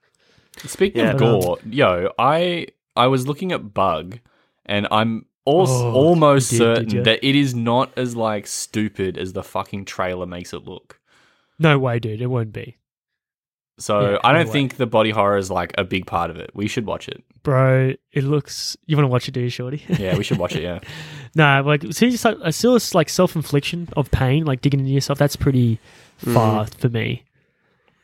S1: Speaking
S4: Yeah.
S1: of
S3: But, um,
S1: gore, yo, I I was looking at Bug, and I'm al-
S3: Oh,
S1: almost
S3: you did, did
S1: certain
S3: ya?
S1: that it is not as like stupid as the fucking trailer makes it look.
S3: No way, dude, it won't be,
S1: So
S3: Yeah,
S1: I don't
S3: no way.
S1: think the body horror is like a big part of it. We should watch it.
S3: bro. It looks. You want to watch it, do you, Shorty?
S1: Yeah, we should watch it. Yeah,
S3: nah, like see, it's like, I still it's like self infliction of pain, like digging into yourself. That's pretty far for me.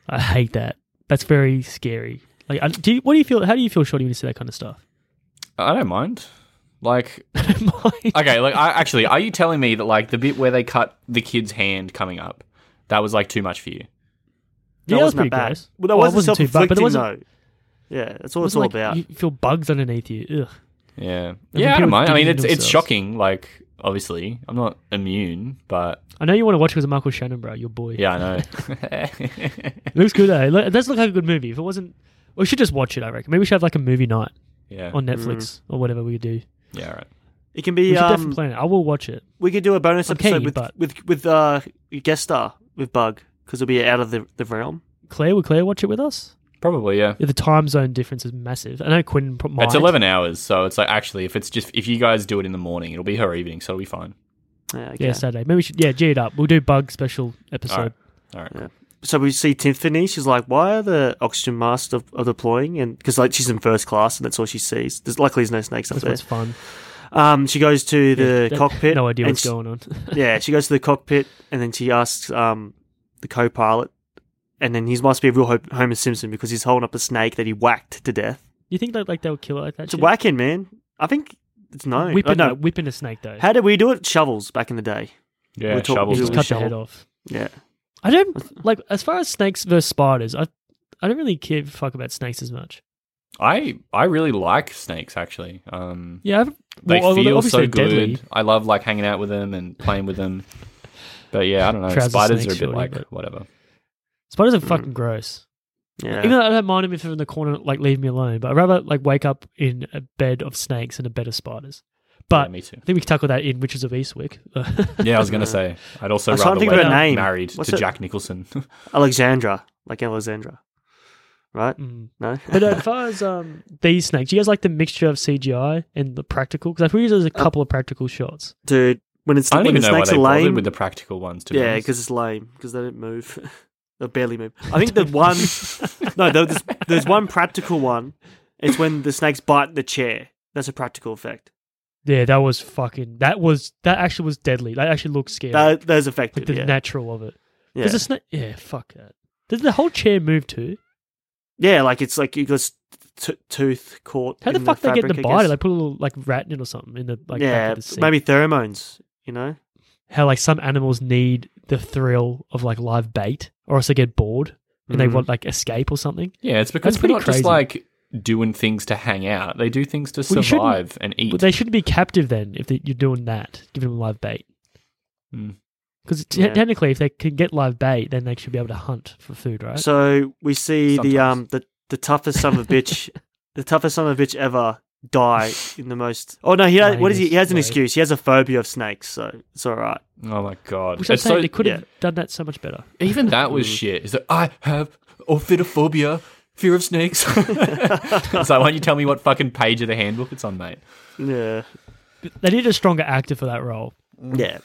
S3: I hate that. That's very scary. Like, I, do you, what do you feel? How do you feel, Shorty, when you see that kind of stuff?
S1: I don't mind. Like,
S3: Mine-
S1: okay, like I actually, are you telling me that like the bit where they cut the kid's hand coming up, that was like too much for you?
S4: that
S3: yeah, that was
S4: wasn't
S3: pretty
S4: that bad.
S3: gross.
S4: Well, that
S3: Oh, it
S4: wasn't,
S3: too bad, but it
S4: self-inflicting
S3: wasn't
S4: though. Yeah, that's all
S3: It
S4: it's all
S3: wasn't like
S4: about.
S3: You feel bugs underneath you. Ugh.
S1: Yeah,
S3: mean,
S1: yeah, I
S3: people
S1: don't mind. I mean,
S3: digging
S1: it's it's
S3: themselves.
S1: shocking. Like, obviously, I'm not immune, but
S3: I know you want to watch it with Michael Shannon, bro. Your boy.
S1: yeah, I know.
S3: It looks good. Eh? Look- It does look like a good movie. If it wasn't, we should just watch it. I reckon. Maybe we should have like a movie night
S1: yeah,
S3: on Netflix or whatever we do.
S1: yeah, right.
S4: It can
S3: We
S4: be.
S3: should definitely
S4: Um,
S3: plan it. I will watch it.
S4: we could do a bonus
S3: I'm
S4: episode
S3: keen,
S4: with,
S3: but-
S4: with with uh guest star with Bug because it'll be out of the, the realm.
S3: Claire, will Claire watch it with us?
S1: Probably, yeah.
S3: Yeah, the time zone difference is massive. I know Quinn pro- might.
S1: It's eleven hours, so it's like actually, if it's just if you guys do it in the morning, it'll be her evening, so it'll be fine.
S4: Yeah, okay.
S3: Yeah, Saturday. Maybe we should. Yeah, G it up. We'll do bug special
S1: All right,
S3: episode.
S1: all right.
S4: Yeah. so we see Tiffany. She's like, "Why are the oxygen masks are, are deploying?" And because like she's in first class, and that's all she sees. There's luckily there's no snakes up
S3: That's
S4: there.
S3: what's fun.
S4: Um, she goes to the
S3: Yeah,
S4: cockpit.
S3: No idea
S4: and
S3: what's
S4: she-
S3: going on.
S4: Yeah, she goes to the cockpit, and then she asks um the co-pilot, and then he must be a real Ho- Homer Simpson because he's holding up a snake that he whacked to death.
S3: You think they like they would kill it like that?
S4: It's
S3: shit?
S4: whacking, man. I think it's known.
S3: Whipping,
S4: oh, no.
S3: a, whipping a snake though.
S4: How did we do it? Shovels back in the day.
S1: Yeah,
S4: We're talking-
S3: you
S1: shovels.
S3: just
S4: with
S3: cut
S4: a
S3: the head
S4: shovel?
S3: off.
S4: Yeah.
S3: I don't like as far as snakes versus spiders. I I don't really care fuck about snakes as much.
S1: I I really like snakes actually. Um,
S3: Yeah, I've,
S1: they
S3: well,
S1: feel
S3: obviously
S1: so
S3: they're
S1: good.
S3: deadly.
S1: I love like hanging out with them and playing with them. But yeah, I don't know.
S3: Trouser
S1: Spiders are a
S3: snakes,
S1: bit
S3: surely,
S1: like
S3: but-
S1: whatever.
S3: Spiders are
S4: Mm.
S3: fucking gross.
S4: Yeah.
S3: Even though I don't mind them if they're in the corner, like leave me alone. But I'd rather like wake up in a bed of snakes and a bed of spiders. But
S1: yeah, me too.
S3: I think we can tackle that in Witches of Eastwick.
S1: Yeah, I was gonna
S4: Uh,
S1: say. I'd also
S4: I was trying
S1: rather
S4: to think
S1: wake
S4: of a
S1: up
S4: name.
S1: married
S4: What's
S1: to
S4: it-
S1: Jack Nicholson.
S4: Alexandra, like Alexandra. Right?
S3: Mm.
S4: No?
S3: But uh, as far as um, these snakes, do you guys like the mixture of CGI and the practical? Because I feel there's a
S4: Uh,
S3: couple of practical shots.
S4: Dude, when it's
S1: I don't
S4: when
S1: even
S4: the
S1: know why
S4: snakes
S1: they
S4: are
S1: bothered
S4: lame.
S1: with the practical ones. To be
S4: yeah,
S1: honest.
S4: because it's lame. Because they don't move. they barely move. I think the one. no, there- there's, there's one practical one. It's when the snakes bite the chair. That's a practical effect.
S3: Yeah, that was fucking. That was that actually was deadly. That actually looked scary.
S4: That, that is
S3: like
S4: effective.
S3: the
S4: yeah.
S3: natural of it.
S4: yeah.
S3: There's a snake. Yeah, fuck that. Did the whole chair move too?
S4: Yeah, like it's like you got t- tooth caught.
S3: How the
S4: in
S3: fuck they get
S4: fabric, I
S3: the bite?
S4: guess.
S3: They put a little like rat in it or something in the like back
S4: yeah,
S3: of the seat.
S4: maybe pheromones. You know,
S3: How like some animals need the thrill of like live bait, or else they get bored and they
S4: Mhm.
S3: want like escape or something.
S1: yeah, it's because they're
S3: That's pretty
S1: not
S3: crazy.
S1: just like doing things to hang out. They do things to
S3: Well, you shouldn't-
S1: survive and eat.
S3: But they shouldn't be captive then if they, you're doing that, giving them live bait.
S1: Mm.
S3: Because
S4: Yeah.
S3: technically, if they can get live bait, then they should be able to hunt for food, right?
S4: So we see
S1: Sometimes.
S4: the um the, the toughest son of a bitch, the toughest son of a bitch ever die in the most. Oh no, he
S3: No,
S4: has, what
S3: he
S4: is he?
S3: was
S4: He has an
S3: low.
S4: excuse. He has a phobia of snakes, so it's all right.
S1: oh my god!
S3: Which I'm
S1: It's
S3: saying
S1: so-
S3: they Mm. could have
S4: yeah.
S3: done that so much better.
S1: Even that was shit. It's like, I have orphidophilia, fear of snakes. it's like, why don't you tell me what fucking page of the handbook it's on, mate?
S4: Yeah,
S3: They need a stronger actor for that role.
S4: yeah.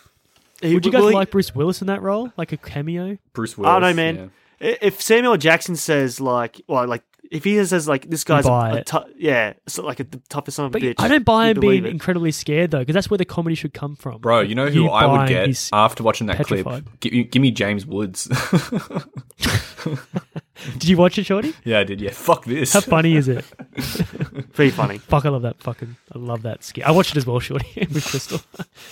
S3: Would you guys like Bruce Willis in that role, like a cameo?
S1: Bruce Willis.
S4: Oh no, man.
S1: yeah.
S4: I- If Samuel Jackson says like, well, like if he says like this guy's a,
S3: buy
S4: a
S3: it.
S4: tou- yeah, so like a, the toughest son of a
S3: But
S4: bitch.
S3: I don't buy
S4: you
S3: him being
S4: believe it.
S3: incredibly scared though, because that's where the comedy should come from.
S1: Bro, you know who I would
S3: buying
S1: get
S3: his-
S1: after watching that
S3: petrified.
S1: clip? Give, give me James Woods.
S3: Did you watch it, Shorty?
S1: yeah, I did. Yeah, fuck this.
S3: How funny is it?
S4: Pretty funny.
S3: Fuck, I love that fucking. I love that skit. I watched it as well, Shorty, with Crystal.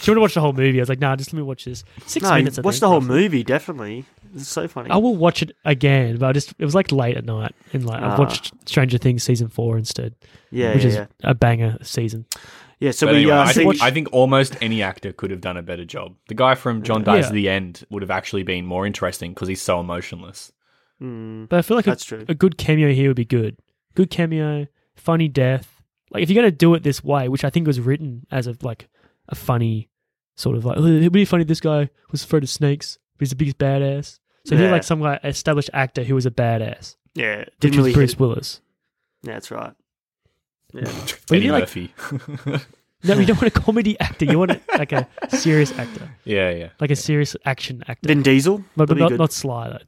S3: She wanted to watch the whole movie. I was like, nah, just let me watch this. Six
S4: No,
S3: minutes. I
S4: watch
S3: think,
S4: the whole
S3: roughly.
S4: movie. Definitely, it's so funny.
S3: I will watch it again, but I just it was like late at night, and like I
S4: Ah.
S3: watched Stranger Things season four instead,
S4: yeah,
S3: which
S4: yeah,
S3: is
S4: yeah.
S3: a banger season.
S4: Yeah, So
S1: But
S4: we
S1: anyway,
S4: uh,
S1: I,
S4: see,
S1: think, I think almost any actor could have done a better job. The guy from John Dies
S3: Yeah.
S1: at the End would have actually been more interesting because he's so emotionless.
S4: Mm,
S3: But I feel like a,
S4: that's true.
S3: a good cameo here would be good. Good cameo, funny death. Like if you're gonna do it this way, which I think was written as a like a funny sort of like "Oh, it'd be funny. if This guy was afraid of snakes, but he's the biggest badass. So he's
S4: Yeah.
S3: like some like established actor who was a badass,
S4: Yeah,
S3: which
S4: didn't really
S3: was Bruce
S4: hit
S3: Willis.
S4: it. Yeah, that's right. Yeah,
S3: But
S1: Eddie
S3: you like-
S1: Murphy.
S3: No, you don't want a comedy actor. You want a, like a serious actor,
S1: yeah, yeah.
S3: like a serious action actor.
S4: Vin Diesel.
S3: But, but
S4: That'd be
S3: not,
S4: good.
S3: not Sly though.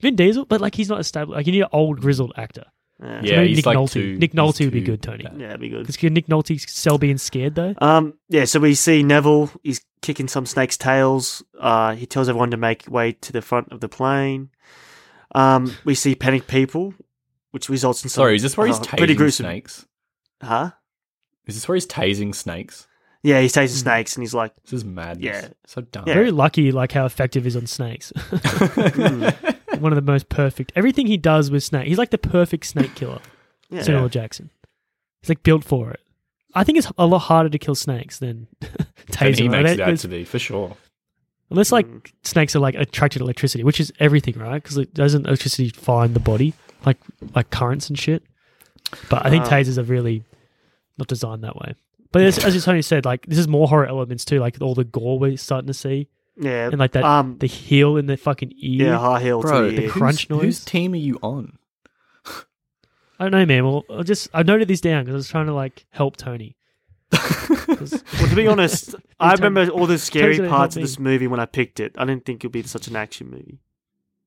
S3: Vin Diesel, but like he's not established. Like you need an old grizzled actor.
S4: yeah,
S1: Yeah,
S3: maybe
S1: he's
S3: Nick
S1: like
S3: Nolte.
S1: too-
S3: Nick
S1: he's
S3: Nolte would be
S1: too
S3: good, Tony.
S1: bad.
S4: Yeah, that'd be good.
S3: Because Nick Nolte sell being scared though.
S4: Um, yeah, so we see Neville. He's kicking some snakes' tails. Uh, he tells everyone to make way to the front of the plane. Um, we see panic people, which results in some
S1: Sorry, is this where he's
S4: uh,
S3: Uh-huh.
S1: tasing
S4: pretty gruesome.
S1: snakes?
S4: Huh?
S1: Is this where he's tasing snakes?
S4: Yeah, he's
S3: Hmm.
S4: tasing snakes, and he's like,
S1: This is madness.
S4: Yeah.
S1: So dumb.
S4: Yeah.
S3: Very Mm. lucky, like how effective he is on snakes. One of the most perfect. Everything he does with snake, he's like the perfect snake killer.
S4: yeah,
S3: Samuel Jackson. He's like built for it. I think it's a lot harder to kill snakes than
S1: and he
S3: taser.
S1: makes
S3: right?
S1: it out
S3: There's-
S1: to be, for sure.
S3: Unless like
S4: Mm.
S3: snakes are like attracted to electricity, which is everything, right? Because it doesn't electricity find the body like like currents and shit. But I think
S4: Ah.
S3: tasers are really not designed that way. But as, as Tony said, like this is more horror elements too, like all the gore we're starting to see,
S4: yeah,
S3: and like that
S4: um,
S3: the heel in the fucking ear.
S4: yeah, high heel to the
S3: the
S4: ear.
S3: cr- crunch
S1: whose,
S3: noise?
S1: Whose team are you on?
S3: I don't know, man. Well, I just I noted this down because I was trying to like help Tony. 'Cause-
S4: Well, to be honest, I
S3: Tony-
S4: remember all the scary
S3: gonna help
S4: parts of
S3: me.
S4: this movie when I picked it. I didn't think it'd be such an action movie.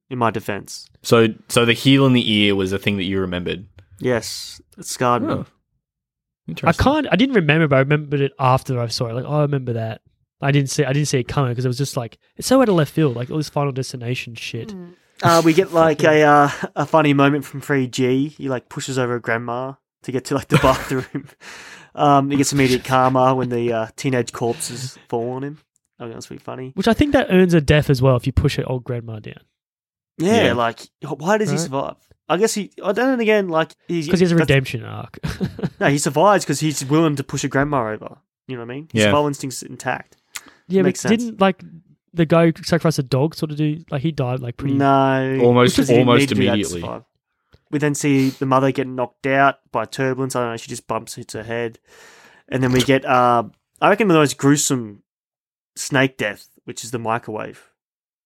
S4: In my defense,
S1: So, so the heel in the ear was a thing that you remembered.
S4: yes, it scarred me.
S1: Oh.
S3: I
S1: Interesting.
S3: can't. I didn't remember, but I remembered it after I saw it. Like, oh, I remember that. I didn't see. I didn't see it coming because it was just like it's so out of left field. Like all this Final Destination shit.
S4: Mm. Uh, we get like a uh, a funny moment from 3G. He like pushes over a grandma to get to like the bathroom. um, he gets immediate karma when the uh, teenage corpses fall on him. I think that's pretty funny.
S3: Which I think that earns a death as well if you push an old grandma down.
S4: Yeah,
S1: Yeah.
S4: like why does he
S3: Right.
S4: survive? I guess he. I don't know. Again, like he's
S3: Because he has a
S4: that's-
S3: redemption arc.
S4: No, he survives because he's willing to push a grandma over. You know what I mean? His
S1: Yeah.
S4: survival instinct's intact.
S3: yeah,
S4: Makes
S3: but
S4: sense.
S3: didn't like the guy who sacrificed a dog sort of do like he died like pretty
S4: No,
S1: Almost-
S4: because he didn't
S1: almost
S4: need to do that to
S1: immediately.
S4: survive. We then see the mother get knocked out by turbulence. I don't know. She just bumps hits her head, and then we get. Uh, I reckon the most gruesome snake death, which is the microwave.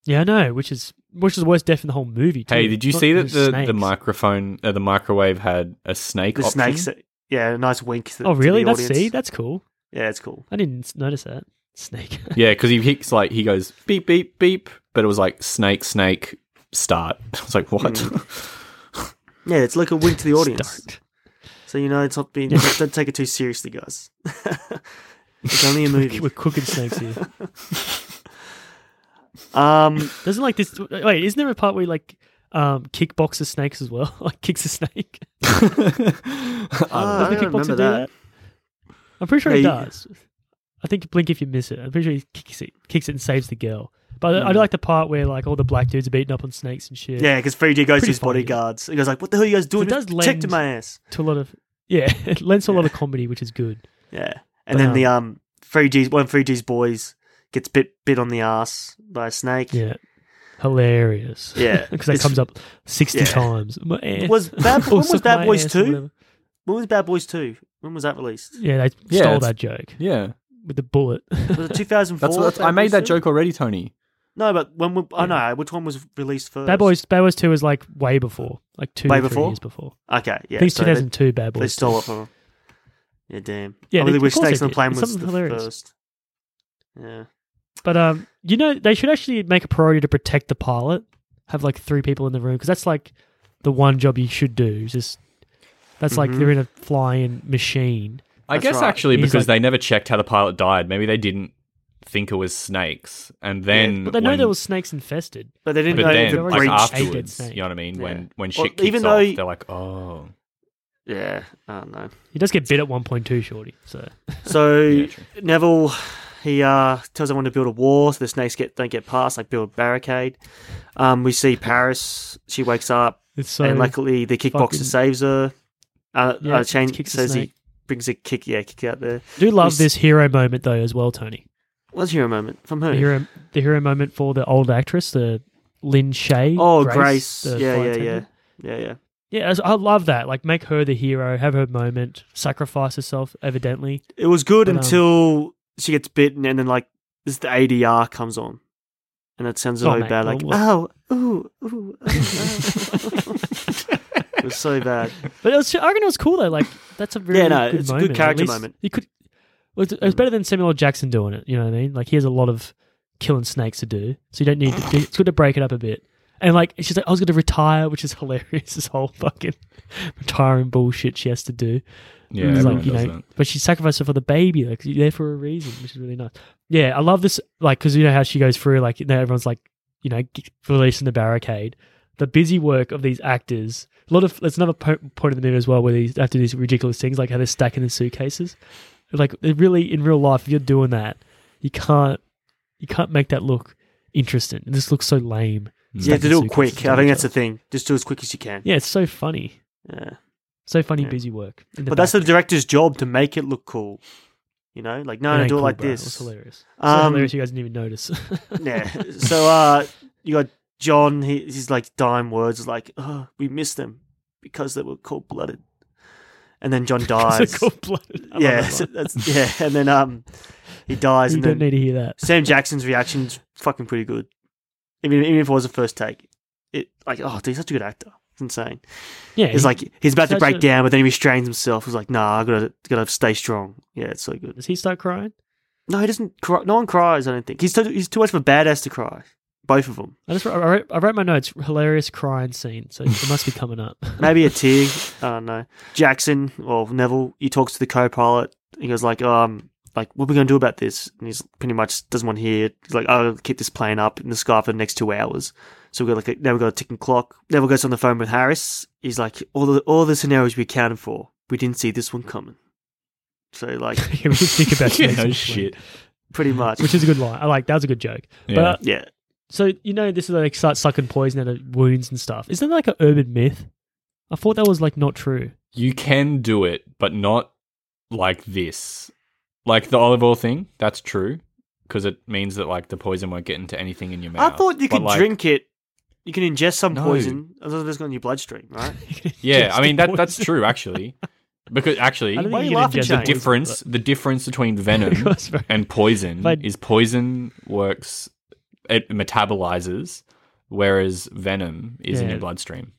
S3: Yeah, I know, which is which is the worst death in the whole movie too.
S1: Hey, did you
S3: Not
S1: see that
S3: just
S1: the,
S3: snakes.
S1: the microphone, uh, the microwave had a snake?
S4: The
S1: option?
S4: snakes. Yeah, a nice wink. To,
S3: Oh
S4: to
S3: really?
S4: the
S3: That's
S4: audience.
S3: see, that's cool.
S4: Yeah, it's cool.
S3: I didn't s- notice that. Snake.
S1: Yeah, because he hits like he goes beep beep beep, but it was like snake snake start. I was like, what?
S4: Hmm. Yeah, it's like a wink to the audience.
S3: Start.
S4: So you know, it's not being.
S3: Yeah.
S4: Don't take it too seriously, guys. it's only a movie.
S3: We're cooking snakes here.
S4: Um,
S3: Doesn't like this wait, isn't there a part where he like um kickboxes snakes as well? like kicks a snake?
S4: Ah, I
S3: Does the
S4: don't
S3: kickboxer
S4: remember
S3: do
S4: that.
S3: that? I'm pretty sure
S4: Yeah,
S3: he
S4: you-
S3: does. I think blink if you miss it. I'm pretty sure he kicks it kicks it and saves the girl. But I I do like the part where like all the black dudes are beating up on snakes and shit.
S4: Hmm. Yeah, because Fiji goes to
S3: Pretty
S4: his
S3: funny.
S4: bodyguards. He goes like, "What the hell are you guys doing?
S3: it does
S4: Just Check to
S3: lend-
S4: my ass."
S3: To a lot of Yeah. It lends to a lot of comedy, which is good.
S4: Yeah,
S3: But,
S4: and then the um Fiji's one of Fiji's boys gets bit bit on the ass by a snake.
S3: Yeah. Hilarious.
S4: Yeah,
S3: Because that
S4: it's-
S3: comes up 60
S4: yeah.
S3: times. My ass.
S4: Was Bad-
S3: Or
S4: when was
S3: suck
S4: Bad
S3: my
S4: Boys
S3: ass
S4: 2?
S3: or whatever.
S4: When was Bad Boys Two? When was that released?
S3: Yeah, they
S1: Yeah,
S3: stole
S1: it's-
S3: that joke
S1: yeah,
S3: with the bullet.
S4: Was it 2004?
S1: that's, that's I made that joke already, Tony.
S4: No, but when we, I
S3: Yeah.
S4: know which one was released first.
S3: Bad Boys, Bad Boys 2 was like way before, like two
S4: Way
S3: or three
S4: before?
S3: years before.
S4: Okay, yeah.
S3: I think it's
S4: so they-
S3: 2002 Bad
S4: They,
S3: Boys. 2.
S4: stole it from. him. Yeah, damn.
S3: Yeah,
S4: I
S3: they-
S4: really
S3: of
S4: wish
S3: course
S4: Snakes
S3: they
S4: on a
S3: did.
S4: Plane
S3: It's
S4: was the
S3: something hilarious.
S4: first. Yeah.
S3: But um, you know, they should actually make a priority to protect the pilot. Have like three people in the room because that's like the one job you should do. is Just that's like
S4: Mhm.
S3: they're in a flying machine.
S1: I
S4: That's
S1: guess
S4: right.
S1: actually
S3: He's
S1: because
S3: like-
S1: they never checked how the pilot died. Maybe they didn't think it was snakes, and then
S3: But they know
S1: when-
S3: there was snakes infested.
S4: But they didn't
S1: But
S4: know
S1: then,
S4: the
S3: were
S1: like
S4: breach.
S3: Aided
S1: afterwards,
S3: snake.
S1: you know what I mean?
S4: Yeah.
S1: When when
S4: Well,
S1: shit kicks
S4: even though
S1: off,
S4: he-
S1: they're like, oh,
S4: yeah, I don't know.
S3: He does get bit at one point too, shorty. So
S4: So
S1: yeah, true.
S4: Neville, he uh, tells everyone to build a wall so the snakes get don't get past, like build a barricade. Um, we see Paris. She wakes up,
S3: it's so
S4: and luckily the kickboxer
S3: fucking-
S4: saves her. Uh,
S3: Yeah,
S4: uh, Shane
S3: kicks the
S4: says he
S3: snake.
S4: brings a kick, yeah, kick out there.
S3: do love
S4: he's-
S3: this hero moment though as well, Tony.
S4: What's your moment from who?
S3: The hero, the hero moment for the old actress, the Lynn Shay.
S4: oh, Grace. Yeah,
S3: the flight
S4: yeah, yeah,
S3: attendant.
S4: yeah, yeah.
S3: yeah. that's- I love that. Like, make her the hero, have her moment, sacrifice herself, evidently.
S4: It was good
S3: But, um,
S4: until she gets bitten, and then like this the ADR comes on, and it sounds
S3: Oh,
S4: really
S3: mate,
S4: bad.
S3: well,
S4: Like
S3: what-
S4: oh, ooh, ooh, ooh, oh, no." it was so bad.
S3: But it was, I reckon it was cool though. Like, that's a really
S4: Yeah, no,
S3: good
S4: it's a good
S3: moment. At
S4: character
S3: least
S4: moment.
S3: You could. It was, it was better than Samuel L. Jackson doing it. You know what I mean? Like, he has a lot of killing snakes to do, so you don't need. To, it's good to break it up a bit. And like, she's like, I was going to retire, which is hilarious. This whole fucking retiring bullshit she has to do.
S1: yeah,
S3: It's
S1: everyone
S3: like you
S1: does
S3: know,
S1: that.
S3: but she sacrificed her for the baby. Like you're there for a reason, which is really nice. Yeah, I love this. Like because you know how she goes through. Like you know, everyone's like you know g- releasing the barricade. The busy work of these actors. A lot of that's another po- point of the movie as well, where they have to do these ridiculous things, like how they're stacking the suitcases. Like it really in real life, if you're doing that, you can't you can't make that look interesting. And this looks so lame.
S4: You have to do it
S3: Suitcases
S4: quick.
S3: to
S4: I think
S3: each
S4: that's the
S3: other.
S4: thing. Just do as quick as you can.
S3: Yeah, it's so funny,
S4: Yeah.
S3: so funny.
S4: Yeah.
S3: Busy work. in
S4: But that's the
S3: background.
S4: director's job to make it look cool. You know, like no,
S3: It
S4: no,
S3: ain't
S4: do it
S3: cool,
S4: like
S3: bro. It was
S4: this.
S3: hilarious. so
S4: Um,
S3: hilarious you guys didn't even notice.
S4: yeah. So uh, you got John. He, he's like dying words. Like oh, we missed them because they were cold blooded. And then John dies.
S3: cold-blooded.
S4: yeah, so that's, yeah. And then um, he dies.
S3: You
S4: and
S3: don't
S4: then
S3: need to hear that.
S4: Sam Jackson's reaction's fucking pretty good. Even even if it was a first take, it like oh, dude, he's such a good actor. It's insane.
S3: Yeah,
S4: He's
S3: he-
S4: like he's about to
S3: such
S4: break
S3: a-
S4: down, but then he restrains himself. He's like, "Nah, I gotta gotta stay strong." Yeah, it's so good.
S3: does he start crying?
S4: No, he doesn't. Cry. No one cries. I don't think he's too, he's too much of a badass to cry. Both of them.
S3: I just wrote, I wrote, I wrote my notes. Hilarious crying scene. So it must be coming up.
S4: Maybe a tear. I don't know. Jackson or Neville. He talks to the co-pilot. He goes like, "Um, like what are we gonna do about this?" And he's pretty much doesn't want to hear. it. He's like, "I'll keep this plane up in the sky for the next two hours." So we got like a, now we got a ticking clock. Neville goes on the phone with Harris. He's like, "All the all the scenarios we accounted for. we didn't see this one coming. So like
S3: Yeah, we should think about the
S1: Yeah,
S3: next
S1: no
S3: one.
S1: shit.
S4: pretty much,
S3: Which is a good line. I like that was a good joke.
S1: Yeah.
S3: But
S4: yeah.
S3: so you know, this is like start sucking poison out of wounds and stuff. Isn't that like an urban myth? I thought that was like not true.
S1: You can do it, but not like this. Like the olive oil thing, that's true. Because it means that like the poison won't get into anything in your mouth.
S4: I thought you
S1: But,
S4: could
S1: like-
S4: drink it. You can ingest some
S1: No.
S4: poison. Otherwise, it's going to your bloodstream, right?
S1: Yeah,
S3: Just
S1: I mean
S3: the
S1: that that's
S3: poison.
S1: true actually. Because actually
S3: I don't
S4: Why
S3: think
S4: are you
S3: can
S4: laughing,
S3: ingest
S4: Shane?
S3: poison,
S1: difference the difference between
S3: but-
S1: venom
S3: That's very-
S1: and poison
S3: But-
S1: is poison works it metabolizes whereas venom is in
S3: Yeah.
S1: your bloodstream.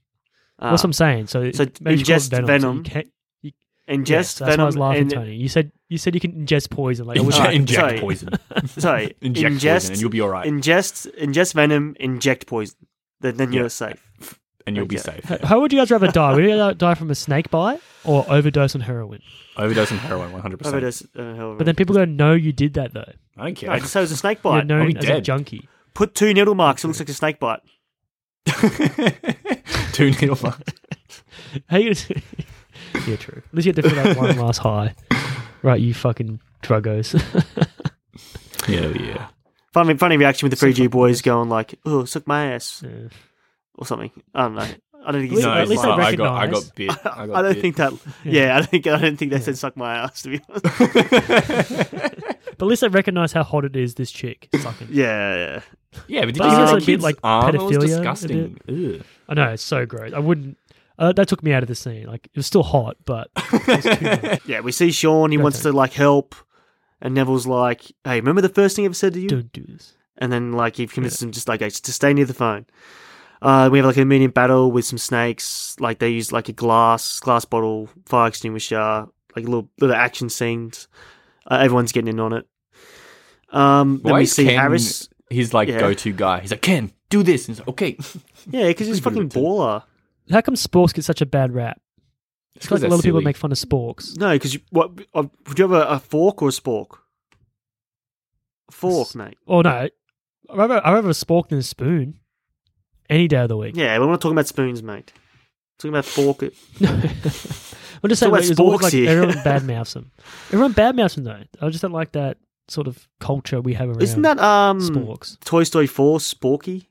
S4: Ah,
S3: That's what I'm saying. So,
S4: So
S3: maybe you call it
S4: ingest
S3: venom. So
S4: venom,
S3: you can't-
S4: Uh, ingest
S3: yes, that's why I
S4: venom.
S3: was laughing,
S4: and-
S3: Tony. um, You said you said you can ingest poison. Like, I wish
S1: Inject,
S3: I
S4: Alright,
S1: inject
S4: sorry.
S1: poison.
S4: Sorry,
S1: Inject
S4: ingest,
S1: poison and you'll be alright.
S4: ingest, ingest venom, inject poison. Then, then
S1: Yeah.
S4: you're safe.
S1: and you'll be
S4: Okay.
S1: safe.
S3: H- How would you guys rather die? Would you rather die from a snake bite or overdose on heroin?
S1: Overdose on heroin, one hundred percent.
S4: Overdose, uh, however.
S3: But then people go, "No, you did that though.
S1: I don't care.
S4: no, just say it was a snake
S3: You're
S4: bite.
S3: known
S1: I'll be
S3: as a
S1: dead.
S3: junkie."
S4: Put two needle marks. It looks like a snake bite.
S1: Two needle marks.
S3: How you gonna? yeah, true. At least you had to feel that one last high, right? You fucking druggos.
S1: Yeah, yeah.
S4: Funny, funny reaction with the
S3: So
S4: Free G
S3: fucking
S4: boys going like, "Oh, suck my ass"
S3: Yeah.
S4: or something. I don't know. I don't think
S3: At
S4: he's
S1: No,
S3: at least
S1: I,
S3: I
S1: I got I
S3: recognise.
S1: got bit. I,
S4: I
S1: got
S4: don't
S1: bit.
S4: think that.
S3: Yeah.
S4: Yeah. I don't think I don't think they said suck my ass to be honest.
S3: But at least I recognise how hot it is. This chick sucking.
S4: Yeah, yeah.
S1: Yeah, but did
S3: But
S1: you
S3: isn't
S1: see
S3: this
S1: the
S3: a bit
S1: kid's
S3: like
S1: arm? It was
S3: pedophilia a
S1: disgusting. Ugh.
S3: I know it's so gross. I wouldn't. Uh, that took me out of the scene. Like it was still hot, but
S4: Yeah, we see Sean. He
S3: Go
S4: wants
S3: Tony.
S4: to like help, and Neville's like, "Hey, remember the first thing I ever said to you?"
S3: don't do this.
S4: And then like he convinces him just like, "Hey, just stay near the phone." Uh, we have like a minion battle with some snakes. Like they use like a glass glass bottle, fire extinguisher, like little little action scenes. Uh, everyone's getting in on it. Um, then
S1: Why
S4: we
S1: is
S4: see
S1: Ken
S4: Harris.
S1: his like
S4: Yeah.
S1: go-to guy? He's like, Ken, do this. And he's like, okay.
S4: Yeah, because he's a
S1: Pretty
S4: fucking
S1: good at it.
S4: baller.
S3: How come sporks get such a bad rap?
S1: It's
S3: It's like a lot of people make fun of sporks.
S4: No, because you, what? Uh, would you have a, a fork or a spork? A fork,
S3: S-
S4: mate.
S3: Oh no, I rather I rather a spork than a spoon. Any day of the week.
S4: Yeah, we're not talking about spoons, mate. We're talking about fork.
S3: I'm just
S4: Talking
S3: saying, like,
S4: about
S3: it's always
S4: sporks
S3: like
S4: here.
S3: everyone badmouths them. Everyone badmouths them though. I just don't like that sort of culture we have around.
S4: Isn't that um
S3: sporks?
S4: Toy Story Four Sporky?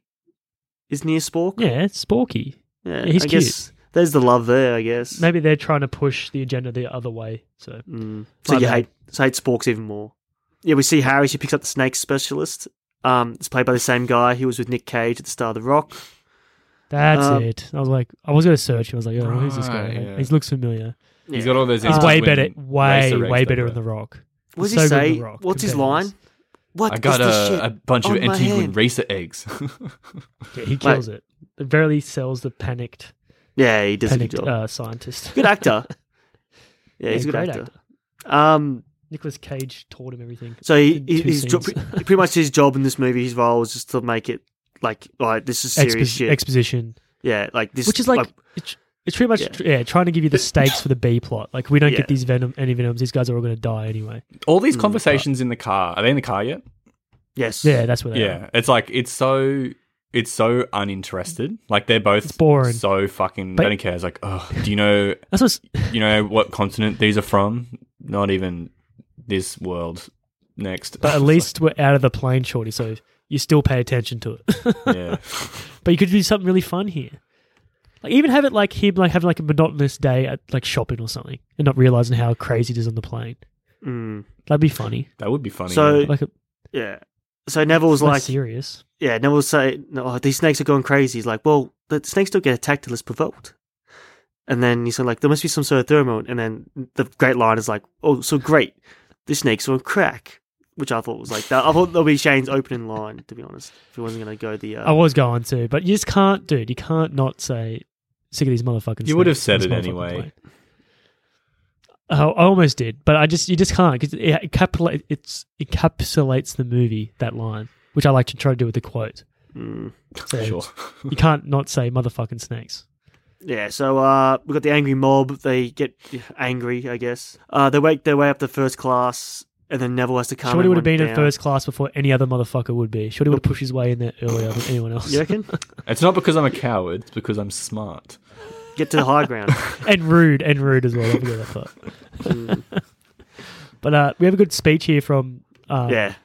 S4: Isn't he a spork?
S3: Yeah, it's sporky. yeah, he's
S4: I
S3: cute.
S4: guess there's the love there. I guess.
S3: Maybe they're trying to push the agenda the other way. So
S4: Mm. So
S3: My
S4: you
S3: bad.
S4: hate so hate sporks even more. Yeah, we see Harry. She picks up the snake specialist. Um, it's played by the same guy who was with Nick Cage at the start of The Rock.
S3: that's
S4: Um,
S3: it. I was like, I was going to search. I was like, oh, who's this guy?
S1: Right, yeah.
S3: He looks familiar.
S1: He's
S4: Yeah.
S1: got all those.
S3: He's
S1: East
S3: way
S1: Wind
S3: better, way,
S1: racer
S3: way
S1: eggs
S3: better
S1: everywhere.
S3: than The Rock.
S4: What does
S3: So
S4: he
S3: good in
S4: say?
S3: The Rock
S4: What's his
S3: compared to
S4: line?
S3: this.
S4: What?
S1: I got
S4: is this shit?
S1: a, a bunch of
S4: on my
S1: Antiguan
S4: hand?
S1: racer eggs.
S3: Yeah, he kills it. It barely sells the panicked,
S4: Yeah, he does a good
S3: panicked
S4: job.
S3: uh, scientist.
S4: good actor. Yeah, he's a good
S3: great
S4: actor. Um,
S3: Nicholas Cage taught him everything.
S4: so he,
S3: In
S4: he,
S3: two
S4: he's jo-
S3: scenes.
S4: pre- pretty much his job in this movie. His role is just to make it like, all right, this is serious
S3: Expo-
S4: shit.
S3: Exposition,
S4: yeah, like this,
S3: which is like, it's, it's pretty much
S4: Yeah.
S3: tr- yeah, trying to give you the stakes for the B plot. Like we don't
S4: Yeah.
S3: get these venom, any venoms. These guys are all going to die anyway.
S1: all these
S4: Mm,
S1: conversations in the car. Are they in the car yet?
S4: yes,
S3: Yeah, that's what. They
S1: Yeah.
S3: are.
S1: It's like it's so it's so uninterested. Like they're both
S3: It's boring.
S1: So fucking.
S3: But-
S1: they don't care. It's like, oh, do you know
S3: that's what's
S1: you know what continent these are from? Not even this world. Next,
S3: But at least we're out of the plane, shorty. So you still pay attention to it.
S1: yeah.
S3: but you could do something really fun here. Like even have it like him like having like a monotonous day at like shopping or something, and not realizing how crazy it is on the plane.
S4: Mm,
S3: That'd be funny.
S1: That would be funny.
S4: So-
S1: yeah.
S3: Like it
S4: yeah. So Neville's
S3: was like
S4: like,
S3: serious.
S4: yeah, Neville's say, no, oh, these snakes are going crazy. He's like, well, the snakes don't get attacked unless provoked. And then he's like, there must be some sort of pheromone. And then the great line is like, oh, so great, the snakes are on crack. Which I thought was like that. I thought that'll be Shane's opening line, to be honest. If he wasn't going to go the uh,
S3: I was going to, but you just can't, dude. You can't not say sick of these motherfucking.
S1: You would have
S3: snakes
S1: said
S3: on this
S1: it
S3: motherfucking
S1: anyway.
S3: plane." Oh, I almost did, but I just you just can't because it encapsulates it's encapsulates the movie that line, which I like to try to do with the quote.
S4: mm.
S3: So
S1: sure.
S3: you can't not say motherfucking snakes.
S4: Yeah, so uh, we got the angry mob. They get angry, I guess. Uh, they wake their way up to first class, and then Neville has to calm
S3: Shorty would have been
S4: everyone
S3: in
S4: down.
S3: first class before any other motherfucker would be. Shorty would have pushed his way in there earlier than anyone else.
S4: You reckon?
S1: It's not because I'm a coward. It's because I'm smart.
S4: get to the high ground.
S3: and rude and rude as well. Don't forget that part.
S4: Mm,
S3: but uh, we have a good speech here from uh,
S4: yeah,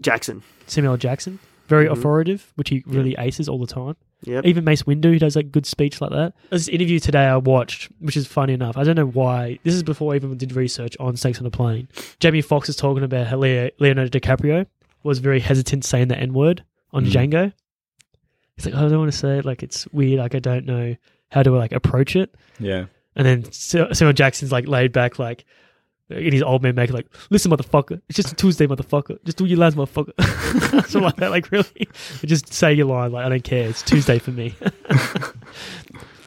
S4: Jackson.
S3: Samuel L. Jackson. Very
S1: Mm-hmm.
S3: authoritative, which he really aces all the time.
S4: Yep.
S3: Even Mace Windu, who does like good speech like that. This interview today I watched, which is funny enough. I don't know why. This is before I even did research on Sex on a Plane. Jamie Foxx is talking about how Leo, Leonardo DiCaprio was very hesitant saying the N word on Django. He's like, "Oh, I don't want to say it. Like, it's weird. Like, I don't know how to like approach it.
S1: Yeah.
S3: And then Sa- Samuel Jackson's like laid back, like in his old man make, like, listen, motherfucker, it's just a Tuesday, motherfucker. Just do your lines, motherfucker. Something like that. Like, really? Just say your line. Like, I don't care. It's Tuesday for me.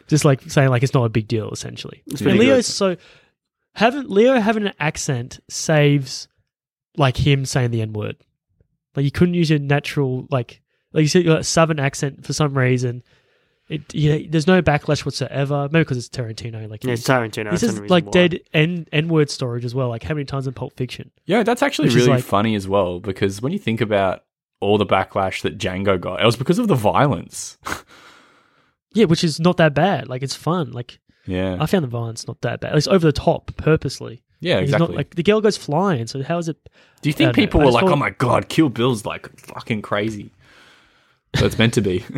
S3: just like saying, like, it's not a big deal, essentially.
S4: pretty good.
S3: And Leo's so. Having, Leo having an accent saves, like, him saying the N word. Like, you couldn't use your natural, like, like you said, your southern accent for some reason. It, you know, there's no backlash whatsoever. Maybe because it's Tarantino. Like
S4: Yeah,
S3: he's-
S4: it's Tarantino.
S3: this
S4: that's the
S3: is
S4: reason
S3: like
S4: why.
S3: dead N N word storage as well. Like how many times in Pulp Fiction?
S1: Yeah, that's actually
S3: Which is
S1: really
S3: like-
S1: funny as well because when you think about all the backlash that Django got, it was because of the violence.
S3: Yeah, which is not that bad. Like it's fun. Like
S1: Yeah.
S3: I found the violence not that bad. It's over the top purposely.
S1: yeah,
S3: Like, it's
S1: exactly.
S3: Not, like the girl goes flying. So how is it?
S1: Do you think
S3: I don't know.
S1: people
S3: I
S1: were
S3: just
S1: like,
S3: thought-
S1: "Oh my god, Kill Bill's like fucking crazy"? But it's meant to be.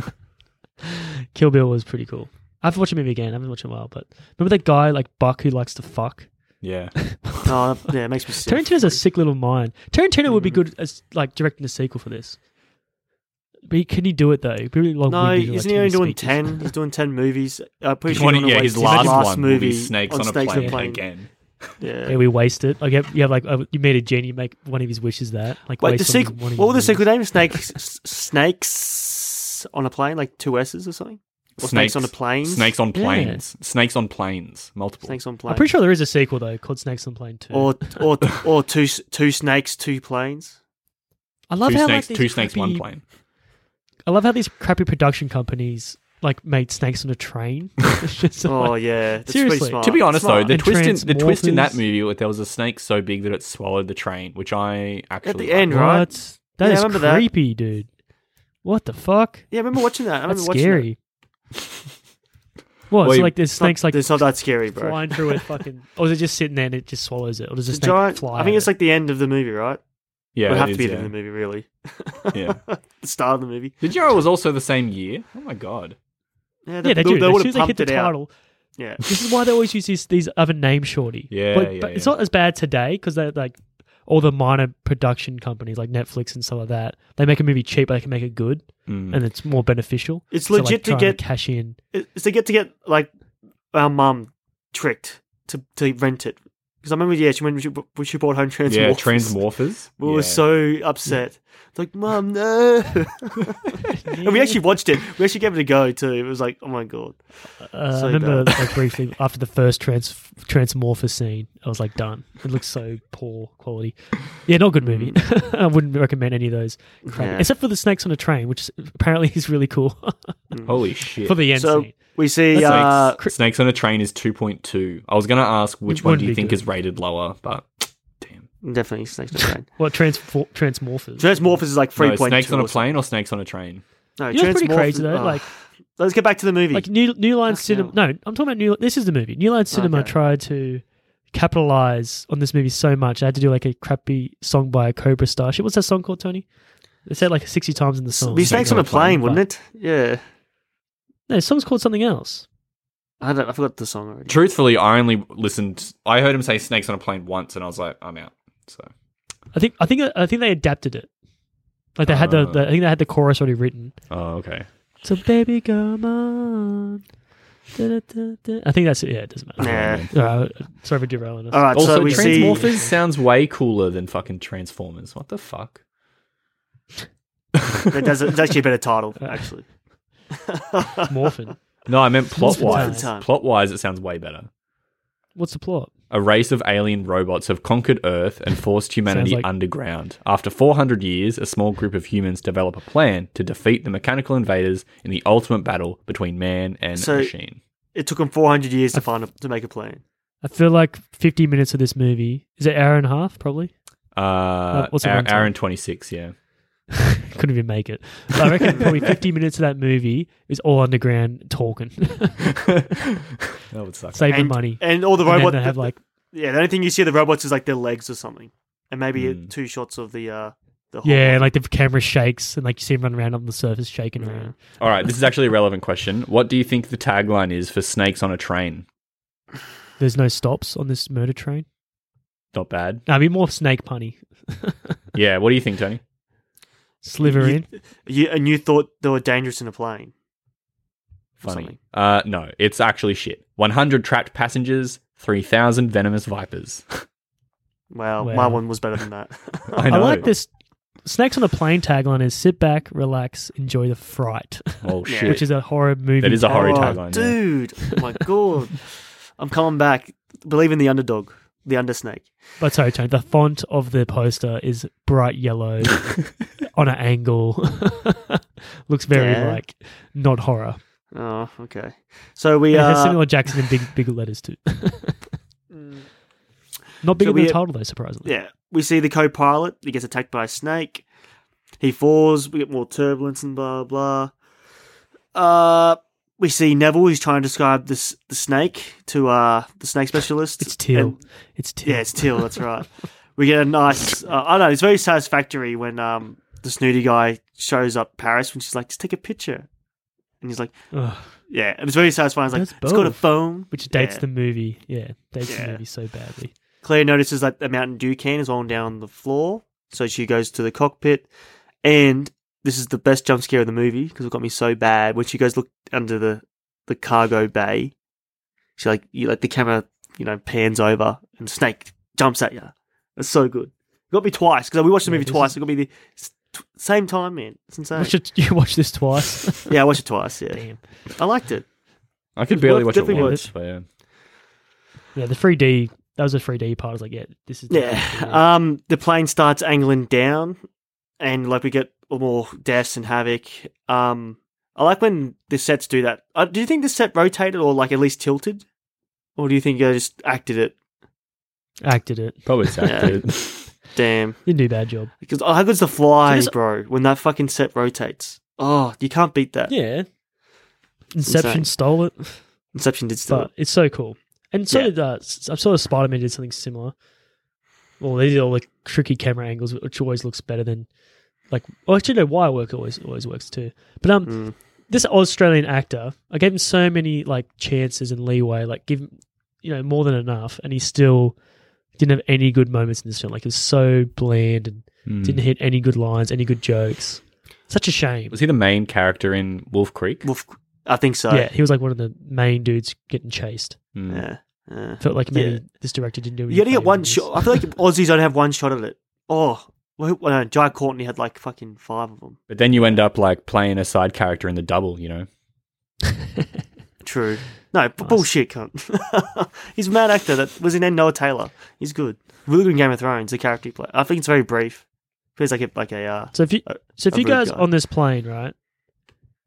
S3: Kill Bill was pretty cool. I haven't watched a movie again. I haven't watched it in a while. But remember that guy like Buck who likes to fuck.
S1: yeah.
S4: Oh, yeah, it makes me sick. Mm-hmm.
S3: Tarantino's a sick little mind. Tarantino would be good as like directing a sequel for this. But he- can he do it though? It'd be really long.
S4: No, isn't he only doing ten? He's doing ten movies. I appreciate
S1: One- yeah, his last, one will be
S4: movie
S1: Snakes on, a, plane again.
S4: Yeah.
S3: Yeah, we waste it. Like you have, you have like uh, you meet a genie, make one of his wishes that like
S4: Wait, the
S3: waste on
S4: sequel.
S3: one of
S4: What was the
S3: his
S4: sequel
S3: wishes.
S4: name? Snakes, s- snakes on a plane, like two S's or something. Or snakes, on a plane.
S1: Snakes on
S3: Yeah.
S1: planes. Snakes on planes. Multiple.
S4: Snakes on a plane.
S3: I'm pretty sure there is a sequel though called Snakes on a Plane Two.
S4: Or or or two s- two snakes, two planes.
S3: I love
S1: two
S3: how
S1: snakes.
S3: like, these
S1: two snakes. One
S3: crappy-
S1: plane.
S3: I love how these crappy production companies like made Snakes on a Train. It's just
S4: Oh
S3: like-
S4: yeah, that's
S3: Seriously.
S4: pretty smart.
S1: To be honest, though,
S3: smart.
S1: the
S3: And
S1: twist in the twist in that
S3: Transmorphers.
S1: movie, was there was a snake so big that it swallowed the train, which I actually
S4: the
S1: liked.
S4: end,
S3: what?
S4: right?
S3: That
S4: Yeah, I
S3: is
S4: remember that.
S3: creepy, dude. What the fuck?
S4: yeah, I remember watching that. I remember
S3: That's
S4: watching That.
S3: scary. What?
S1: Well,
S3: so
S1: you-
S3: like there's
S4: It's not-
S3: snakes like
S4: it's not that scary, bro.
S3: flying through it, fucking, or is it just sitting there and it just swallows it, or does the
S4: It's a
S3: snake
S4: giant.
S3: fly?
S4: I think
S3: at
S4: it's
S3: it?
S4: like the end of the movie, right?
S1: Yeah,
S4: it would
S1: it
S4: have
S1: is,
S4: to be the
S1: yeah.
S4: end of the movie, really.
S1: Yeah.
S4: the start of the movie.
S1: Did you know it was also the same year? Oh my god.
S4: Yeah,
S3: yeah, they do.
S4: would
S3: as soon
S4: have
S3: as they hit
S4: pumped
S3: the
S4: it out.
S3: title,
S4: Yeah.
S3: This is why they always use these, these other name shorty.
S1: Yeah,
S3: but,
S1: yeah,
S3: but it's
S1: yeah.
S3: not as bad today because they're like all the minor production companies like Netflix and stuff like that. They make a movie cheap, but they can make it good,
S1: Mm.
S3: and it's more beneficial.
S4: It's
S3: So, like,
S4: legit to
S3: trying
S4: get
S3: cash in.
S4: it's to get to get like our mum tricked to to rent it because I remember yeah she when she, bu- when she bought home Transmorphers.
S1: Yeah, Transmorphers.
S4: We
S1: yeah.
S4: were so upset. It's like mum, no. and we actually watched it. We actually gave it a go too. It was like oh my god.
S3: Uh, I
S4: so
S3: remember like briefly after the first trans transmorpher scene, I was like done. It looks so poor quality. Yeah, not a good movie.
S4: Mm.
S3: I wouldn't recommend any of those. Crap.
S4: Yeah.
S3: Except for the snakes on a train, which apparently is really cool
S1: Holy shit.
S3: for the end
S4: So
S3: scene.
S4: we see
S1: Snakes,
S4: uh,
S1: Snakes on a Train is 2.2. I was going to ask which
S3: It
S1: one
S3: wouldn't
S1: do you
S3: be
S1: think
S3: good.
S1: is rated lower, but damn.
S4: definitely snakes on a plane.
S3: What transfor- transmorphers?
S4: Transmorphers is like three
S1: No,
S4: point two.
S1: snakes on a plane or snakes on a train?
S4: No,
S3: you know, it's pretty crazy
S4: Transmorphers-
S3: though.
S4: oh.
S3: Like.
S4: let's get back to the movie.
S3: like New New Line
S4: Fucking
S3: Cinema. No, I'm talking about New. This is the movie. New Line Cinema
S4: Okay.
S3: tried to capitalize on this movie so much. I had to do like a crappy song by a Cobra Star. Shit, what's that song called, Tony? They said like 60 times in the song.
S4: It'd be snakes on a plane, wouldn't it? Yeah.
S3: No, the song's called something else.
S4: I don't. I forgot the song already.
S1: Truthfully, I only listened. I heard him say snakes on a plane once, and I was like, I'm out. So
S3: I think I think uh, I think they adapted it. Like they had the,
S1: Ah.
S3: the I think they had the chorus already written.
S1: Oh, okay.
S3: So baby, come on. Da-da-da-da. I think that's it. Yeah, it doesn't matter.
S4: Nah. Uh.
S3: Alright, sorry for derailing us.
S4: All right.
S1: Also,
S4: so we see
S1: Transmorphers sounds way cooler than fucking Transformers. What the fuck?
S4: That does, it's actually a better title, actually.
S3: Morphin.
S1: No, I meant plot wise.
S4: Time.
S1: Plot wise, it sounds way better.
S3: What's the plot?
S1: A race of alien robots have conquered Earth and forced humanity
S3: Sounds like-
S1: underground. After 400 years, a small group of humans develop a plan to defeat the mechanical invaders in the ultimate battle between man and
S4: So-
S1: machine.
S4: It took them 400 years to find a, to make a plane.
S3: I feel like 50 minutes of this movie is it hour and a half probably.
S1: Uh,
S3: what's the
S1: hour,
S3: runtime?
S1: hour and 26, yeah.
S3: Could couldn't even make it. But I reckon probably 50 minutes of that movie is all underground talking,
S1: That would suck.
S3: saving
S4: and,
S3: money.
S4: And all the
S3: And then
S4: robots
S3: they have like
S4: yeah, the only thing you see of the robots is like their legs or something, and maybe
S1: Mm.
S4: two shots of the uh the whole
S3: yeah, and like the camera shakes and like you see him run around on the surface shaking
S4: Yeah.
S3: around.
S1: All right, this is actually a relevant question. What do you think the tagline is for Snakes on a Train?
S3: There's no stops on this murder train.
S1: Not bad.
S3: I mean, more snake punny.
S1: Yeah, what do you think, Tony?
S3: Sliver
S4: You-
S3: in.
S4: You, and you thought they were dangerous in a plane. Or
S1: Funny. Uh, no, it's actually shit. 100 trapped passengers, 3,000 venomous vipers.
S4: Wow,
S3: Wow.
S4: my one was better than that.
S1: I
S3: I,
S1: know.
S3: like this. Snakes on a plane tagline is sit back, relax, enjoy the fright,
S1: Oh,
S4: Yeah.
S1: shit.
S3: which is a horror movie.
S1: That is a horror
S4: Oh,
S1: tagline, yeah.
S4: dude. Oh my god, I'm coming back. Believe in the underdog, the undersnake.
S3: But sorry, Tony. The font of the poster is bright yellow on an angle. Looks very
S4: Yeah.
S3: like not horror.
S4: Oh, okay. So we uh,
S3: It has
S4: are.
S3: similar Jackson in big big letters too.
S4: hmm.
S3: not bigger
S4: So
S3: than
S4: we-
S3: the title though, surprisingly.
S4: Yeah, we see the co-pilot. He gets attacked by a snake. He falls. We get more turbulence and blah blah. Uh, we see Neville. He's trying to describe this the snake to uh the snake specialist.
S3: It's teal.
S4: And-
S3: it's teal.
S4: yeah, it's teal. That's right. We get a nice. Uh, I know it's very satisfactory when um the snooty guy shows up Paris when she's like, just take a picture, and he's like,
S3: Ugh,
S4: yeah, it was very satisfying. It's like
S3: That's
S4: it's got a
S3: both.
S4: phone.
S3: which dates
S4: Yeah.
S3: the movie. Yeah, dates
S4: Yeah.
S3: the movie so badly.
S4: Claire notices that the Mountain Dew can is on down the floor, so she goes to the cockpit, and this is the best jump scare of the movie because it got me so bad. When she goes look under the the cargo bay, she like you like the camera you know pans over and snake jumps at you. It's so good. It got me twice because we watched the
S3: Yeah,
S4: movie
S3: this
S4: twice.
S3: is-
S4: It got me the s- t- same time, man. It's insane.
S3: Watch it, you watch this twice.
S4: yeah, I watched it twice. Yeah,
S3: Damn.
S4: I liked it.
S1: I could barely watch it
S4: definitely
S1: once, but yeah.
S3: Yeah, the 3D. That was a 3D part. I was like, yeah, this is
S4: Yeah.
S3: definitely-
S4: Um, the plane starts angling down, and like we get more deaths and havoc. Um, I like when the sets do that. Uh, do you think the set rotated or like at least tilted, or do you think I just acted it?
S3: acted it.
S1: Probably so.
S4: Yeah.
S1: dude.
S4: Damn,
S3: Didn't do a bad job.
S4: because oh, how good's the fly,
S3: So this-
S4: bro? When that fucking set rotates, oh, you can't beat that.
S3: Yeah. Inception
S4: Insane.
S3: stole it,
S4: Inception did still.
S3: but it's so cool. And so
S4: Yeah.
S3: did uh, s- I saw Spider Man did something similar. Well, they did all the tricky camera angles, which always looks better than like. Well, actually, no, wire work always always works too. But um,
S4: Mm.
S3: this Australian actor, I gave him so many like chances and leeway, like give him, you know more than enough, and he still didn't have any good moments in this film. Like it was so bland and
S1: Hmm.
S3: didn't hit any good lines, any good jokes. Such a shame.
S1: Was he the main character in Wolf Creek?
S4: Wolf, I think so.
S3: Yeah, he was like one of the main dudes getting chased.
S1: Hmm.
S4: Yeah. yeah.
S3: Felt like maybe
S4: Yeah.
S3: this director didn't do.
S4: You only
S3: anything
S4: get one
S3: with this.
S4: shot. I feel like Aussies don't have one shot at it. Oh, well, who- well, no, Jai Courtney had like fucking five of them.
S1: But then you end up like playing a side character in the double, you know?
S4: True. No, b- bullshit, cunt. He's a mad actor that was in End Noah Taylor. He's good. Really good in Game of Thrones, the character he played. I think it's very brief. Feels like a, like a, uh,
S3: So if you
S4: A-
S3: so if
S4: a
S3: you
S4: rude
S3: guys
S4: guy.
S3: on this plane, right?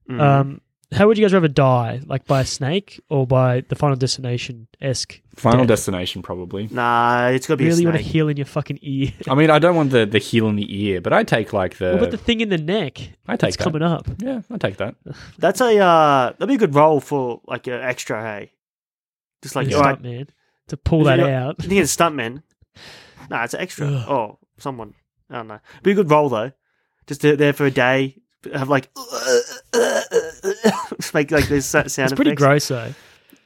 S4: mm,
S3: Um, how would you guys rather die, like by a snake or by the Final Destination esque?
S1: Final
S3: Dead.
S1: Destination, probably.
S4: nah, it's got to be
S3: Really
S4: a
S3: want to
S4: snake.
S3: heal in your fucking ear?
S1: I mean, I don't want the, the heel in the ear, but I take like the.
S3: What about the thing in the neck?
S1: I take
S3: It's
S1: that.
S3: coming up.
S1: Yeah, I take that.
S4: That's a, uh, that'd be a good role for like an extra, hey? Just like,
S3: Like,
S4: all right,
S3: man, to pull
S4: Is
S3: that
S4: it a-
S3: out.
S4: you think it's a stuntman. Nah, it's an extra.
S3: Ugh.
S4: Oh, someone. I don't know. Be a good role, though. Just do it there for a day. Have like, just make like this sound
S3: It's pretty
S4: effects.
S3: gross though,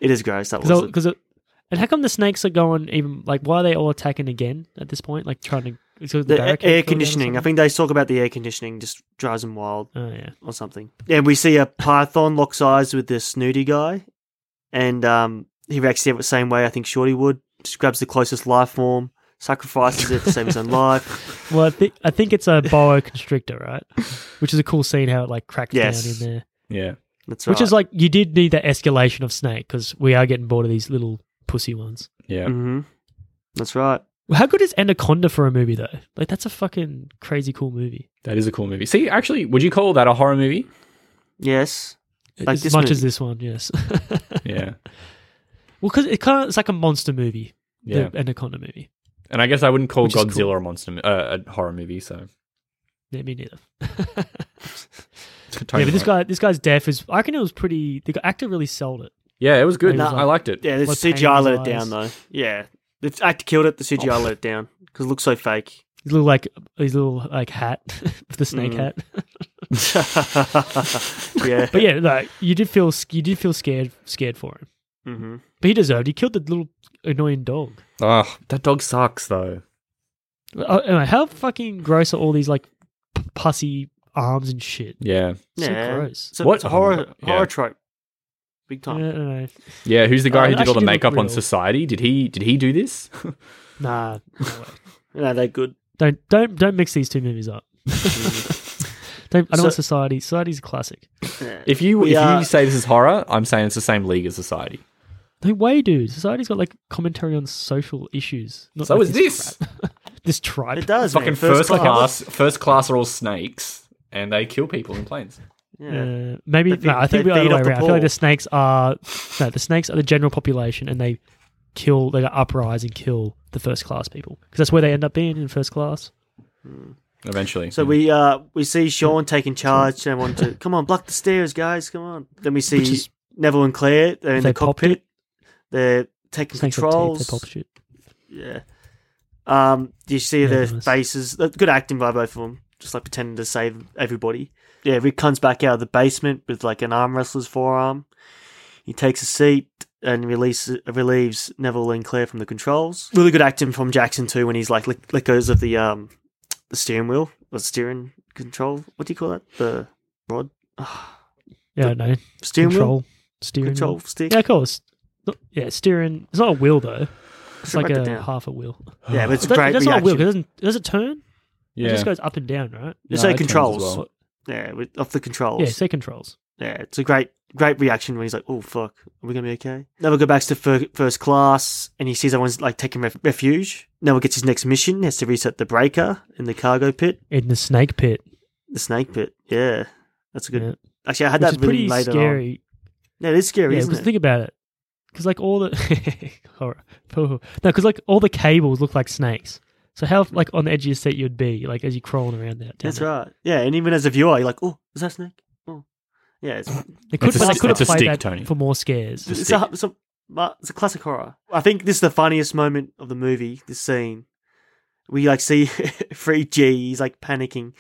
S4: It is gross. That was.
S3: because and how come the snakes are going even like why are they all attacking again at this point? Like trying to it's 'cause
S4: the air-
S3: barricade
S4: air
S3: fell down or
S4: conditioning. I
S3: something?
S4: think they talk about the air conditioning just drives them wild
S3: Oh yeah.
S4: or something. Yeah, we see a python locks eyes with this snooty guy, and um, he reacts the same way I think Shorty would. Just grabs the closest life form, sacrifices it to save his own life.
S3: Well, I, thi- I think it's a boa constrictor, right? Which is a cool scene how it like cracks
S4: Yes.
S3: down in there.
S1: Yeah.
S4: That's right.
S3: Which is like you did need that escalation of snake because we are getting bored of these little pussy ones.
S1: Yeah.
S4: hmm That's right.
S3: Well, How good is Anaconda for a movie though? Like that's a fucking crazy cool movie.
S1: That is a cool movie. See, actually, would you call that a horror movie?
S4: Yes. Like
S3: as
S4: this
S3: much
S4: movie.
S3: as this one, yes. well,
S1: Yeah.
S3: because it kind of it's like a monster movie,
S1: Yeah.
S3: the Anaconda movie.
S1: And I guess I wouldn't call
S3: Which is
S1: Godzilla
S3: cool.
S1: a monster, mo- uh, a horror movie. So
S3: Yeah, me neither.
S1: Tony
S3: yeah, but this
S1: Moore.
S3: guy, this guy's death is. I reckon it was pretty. The actor really sold it.
S1: Yeah, it was good.
S3: Nah.
S1: I liked it.
S4: Yeah, the
S3: What
S4: CGI
S3: pain in
S4: let
S3: his
S4: it down though.
S3: eyes.
S4: Yeah, the actor killed it. The CGI let it down because it looks so fake.
S3: His little like his little like hat, the snake
S4: Mm.
S3: hat.
S4: yeah.
S3: But yeah, like you did feel sc- you did feel scared scared for him.
S4: hmm
S3: But he deserved. He killed the little annoying dog.
S1: Oh, that dog sucks though.
S3: Uh, anyway, how fucking gross are all these like p- pussy arms and shit?
S1: Yeah,
S3: So
S4: Yeah.
S3: gross.
S4: So
S1: What-
S4: it's a horror
S1: Yeah.
S4: horror trope, big
S3: Yeah, I
S4: time.
S3: don't know.
S1: yeah. Who's the guy
S4: Uh,
S3: Oh,
S1: who
S3: it
S1: did all the
S3: actually did look
S1: makeup on
S3: real.
S1: Society? Did he? Did he do this?
S3: Nah, no way.
S4: No, they're good.
S3: don't don't don't mix these two movies up. Don't, I don't
S4: So-
S3: want society. Society's a classic.
S4: Yeah.
S1: If you
S4: We
S1: if
S4: are-
S1: you say this is horror, I'm saying it's the same league as Society.
S3: No way, dude. Society's got like commentary on social issues. Not
S1: So
S3: like
S1: is this
S3: crap. this tribe.
S4: It does.
S1: fucking
S4: man.
S1: first, class? First class are all snakes, and they kill people in planes.
S4: Yeah.
S3: Uh, maybe
S4: They feed-
S3: no, I think
S4: they
S3: we're the
S4: feed
S3: other way
S4: off the
S3: around. I feel like
S4: poor.
S3: the snakes are no, the snakes are the general population, and they kill, they uprise and kill the first class people because that's where they end up being in first class.
S1: Eventually,
S4: So we uh we see Sean taking charge and want to come on block the stairs, guys, come on. Then we see
S3: Which is-
S4: Neville and Claire they're in
S3: They
S4: the
S3: popped
S4: cockpit. They're taking
S3: Snakes have teeth, they
S4: controls.
S3: pop shit.
S4: yeah. Um, you see
S3: Yeah,
S4: their
S3: nice.
S4: faces. uh, Good acting by both of them. Just like pretending to save everybody. Yeah, Rick comes back out of the basement with like an arm wrestler's forearm. He takes a seat and releases relieves Neville and Claire from the controls. Really good acting from Jackson too when he's like let, let goes of the um the steering wheel or steering control. What do you call that? The rod
S3: Yeah, I know.
S4: steering wheel
S3: Control, steering, wheel.
S4: control stick.
S3: Yeah, of course. Not- Yeah, steering. It's not a wheel though. It's
S4: Should
S3: like
S4: write that
S3: a
S4: down.
S3: half a wheel.
S4: yeah, but it's
S3: It's
S4: a great
S3: that's not a wheel. 'cause It
S4: reaction.
S3: doesn't does it turn?
S1: yeah,
S3: It just goes up and down, right?
S4: It's
S1: No,
S4: like
S1: it turns as
S4: controls.
S1: well.
S4: Yeah, with, off the controls.
S3: Yeah, say controls.
S4: Yeah, it's a great, great reaction when he's like, "Oh fuck, are we gonna be okay?" Neville go back to fir- first class, and he sees everyone's like taking ref- refuge. Neville gets his next mission: has to reset the breaker in the cargo pit,
S3: In the snake pit.
S4: the snake pit. Yeah, that's a good.
S3: Yeah.
S4: Actually, I had
S3: Which
S4: that
S3: is
S4: really
S3: pretty
S4: later on.
S3: scary
S4: Yeah, it is scary,
S3: Yeah,
S4: isn't
S3: because
S4: it?
S3: think about it. Because like all the horror, no, because like all the cables look like snakes. So how like on the edge of your seat you'd be like as you're crawling around that.
S4: that's right. Yeah, and even as a viewer, you're like, "Oh, is that a snake?" Oh, yeah, it's
S3: They could,
S1: That's a
S3: but they
S1: stick-
S3: could have
S1: that's a
S3: played
S1: stick,
S3: that
S1: Tony.
S3: for more scares.
S1: Just
S4: it's a, it's, a, but it's a classic horror. I think this is the funniest moment of the movie, this scene. We like see Free G, he's like panicking.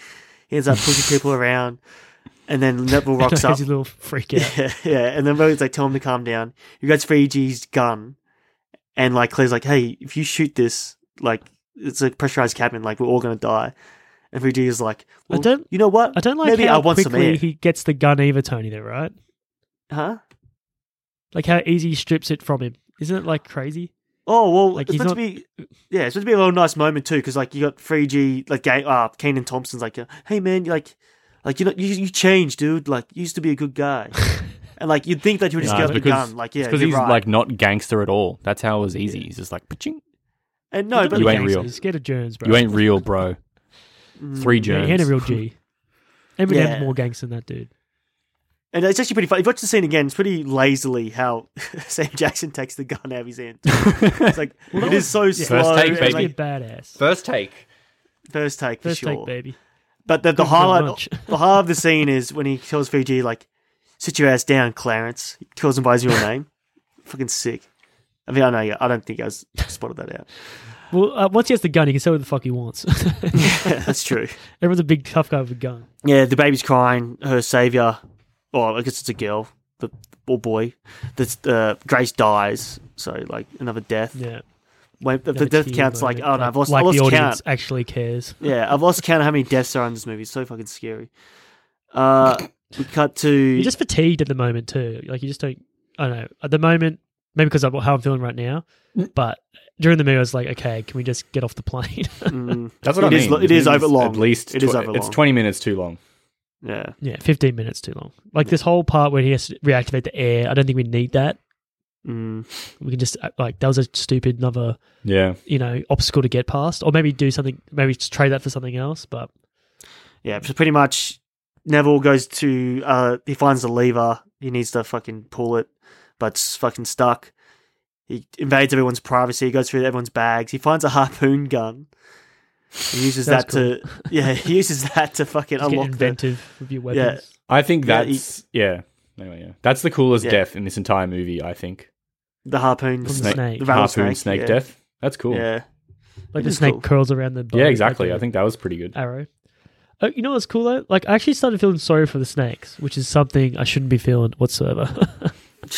S4: He ends up pushing people around. And then Neville rocks up.
S3: Has a little freak out.
S4: Yeah, yeah. And then Neville's like, tell him to calm down. He grabs Free G's gun. And like Claire's like, hey, if you shoot this, like, it's a pressurized cabin, like, we're all going to die. And Free G is like,
S3: I
S4: well,
S3: don't-
S4: you know what?
S3: I don't like
S4: Maybe
S3: how
S4: I want some
S3: quickly
S4: air.
S3: he gets the gun either, Tony. There, right?
S4: huh?
S3: Like how easy he strips it from him. Isn't it like crazy?
S4: Oh well,
S3: Like,
S4: it's
S3: he's
S4: meant to be. Yeah, it's meant to be a little nice moment too, because like you got three G, like Ga- uh, Keenan Thompson's like, uh, hey man, you like, like you know, you you changed, dude. Like you used to be a good guy, and like you'd think that you would just
S1: Nah, it's
S4: get up and
S1: because-
S4: gun, like yeah,
S1: because
S4: you're
S1: he's
S4: right.
S1: like not gangster at all. That's how it was easy. He's just like, "Paching."
S4: and no, but
S1: You
S4: like,
S1: ain't real.
S3: Gangsters, Scared of germs, bro.
S1: you ain't real, bro.
S4: Mm.
S1: Three
S3: Yeah,
S1: germs.
S3: he ain't a real G. Eminem's
S4: Yeah.
S3: more gangster than that dude.
S4: and it's actually pretty funny. If you watch the scene again, it's pretty lazily how Sam Jackson takes the gun out of his hand. It's like it is so slow.
S1: First take,
S4: and,
S1: baby.
S3: He's
S4: like,
S3: a badass.
S1: First take.
S4: first take for
S3: First
S4: sure.
S3: take, baby.
S4: But the, the
S3: Good
S4: highlight,
S3: lunch.
S4: the highlight of the scene is when he tells Fiji, like, sit your ass down, Clarence. He calls him by his real name. Fucking sick. I mean, I know, yeah, I don't think I was, spotted that out.
S3: Well, uh, once he has the gun, he can say what the fuck he wants.
S4: Yeah, that's true.
S3: Everyone's a big tough guy with a gun.
S4: Yeah, the baby's crying. Her savior, well, I guess it's a girl, the or boy. That's uh, Grace dies, so like another death.
S3: Yeah.
S4: When, the, the
S3: Another
S4: death
S3: tear
S4: count's like,
S3: moment,
S4: oh no, I've lost,
S3: like
S4: I lost
S3: the
S4: count.
S3: audience actually cares.
S4: Yeah, I've lost count of how many deaths there are in this movie. It's so fucking scary. Uh, we cut to
S3: You're just fatigued at the moment too. Like you just don't. I don't know. At the moment, maybe because of how I'm feeling right now, but during the movie, I was like, okay, can we just get off the plane?
S4: Mm,
S1: That's what
S4: It
S1: I
S4: is
S1: mean.
S4: lo- it is overlong.
S1: At least
S4: It is
S1: tw- It's
S4: overlong.
S1: twenty minutes too long.
S4: yeah.
S3: yeah, 15 minutes too long. Like this whole part where he has to reactivate the air. I don't think we need that.
S4: Mm.
S3: We can just uh, like that was a stupid another
S1: Yeah.
S3: you know obstacle to get past, or maybe do something. Maybe just trade that for something else. But
S4: Yeah, so pretty much Neville goes to uh he finds the lever, he needs to fucking pull it, but it's fucking stuck. He invades everyone's privacy, he goes through everyone's bags, he finds a harpoon gun. He uses
S3: Sounds
S4: that to yeah, he uses that to fucking
S3: Just get
S4: unlock the
S3: inventive with your weapons.
S1: I think
S4: Yeah, he-
S1: that's yeah. Anyway, yeah. That's the coolest
S4: Yeah.
S1: death in this entire movie, I think.
S4: the harpoon,
S3: From the
S1: snake-
S3: snake.
S4: the rattlesnake,
S1: Harpoon snake
S4: yeah.
S1: death. That's cool. Yeah,
S4: Yeah,
S3: Like
S4: It
S3: the
S4: is
S3: snake
S4: cool.
S3: curls around the body. like
S1: exactly.
S3: a
S1: I think that was pretty good.
S3: arrow. Oh, you know what's cool though? Like I actually started feeling sorry for the snakes, which is something I shouldn't be feeling whatsoever. like,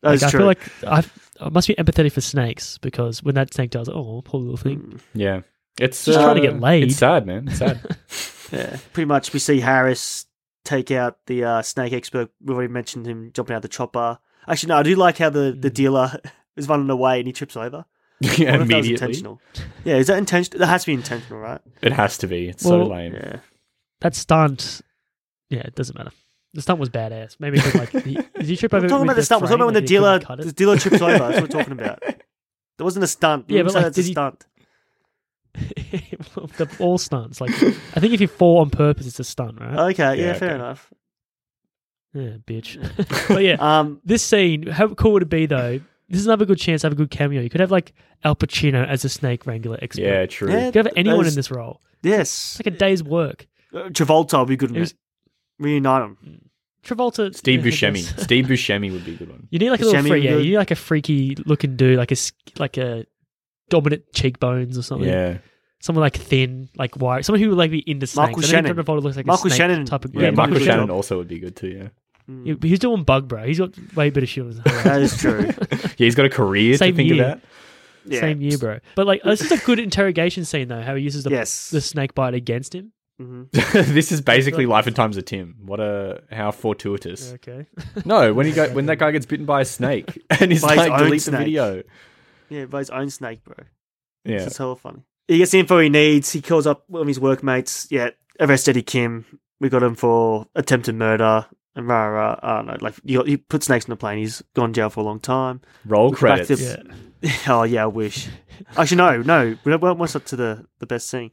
S4: that's
S3: I
S4: true.
S3: feel like I've, I must be empathetic for snakes because when that snake dies, oh poor little thing.
S1: Yeah. It's uh,
S3: Just trying to get laid.
S1: It's sad, man. It's sad.
S4: yeah, pretty much we see Harris take out the uh, snake expert. We already mentioned him jumping out the chopper. Actually, no, I do like how the, the
S3: Mm.
S4: dealer is running away and he trips over.
S1: yeah,
S4: I wonder if that was
S1: immediately.
S4: intentional. Yeah, is that intentional? That has to be intentional, right?
S1: It has to be. It's so
S3: Well-
S1: lame.
S4: Yeah. Mm.
S3: That stunt, yeah, it doesn't matter. The stunt was badass. Maybe it was like the, did you trip over?
S4: We're talking
S3: with
S4: about the stunt. We're talking
S3: frame,
S4: about when the
S3: like, they couldn't
S4: dealer
S3: cut it?
S4: the dealer trips over. That's what we're talking about. There wasn't a stunt.
S3: Yeah,
S4: Yeah,
S3: but,
S4: but
S3: like,
S4: that's
S3: did
S4: a
S3: he-
S4: stunt.
S3: the all stunts. Like I think if you fall on purpose, it's a stunt, right?
S4: Okay, yeah,
S1: Yeah,
S4: fair
S1: okay.
S4: enough.
S3: yeah, bitch. but yeah,
S4: Um,
S3: this scene. How cool would it be though? This is another good chance to have a good cameo. You could have like Al Pacino as a snake wrangler expert.
S1: Yeah, true.
S4: yeah,
S3: You could have anyone in
S4: those-
S3: this role.
S4: Yes,
S3: It's like a day's work.
S4: Uh, Travolta would be good in
S3: It was-
S4: it. Reunite him.
S3: Travolta,
S1: Steve
S3: yeah, I
S1: Buscemi.
S3: guess.
S1: Steve Buscemi would be a good one.
S3: You need like a little
S4: Buscemi
S3: free,
S4: would
S3: yeah.
S4: do it.
S3: You need like a freaky looking dude, like a s- like a dominant cheekbones or something.
S1: Yeah.
S3: Someone like thin, like wire. Someone who would like be into snakes.
S4: Michael
S3: I think
S4: Shannon.
S3: John Travolta looks like
S4: Michael
S3: a snake
S4: Shannon.
S3: type of
S1: Yeah,
S4: Yeah,
S1: Michael
S4: Michael
S1: Shannon
S4: Jordan.
S1: also would be good too, yeah.
S4: Mm.
S3: He- He's doing bug, bro. He's got way better shit on his
S4: That is true.
S1: Yeah, he's got a career
S3: Same
S1: to think
S3: year.
S1: about.
S4: Yeah.
S3: Same year, bro. But like, this is a good interrogation scene though. How he uses the
S4: Yes.
S3: the snake bite against him.
S4: hmm
S1: this is basically Life and Times of Tim. What a how fortuitous.
S3: Okay.
S1: No, when he go, when that guy gets bitten by a snake and he's
S4: By his
S1: like
S4: own
S1: delete the
S4: snake.
S1: video.
S4: Yeah, by his own snake, bro.
S1: Yeah.
S4: It's hella funny. He gets the info he needs. He calls up one of his workmates. Yeah, arrest Eddie Kim. We got him for attempted murder. And rah, rah, rah. I don't know. Like, he, got- he put snakes on the plane. He's gone to jail for a long time.
S1: Roll
S4: Look back
S1: credits.
S3: Yeah.
S4: to- oh, yeah, I wish. Actually, no, no. We went once up to the, the best scene.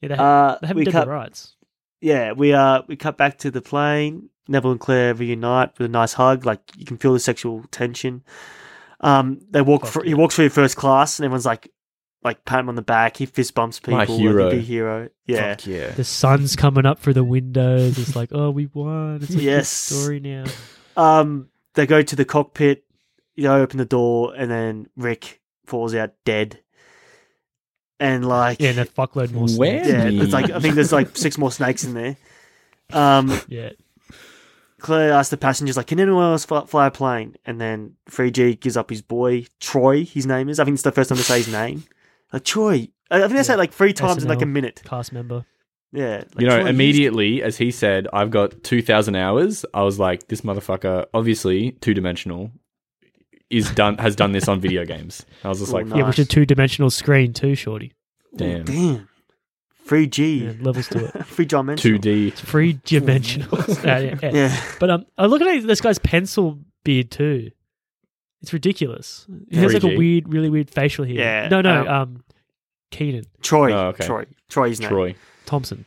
S3: Yeah, they, have,
S4: Uh,
S3: they haven't
S4: we
S3: done
S4: cut,
S3: the rights.
S4: yeah, we uh we cut back to the plane. Neville and Claire reunite with a nice hug. Like you can feel the sexual tension. Um, they walk.
S3: Fuck
S4: Fr-
S3: yeah.
S4: He walks through first class, and everyone's like, like pat him on the back. He fist bumps people.
S1: My
S4: like,
S1: hero.
S4: big hero. Yeah.
S1: Fuck yeah.
S3: The sun's coming up through the windows. It's like, oh, we won. It's a good
S4: Yes.
S3: story now.
S4: Um, they go to the cockpit. They open the door, and then Rick falls out dead. And like,
S3: Yeah, and a fuckload more.
S1: Where?
S3: snakes.
S4: yeah, it's like I think there's like six more snakes in there. Um,
S3: Yeah.
S4: Claire asks the passengers, like, can anyone else fly, fly a plane? And then 3G gives up his boy, Troy, his name is. I think it's the first time they say his name. Like, Troy. I I think they say it like three times in like a
S3: SNL.
S4: minute.
S3: Cast member.
S4: Yeah. Like,
S1: you know,
S4: Troy
S1: immediately as he said, "I've got two thousand hours," I was like, "This motherfucker, obviously two dimensional, is done has done this on video games." I was just
S4: Oh,
S1: like,
S4: no.
S3: Yeah, which
S4: Nice.
S3: is two dimensional screen too, shorty.
S1: "Damn,
S4: Oh, Damn. 3G.
S3: Yeah, levels to it.
S4: 3 John
S1: two D."
S3: It's three dimensional. yeah, yeah.
S4: Yeah.
S3: But um, I look at this guy's pencil beard too. It's ridiculous. He has like a
S1: 3G.
S3: weird, really weird facial hair.
S4: Yeah,
S3: No, no.
S4: um,
S3: Um, Keenan
S4: Troy.
S1: Oh, okay.
S4: Troy. Troy's name.
S1: Troy.
S3: Thompson.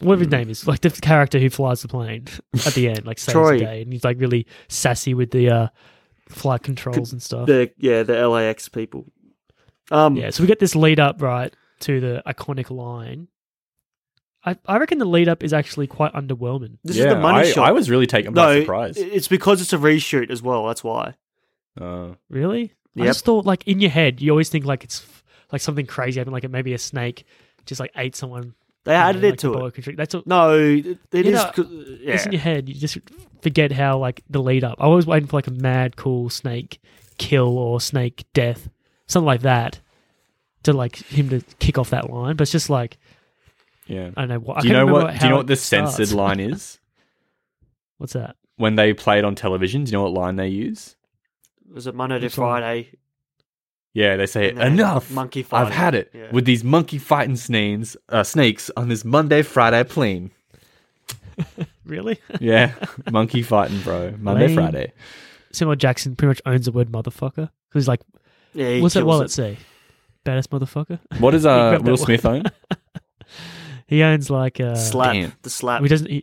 S3: Whatever
S4: Hmm.
S3: his
S1: Mm.
S3: name is, like the character who flies the plane at the end, like saves
S4: Troy.
S3: the day, and he's like really sassy with the uh, flight controls and stuff.
S4: The, yeah, the LAX people. Um,
S3: Yeah, so we get this lead up right to the iconic line. I I reckon the lead up is actually quite underwhelming.
S4: This
S1: yeah,
S4: is the money
S1: I,
S4: shot.
S1: I was really taken by
S4: no,
S1: surprise.
S4: it's because it's a reshoot as well. That's why.
S1: Uh,
S3: Really? I
S4: Yep.
S3: just thought, like in your head, you always think like it's f- like something crazy happened, like maybe a snake just like ate someone.
S4: They
S3: you know,
S4: added
S3: like,
S4: it
S3: a
S4: to
S3: boa
S4: it.
S3: constrict- That's all.
S4: No, it, it
S3: You
S4: is
S3: know,
S4: 'cause- yeah.
S3: It's in your head. You just forget how like the lead up. I was waiting for like a mad cool snake kill or snake death, something like that, to like him to kick off that line. But it's just like
S1: yeah.
S3: I don't know. What, I
S1: Do you
S3: can't
S1: know
S3: remember
S1: what? Do you
S3: how
S1: know what
S3: it
S1: the
S3: starts.
S1: censored line is
S3: What's that?
S1: when they play it on television? Do you know what line they use?
S4: was it Monday to
S3: Which one?
S4: Friday?
S1: Yeah, they say
S4: and then
S1: enough.
S4: Monkey fight.
S1: I've had it
S4: Yeah.
S1: with these monkey fighting snanes, uh, snakes on this Monday Friday plane.
S3: Really?
S1: Yeah, monkey fighting, bro. Monday
S3: Lame.
S1: Friday.
S3: Samuel Jackson pretty much owns the word motherfucker. Who's like,
S4: Yeah, he
S3: what's that
S4: kills
S3: wallet
S4: it.
S3: say? Badass motherfucker.
S1: What does
S3: He
S1: uh,
S3: grabbed
S1: Will
S3: that
S1: Smith own?
S3: He owns like uh,
S4: slap.
S1: Damn.
S4: The slap.
S3: He doesn't. He,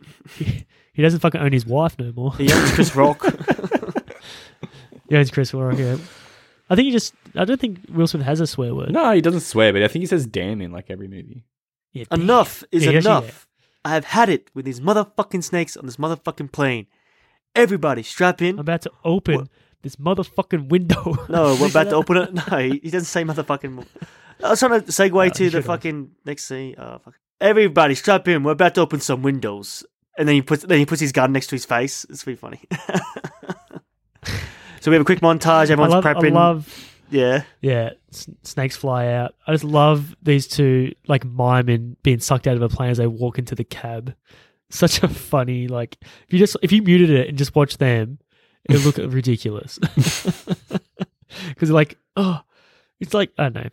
S3: he doesn't fucking own his wife no more.
S4: He owns Chris Rock.
S3: He owns Chris Warren. Yeah. I think he just. I don't think Will Smith has a swear word.
S1: No, he doesn't swear, but I think he says "damn" in like every movie.
S3: Yeah, damn.
S4: Enough is
S3: Yeah, he actually-
S4: enough. I have had it with these motherfucking snakes on this motherfucking plane. Everybody, strap in.
S3: I'm about to open
S4: Mm-hmm. What?
S3: this motherfucking window.
S4: No, we're about to open it. No, he, he doesn't say motherfucking. mo- I was trying to segue
S3: he
S4: to the
S3: should've.
S4: fucking next scene. Oh, fuck. Everybody, strap in. We're about to open some windows, and then he puts then he puts his gun next to his face. It's pretty funny. so we have a quick montage.
S3: I
S4: Everyone's
S3: love, I
S4: prepping.
S3: love.
S4: yeah,
S3: Yeah, s- snakes fly out. I just love these two like mime and being sucked out of a plane as they walk into the cab. Such a funny like. If you just if you muted it and just watched them, it would look ridiculous. Because like oh, it's like I don't know.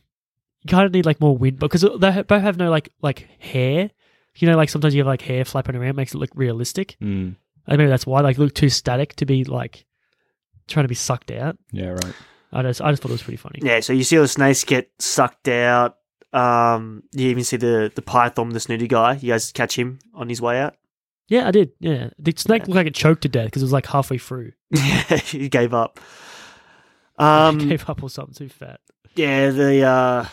S3: You kind of need like more wind because they ha- both have no like like hair. You know, like sometimes you have like hair flapping around, makes it look realistic.
S1: Mm.
S3: And maybe that's why like look too static to be like trying to be sucked out.
S1: Yeah, right.
S3: I just I just thought it was pretty funny.
S4: yeah. So you see all the snakes get sucked out. Um, you even see the the python, the snooty guy. You guys catch him on his way out.
S3: Yeah, I did. Yeah, the snake looked like it choked to death because it was like halfway through.
S4: he gave up.
S3: Um,
S4: Um,
S3: gave up or something too fat.
S4: yeah, they uh,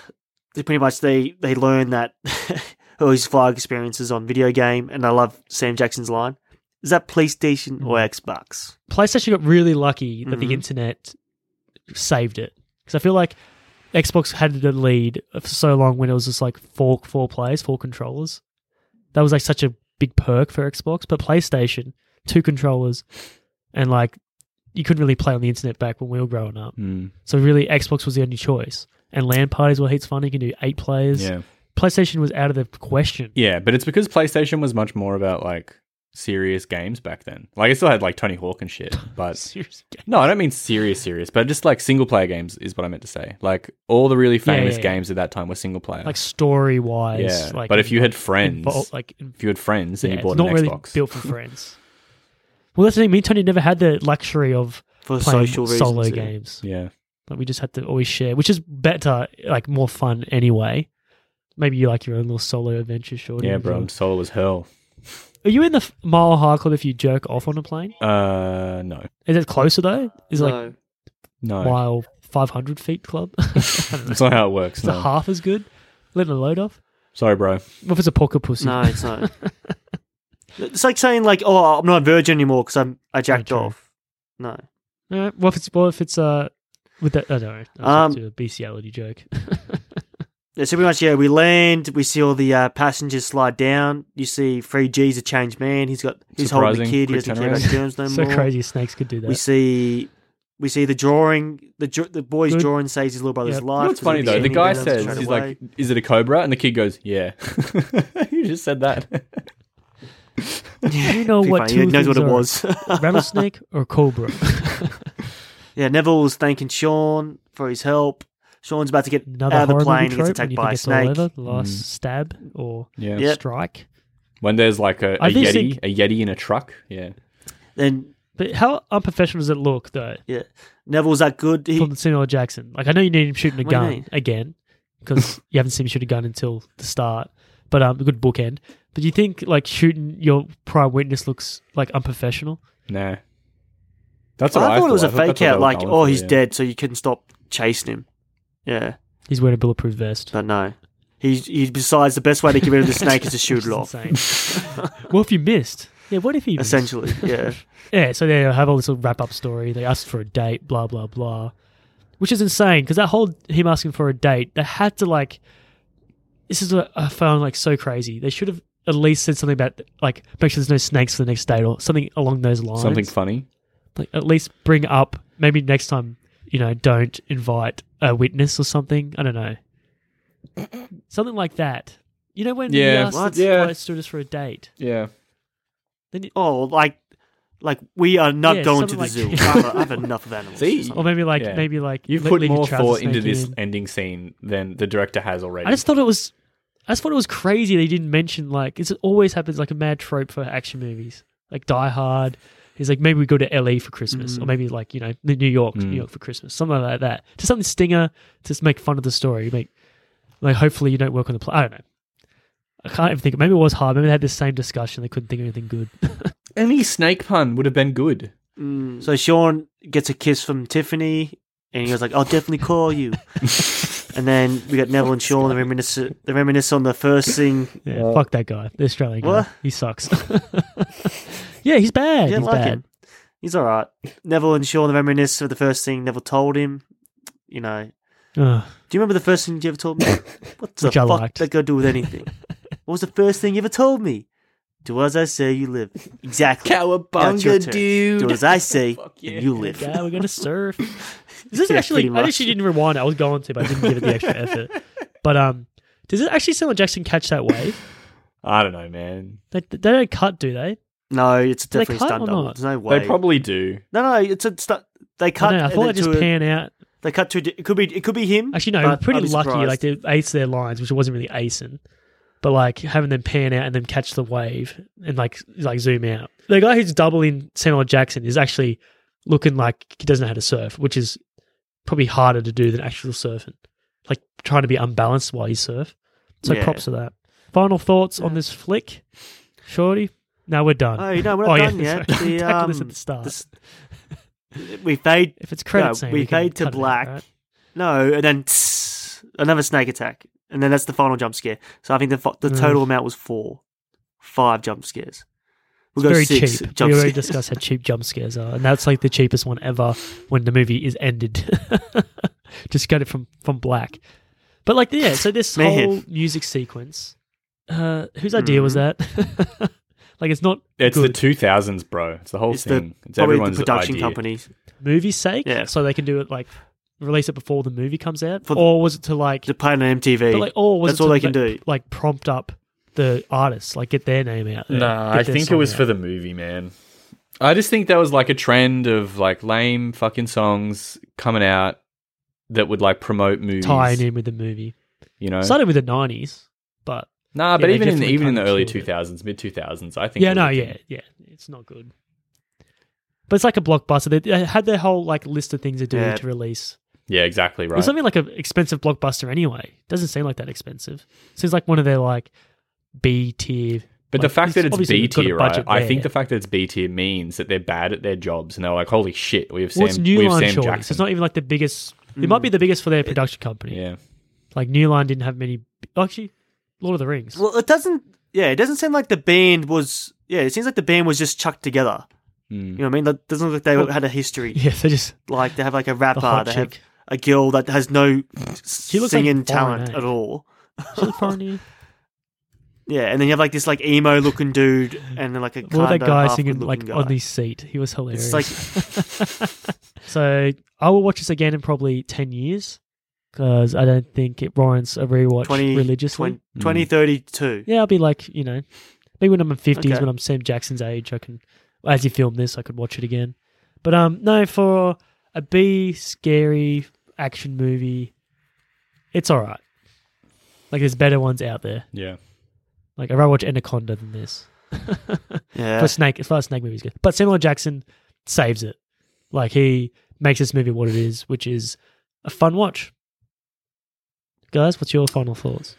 S4: they pretty much they they learn that all his flag experiences on video game, and I love Sam Jackson's line: "Is that PlayStation or
S3: Mm-hmm.
S4: Xbox?"
S3: PlayStation got really lucky that
S4: Mhm.
S3: the internet saved it because I feel like Xbox had the lead for so long when it was just like four four players, four controllers. That was like such a big perk for Xbox, but PlayStation two controllers and like you couldn't really play on the internet back when we were growing up.
S1: Mm.
S3: So really, Xbox was the only choice. And LAN parties were heaps fun. You can do eight players.
S1: Yeah,
S3: PlayStation was out of the question.
S1: yeah, but it's because PlayStation was much more about like serious games back then. Like it still had like Tony Hawk and shit, but
S3: Serious game.
S1: No, I don't mean serious, serious, but just like single player games is what I meant to say. Like all the really
S3: Yeah, yeah,
S1: famous
S3: yeah.
S1: games at that time were single player.
S3: Like story wise.
S1: yeah,
S3: Like
S1: but if you had friends,
S3: invol- like in-
S1: if you had friends and
S3: yeah,
S1: you
S3: it's
S1: bought an
S3: not really
S1: Xbox,
S3: built for friends. well, that's the thing. Me and Tony never had the luxury of
S4: For
S3: playing
S4: social reasons,
S3: solo
S4: yeah.
S3: games.
S1: yeah,
S3: Like we just had to always share, which is better, like more fun anyway. Maybe you like your own little solo adventure, shorty.
S1: yeah,
S3: or
S1: bro,
S3: something.
S1: solo was hell.
S3: Are you in the f- Mile High Club if you jerk off on a plane?
S1: Uh, no,
S3: Is it closer though? Is it like
S1: no,
S4: No.
S3: mile 500 feet club? I don't know.
S1: that's not how it works.
S3: Is it
S1: No,
S3: half as good? Letting a load off?
S1: sorry, bro.
S3: What if it's a poker pussy?
S4: no, it's not. it's like saying like, "Oh, I'm not a virgin anymore because I'm I jacked
S3: true.
S4: off." No,
S3: Uh, well, if it's well, if it's uh, with that, I don't know. I
S4: Um,
S3: was um, a bestiality joke.
S4: Yeah, so pretty much, yeah, we land. We see all the uh, passengers slide down. You see, Free G's a changed man. He's got he's holding a
S1: Surprising
S4: kid. He
S1: quick
S4: doesn't care about
S1: turnaround.
S4: germs no
S3: so
S4: more.
S3: crazy, snakes could do that.
S4: We see, we see the drawing. The dr- the boy's
S3: Good.
S4: drawing saves his little brother's
S3: Yep. You know
S1: You
S4: life.
S1: know what's funny though? The
S3: Anything
S1: guy
S3: else
S1: says
S3: straight
S1: he's like, "Is it a cobra?" and the kid goes, "Yeah." you just said that.
S3: you know what? Two
S4: He knows what
S3: things
S4: it
S3: are,
S4: was.
S3: rattlesnake or cobra?
S4: yeah, Neville's thanking Sean for his help. Sean's about to get
S3: Another
S4: out of the
S3: horror
S4: plane.
S3: movie
S4: He
S3: trope.
S4: gets
S3: when
S4: attacked
S3: you
S4: by
S3: think
S4: a
S3: it's all
S4: snake. Mm.
S3: over, the last stab or
S1: yeah,
S4: Yep.
S3: strike.
S1: when there's like a, a
S3: I
S1: yeti,
S3: just think-
S1: a yeti in a truck. Yeah,
S4: Then
S3: But how unprofessional does it look though?
S4: yeah, Neville's that good. He,
S3: From Samuel L. Jackson, like I know you need him shooting a
S4: What do you
S3: gun
S4: mean?
S3: again because you haven't seen him shoot a gun until the start. But um, a good bookend. But you think like shooting your prime witness looks like unprofessional?
S1: nah. That's
S4: Well,
S1: what
S4: I thought it was a
S1: I that's
S4: fake
S1: what they
S4: out.
S1: were
S4: Like,
S1: going
S4: oh,
S1: for,
S4: he's
S1: yeah.
S4: dead, so you couldn't stop chasing him. Yeah.
S3: He's wearing a bulletproof vest.
S4: But no. He, he decides the best way to get rid of the snake is to shoot
S3: Which
S4: it
S3: is
S4: off.
S3: insane. well, if you missed, yeah. What if you missed?
S4: Essentially, yeah.
S3: Yeah. So they have all this little wrap-up story. They asked for a date, blah blah blah, which is insane because that whole him asking for a date, they had to like. This is what I found like so crazy. They should have at least said something about like make sure there's no snakes for the next date or something along those lines.
S1: Something funny.
S3: like at least bring up maybe next time you know don't invite a witness or something i don't know something like that you know when
S1: Yeah.
S3: yeah he
S4: What?
S3: asked
S1: Yeah.
S3: yeah. us for a date
S1: Yeah.
S4: Oh, like, like we are not
S3: Yeah,
S4: going to the zoo.
S3: something like-
S4: I've, I've had enough of animals.
S1: See?
S3: or maybe like
S1: Yeah.
S3: maybe like
S1: You've
S3: le-
S1: put
S3: leave your
S1: more
S3: trousers
S1: thought into
S3: snake
S1: this
S3: in.
S1: ending scene than the director has already.
S3: i just thought it was i just thought it was crazy they didn't mention like it's, it always happens like a mad trope for action movies like die hard He's like, maybe we go to LA for Christmas,
S4: Mm.
S3: or maybe like you know, New York,
S1: Mm.
S3: New York for Christmas, something like that. Just something stinger, to just make fun of the story. Make like, hopefully you don't work on the plane. I don't know. I can't even think. Maybe it was hard. Maybe they had the same discussion. They couldn't think of anything good.
S1: Any snake pun would have been good.
S4: mm. So Sean gets a kiss from Tiffany. and he was like, "I'll definitely call you." and then we got Neville and Sean. They reminisce. They reminisce on the first thing.
S3: Yeah, fuck that guy. The Australian guy.
S4: What?
S3: He sucks. yeah, he's bad.
S4: Yeah,
S3: he's
S4: like
S3: bad.
S4: him. He's all right. Neville and Sean. They reminisce of the first thing Neville told him. You know.
S3: Ugh.
S4: Do you remember the first thing you ever told me? What the
S3: Which I
S4: fuck
S3: liked.
S4: that got to do with anything? what was the first thing you ever told me? Do as I say, you live. Exactly. Now it's your
S1: Cowabunga,
S4: turn.
S1: dude.
S4: Do as I say,
S1: Fuck yeah.
S4: and you live.
S3: Yeah, we're gonna surf. Does this
S4: Yeah,
S3: actually?
S4: pretty
S3: I
S4: much.
S3: actually didn't rewind. it. I was going to, but I didn't give it the extra effort. But um, does it actually Samuel Jackson catch that wave?
S1: I don't know, man.
S3: They, they don't cut, do they?
S4: No, it's
S3: Do they
S4: definitely
S3: cut
S4: stunt
S3: or
S4: double.
S3: not?
S4: There's no way.
S1: They probably do.
S4: no, no, it's a stunt. They
S3: I,
S4: cut.
S3: don't know, I
S4: and
S3: thought they
S4: then
S3: just
S4: to a-
S3: pan out.
S4: They cut to. It could be. It could be him.
S3: Actually, no,
S4: but
S3: pretty
S4: I'd be
S3: lucky.
S4: surprised.
S3: Like they aced their lines, which wasn't really acing, but like having them pan out and then catch the wave and like like zoom out. The guy who's doubling Samuel Jackson is actually looking like he doesn't know how to surf, which is probably harder to do than actual surfing, like trying to be unbalanced while you surf. So
S4: Yeah.
S3: props to that. Final thoughts on this flick, Shorty? Now we're done.
S4: Oh, no, we're not
S3: yeah,
S4: done yet.
S3: sorry.
S4: The,
S3: Tackle this at
S4: um,
S3: the start.
S4: this- we fade.
S3: if it's credit,
S4: no,
S3: scene,
S4: we
S3: can
S4: fade to
S3: cut it out,
S4: black.
S3: right?
S4: No, and then tss, another snake attack, and then that's the final jump scare. So I think the fo- the
S3: Mm.
S4: total amount was four, five jump scares. We'll
S3: It's
S4: go
S3: very
S4: six
S3: cheap.
S4: jump
S3: we already
S4: scares.
S3: discussed how cheap jump scares are, and that's like the cheapest one ever when the movie is ended. Just got it from from black. But like yeah, so this
S4: Man.
S3: whole music sequence, uh, whose idea was that?
S4: Mm-hmm.
S3: like it's not
S1: It's
S3: good.
S1: the 2000s, bro. It's the whole
S4: It's the-
S1: thing. it's
S4: Probably
S1: everyone's
S4: the production
S1: idea.
S4: companies.
S3: movie's sake,
S4: Yeah.
S3: so they can do it like release it before the movie comes out,
S4: For-
S3: or was it to like,
S4: to play on MTV.
S3: but like or was
S4: that's
S3: it to
S4: all they
S3: like,
S4: can do.
S3: like prompt up the artists, like get their name out? There,
S1: Nah,
S3: get
S1: I
S3: their
S1: think it
S3: song
S1: was
S3: out.
S1: for the movie, man. I just think there was like a trend of like lame fucking songs coming out that would like promote movies.
S3: tying in with the movie.
S1: you know.
S3: Started with the nineties, but
S1: nah,
S3: yeah,
S1: but
S3: they
S1: even in
S3: definitely
S1: even in the
S3: kinda
S1: early
S3: killed it.
S1: 2000s, mid 2000s, I think. it
S3: Yeah,
S1: was
S3: no,
S1: a
S3: yeah,
S1: thing.
S3: yeah. It's not good. But it's like a blockbuster. They- They had their whole like list of things to do
S4: Yeah.
S3: to release.
S1: yeah, exactly
S3: It was
S1: right.
S3: something like an expensive blockbuster anyway. Doesn't seem like that expensive. Seems like one of their like B tier.
S1: But
S3: like,
S1: the fact that it's
S3: obviously
S1: B
S3: they've got a
S1: tier, right?
S3: budget
S1: I
S3: there.
S1: think the fact that it's B tier means that they're bad at their jobs, and they're like, "Holy shit, we have
S3: Well, it's
S1: Sam,
S3: New
S1: we have
S3: Line
S1: Sam
S3: surely.
S1: Jackson."
S3: So it's not even like the biggest. It might be the biggest for their production company.
S1: yeah,
S3: Like New Line didn't have many. Actually, Lord of the Rings.
S4: Well, it doesn't. Yeah, it doesn't seem like the band was. Yeah, it seems like the band was just chucked together.
S1: Hmm.
S4: You know what I mean? That doesn't look like they had a history.
S3: yeah, they just
S4: Like they have like a
S3: the
S4: rapper,
S3: hot
S4: they have
S3: chick.
S4: a girl that has no
S3: like
S4: singing
S3: foreign,
S4: talent
S3: eh?
S4: at all.
S3: She's a foreigner.
S4: Yeah, and then you have like this like emo looking dude, and then like a
S3: Well, that
S4: kinda
S3: guy
S4: half
S3: singing
S4: good-looking
S3: like
S4: guy.
S3: on his seat. He was
S4: It's
S3: hilarious.
S4: like
S3: So I will watch this again in probably 10 years because I don't think it warrants a rewatch
S4: 20,
S3: religiously.
S4: 20, 2032.
S3: Hmm. Yeah, I'll be like, you know, maybe when I'm in 50s,
S4: Okay.
S3: when I'm Sam Jackson's age, I can, as you film this, I could watch it again. But um, no, for a B scary action movie, it's all right. Like, there's better ones out there.
S1: yeah.
S3: Like, I'd rather watch Anaconda than this.
S4: Yeah.
S3: for Snake, as far as Snake movie's good. But Samuel L. Jackson saves it. Like he makes this movie what it is, which is a fun watch. Guys, what's your final thoughts?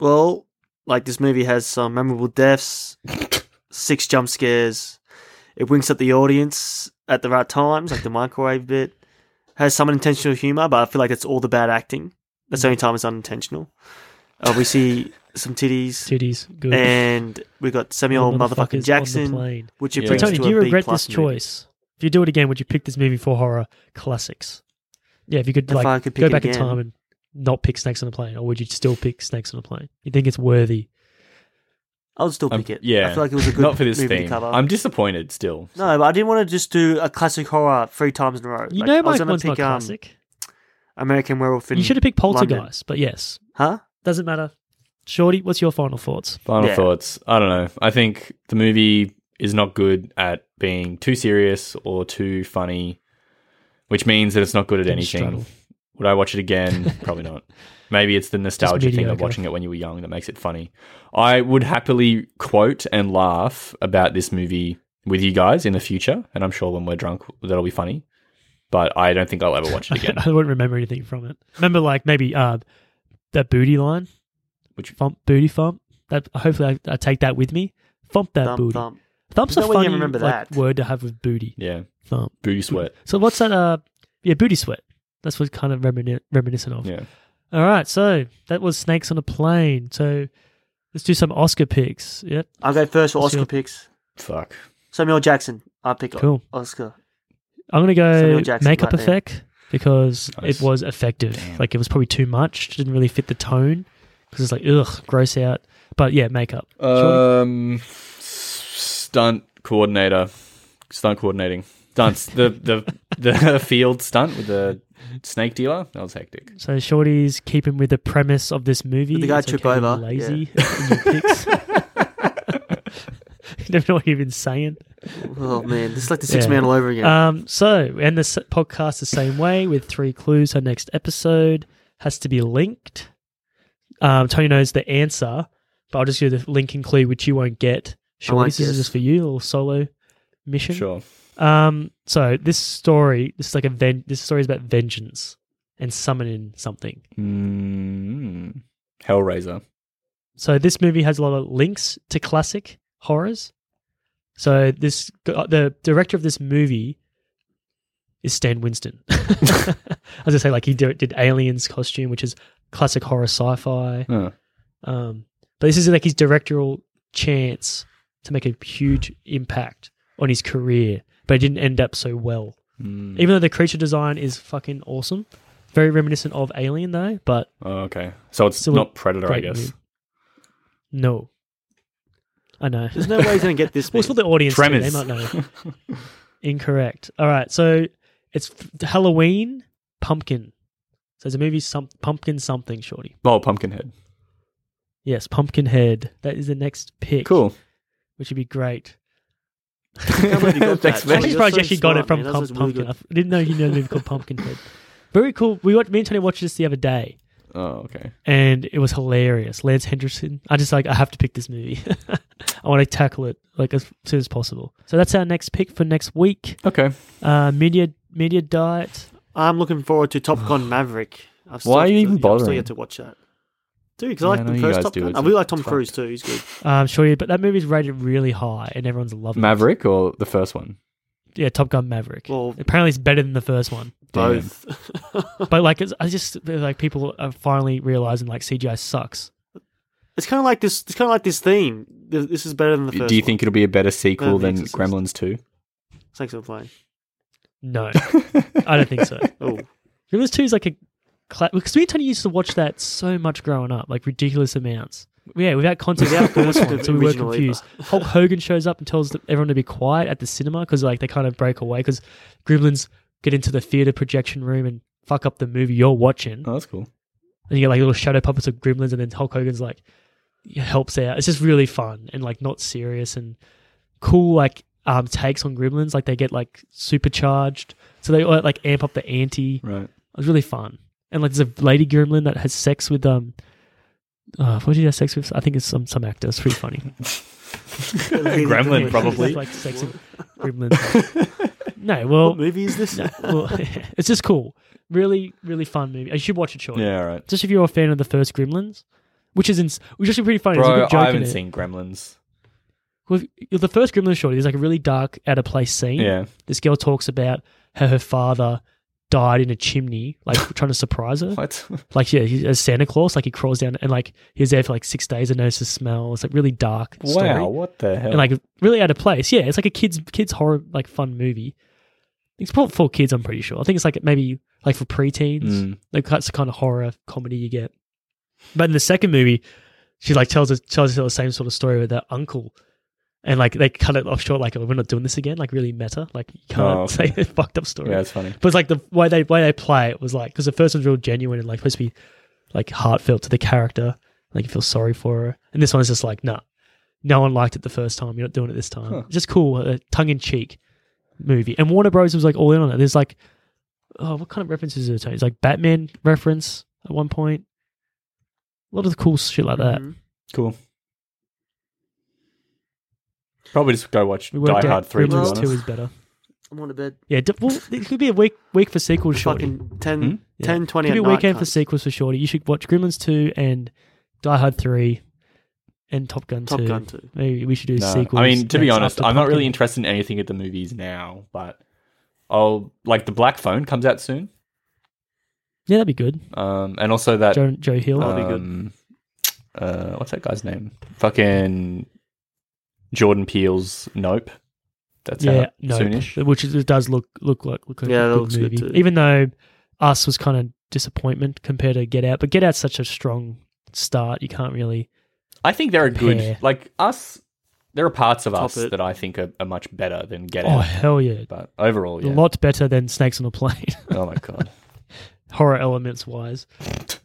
S4: Well, like this movie has some memorable deaths, six jump scares. It winks at the audience at the right times, like the microwave bit. Has some intentional humor, but I feel like that's all the bad acting. That's
S3: Mm-hmm.
S4: the only time it's unintentional. Uh, we see some titties,
S3: Titties, good.
S4: and we got Samuel
S3: Motherfuckers on the
S4: motherfucking Jackson,
S3: plane.
S4: which it
S1: Yeah.
S4: brings
S3: Tony,
S4: to a
S3: do you
S4: B
S3: regret
S4: plus
S3: this
S4: movie.
S3: choice? If you do it again, would you pick this movie for horror classics? Yeah, if you could
S4: If I
S3: like
S4: could pick
S3: go
S4: it
S3: back in
S4: again.
S3: time and not pick Snakes on a Plane, or would you still pick Snakes on a Plane? You think it's worthy?
S4: I would still
S1: Um,
S4: pick it.
S1: yeah.
S4: I feel like it was a good
S1: Not for this
S4: movie
S1: theme.
S4: to cover.
S1: I'm disappointed still.
S4: no, but I didn't want to just do a classic horror three times in a row.
S3: You
S4: Like,
S3: know,
S4: I was
S3: my
S4: gonna
S3: one's not
S4: pick, um,
S3: classic.
S4: American Werewolf in
S3: You should have picked
S4: London.
S3: Poltergeist, but yes,
S4: Huh?
S3: Doesn't matter. Shorty, what's your final thoughts?
S1: Final
S4: Yeah.
S1: thoughts. I don't know. I think the movie is not good at being too serious or too funny, which means that it's not good at
S3: Didn't
S1: anything.
S3: struggle.
S1: Would I watch it again? Probably not. Maybe it's the nostalgia thing of
S3: mediocre.
S1: watching it when you were young that makes it funny. I would happily quote and laugh about this movie with you guys in the future, and I'm sure when we're drunk that'll be funny. But I don't think I'll ever watch it again.
S3: I wouldn't remember anything from it. Remember, like maybe uh, that booty line,
S1: Which-
S3: thump booty thump. That hopefully I, I take that with me. Thump that
S4: Thump,
S3: booty.
S4: thump.
S3: Thump's
S4: No
S3: a
S4: way you
S3: funny
S4: remember
S3: like,
S4: that.
S3: word to have with booty.
S1: yeah,
S3: Thump.
S1: booty sweat.
S3: So what's that? Uh, yeah, booty sweat. That's what kind of remini- reminiscent of.
S1: Yeah.
S3: All right, so that was Snakes on a Plane. So let's do some Oscar picks. Yep,
S4: I'll go first for
S3: What's
S4: Oscar
S3: your-
S4: picks.
S1: Fuck.
S4: Samuel Jackson. I'll pick
S3: Cool.
S4: Oscar.
S3: I'm gonna go
S4: Samuel Jackson
S3: makeup
S4: right there.
S3: effect because
S1: Nice.
S3: it was effective.
S1: Damn.
S3: Like it was probably too much. Didn't really fit the tone because it's like ugh, gross out. But yeah, makeup. Sure.
S1: Um, s- stunt coordinator, stunt coordinating, stunts. the the the field stunt with the snake dealer. That was hectic.
S3: so Shorty's keeping with the premise of this movie.
S4: Did the guy
S3: It's
S4: trip
S3: okay to be
S4: over?
S3: Lazy. in your picks. you never know what you've been saying.
S4: Oh man, this is like the six
S3: Yeah.
S4: man all over again.
S3: Um, so we end this podcast the same way with three clues. Our next episode has to be linked. Um, Tony knows the answer, but I'll just do the linking clue, which you won't get. Sure,
S4: won't
S3: this is
S4: guess.
S3: just for you, a little solo mission.
S1: Sure.
S3: Um, so this story, this is like a ven- this story is about vengeance and summoning something.
S1: Mm, Hellraiser.
S3: So this movie has a lot of links to classic horrors. So this uh, the director of this movie is Stan Winston. As I say, like he did, did Aliens costume, which is classic horror sci-fi.
S1: Huh.
S3: Um, but this is like his directorial chance to make a huge impact on his career, but it didn't end up so well.
S1: Mm.
S3: Even though the creature design is fucking awesome, very reminiscent of Alien though, but
S1: Oh, okay. So it's
S3: So a
S1: not Predator, I
S3: great
S1: guess.
S3: movie. no, I know.
S4: There's no way he's gonna get this.
S3: Well, it's
S4: man.
S3: for the audience. too.
S1: Premise.
S3: They might know. Incorrect. All right. So it's f- Halloween pumpkin. So it's a movie, some, pumpkin something, shorty.
S1: Oh, Pumpkinhead.
S3: Yes, Pumpkinhead. That is the next pick.
S1: Cool.
S3: Which would be great.
S4: believe you got
S1: Thanks,
S4: that.
S1: man.
S3: I'm
S4: you're
S3: surprised
S4: so
S3: you actually got
S4: smart,
S3: it from
S4: man. That
S3: Pump,
S4: was really
S3: Pumpkin.
S4: good.
S3: I didn't know you knew a movie called Pumpkinhead. Very cool. We watched, me and Tony watched this the other day,
S1: Oh, okay.
S3: and it was hilarious. Lance Henderson. I just like I have to pick this movie. I want to tackle it like as soon as possible. So that's our next pick for next week.
S1: Okay.
S3: Uh, media media diet.
S4: I'm looking forward to Top Gun Maverick. I've still-
S1: Why are you even
S4: I'm still
S1: bothering?
S4: yet to watch that, dude. Because
S1: Yeah,
S4: I
S1: I
S4: like
S1: know
S4: the
S1: you
S4: first
S1: guys
S4: Top
S1: do.
S4: Gun.
S1: It's
S4: I
S1: a
S4: really like Tom
S1: fuck.
S4: Cruise too. He's good.
S3: Um, sure, yeah, but that movie's rated really high, and everyone's loving
S1: Maverick or the first one?
S3: it. Yeah, Top Gun Maverick.
S4: Well-
S3: Apparently, it's better than the first one.
S1: Damn.
S4: Both.
S3: but like, it's, I just like people are finally realizing like CGI sucks.
S4: It's kind of like this. It's kind of like this theme. Th- This is better than the first.
S1: Do you think it'll be a better sequel
S4: Than The
S1: than
S4: Exorcist.
S1: Gremlins 2?
S4: One. Thanks for playing.
S3: No, I don't think so.
S4: Oh,
S3: Gremlins Two is like a because me and Tony used to watch that so much growing up, like ridiculous amounts. Yeah, without context,
S4: Without
S3: without the first one,
S4: context
S3: so we were
S4: originally, eh, but- Oh.
S3: confused. Hulk Hogan shows up and tells the- everyone to be quiet at the cinema because like they kind of break away because Gremlins get into the theater projection room and fuck up the movie you're watching.
S1: Oh, that's cool.
S3: and you get like little shadow puppets of gremlins, and then Hulk Hogan's like helps out. It's just really fun and like not serious and cool like um takes on gremlins. Like they get like supercharged, so they uh, like amp up the ante. It
S1: Right.
S3: was really fun, and like there's a lady gremlin that has sex with um. Uh, what did he have sex with? I think it's some some actor. It's pretty funny.
S1: Gremlin,
S3: She's
S1: probably.
S3: like sex with gremlins. no, well,
S4: what movie is this?
S3: no, well it's just cool. Really, really fun movie. You should watch it. Short
S1: Yeah, all right.
S3: just if you're a fan of the first Gremlins, which is ins- which is actually pretty funny. There's a
S1: Bro,
S3: good joke
S1: I
S3: in
S1: haven't
S3: it.
S1: seen Gremlins.
S3: With- the first Gremlins shorty, there's like a really dark, out of place scene.
S1: Yeah.
S3: This girl talks about how her father died in a chimney, like trying to surprise her.
S1: What?
S3: Like yeah, he's as Santa Claus, like he crawls down and like he was there for like six days and knows the smell. It's like really dark. Story.
S1: Wow, what the hell?
S3: And like really out of place. Yeah, it's like a kids kids horror like fun movie. It's probably for kids, I'm pretty sure. I think it's like maybe like for preteens.
S1: Mm.
S3: Like that's the kind of horror comedy you get. But in the second movie, she like tells us tells us the same sort of story with her uncle, and like they cut it off short. Like oh, we're not doing this again. Like really meta. Like you can't
S1: Oh, okay.
S3: say a fucked up story.
S1: yeah, it's funny.
S3: But it's like the way they way they play it was like because the first one's real genuine and like supposed to be like heartfelt to the character. Like you feel sorry for her, and this one's just like nah, no one liked it the first time. You're not doing it this time.
S1: Huh.
S3: It's just cool, a tongue in cheek movie. And Warner Bros was like all in on it. There's like, oh, what kind of references are there? It's like Batman reference at one point. A lot of the cool shit like that.
S4: Mhm.
S1: Cool. Probably just go watch
S3: We
S1: Die
S3: worked
S1: Hard
S3: out
S1: 3 to be
S3: Gremlins
S1: honest.
S3: Two is better.
S4: I'm on to bed.
S3: Yeah, d- well, it could be a week week for sequels. Shorty.
S4: Fucking 10,
S1: Hmm?
S4: 10 20
S3: Could be
S4: at
S3: a
S4: night,
S3: weekend for
S4: cunt.
S3: sequels for Shorty. You should watch Gremlins 2 and Die Hard 3 and Top Gun
S4: Top
S3: 2.
S4: Gun too.
S3: Maybe we should do
S1: No,
S3: sequels.
S1: I mean, to be
S3: next
S1: honest,
S3: after
S1: I'm not really
S3: Pumpkin.
S1: interested in anything at the movies now, but I'll like the Black Phone comes out soon.
S3: Yeah, that'd be good.
S1: Um, and also that
S3: Joe, Joe Hill.
S4: that'd be good.
S1: um, Uh, what's that guy's name? Fucking Jordan Peele's Nope. That's
S3: yeah,
S1: out
S3: no,
S1: soonish.
S3: which is, it does look look like look like
S4: Yeah,
S3: a
S4: that
S3: good
S4: looks good
S3: movie.
S4: too.
S3: Even though Us was kind of disappointment compared to Get Out, but Get Out's such a strong start. You can't really.
S1: I think there are
S3: Yeah.
S1: good like us. There are parts of
S4: Top
S1: us
S4: it.
S1: that I think are, are much better than Get
S3: Oh
S1: Out.
S3: hell yeah!
S1: But overall, yeah.
S3: A lot better than Snakes on a Plane,
S1: Oh my god.
S3: horror elements wise.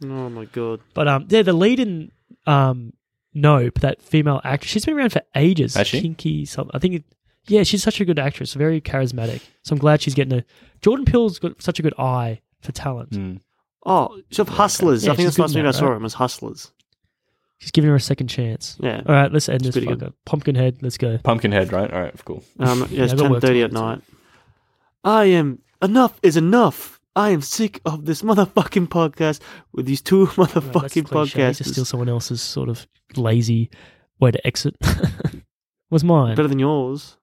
S4: Oh my god.
S3: But um, yeah, the lead in um, Nope, that female actress, she's been around for ages.
S1: Has she?
S3: Kinky, something. I think. It, yeah, she's such a good actress, very charismatic. So I'm glad she's getting a. Jordan Peele's got such a good eye for talent.
S1: Hmm.
S4: Oh, so Hustlers.
S3: Yeah,
S4: I think that's
S3: she's good
S4: the last
S3: in
S4: movie I
S3: that,
S4: saw
S3: right?
S4: him was Hustlers.
S3: She's giving her a second chance.
S4: Yeah.
S3: All right, let's end
S4: It's
S3: this
S4: pretty good.
S3: fucker. Pumpkinhead, let's go.
S1: Pumpkinhead, right? All right, cool.
S4: Um, yeah, it's
S3: Oh. Yeah, that
S4: ten
S3: works
S4: thirty
S3: well,
S4: at
S3: that's
S4: night. I am enough is enough. I am sick of this motherfucking podcast with these two
S3: Right, that's
S4: motherfucking
S3: cliche. It's Just
S4: podcasts.
S3: steal someone else's sort of lazy way to exit. Was mine.
S4: Better than yours.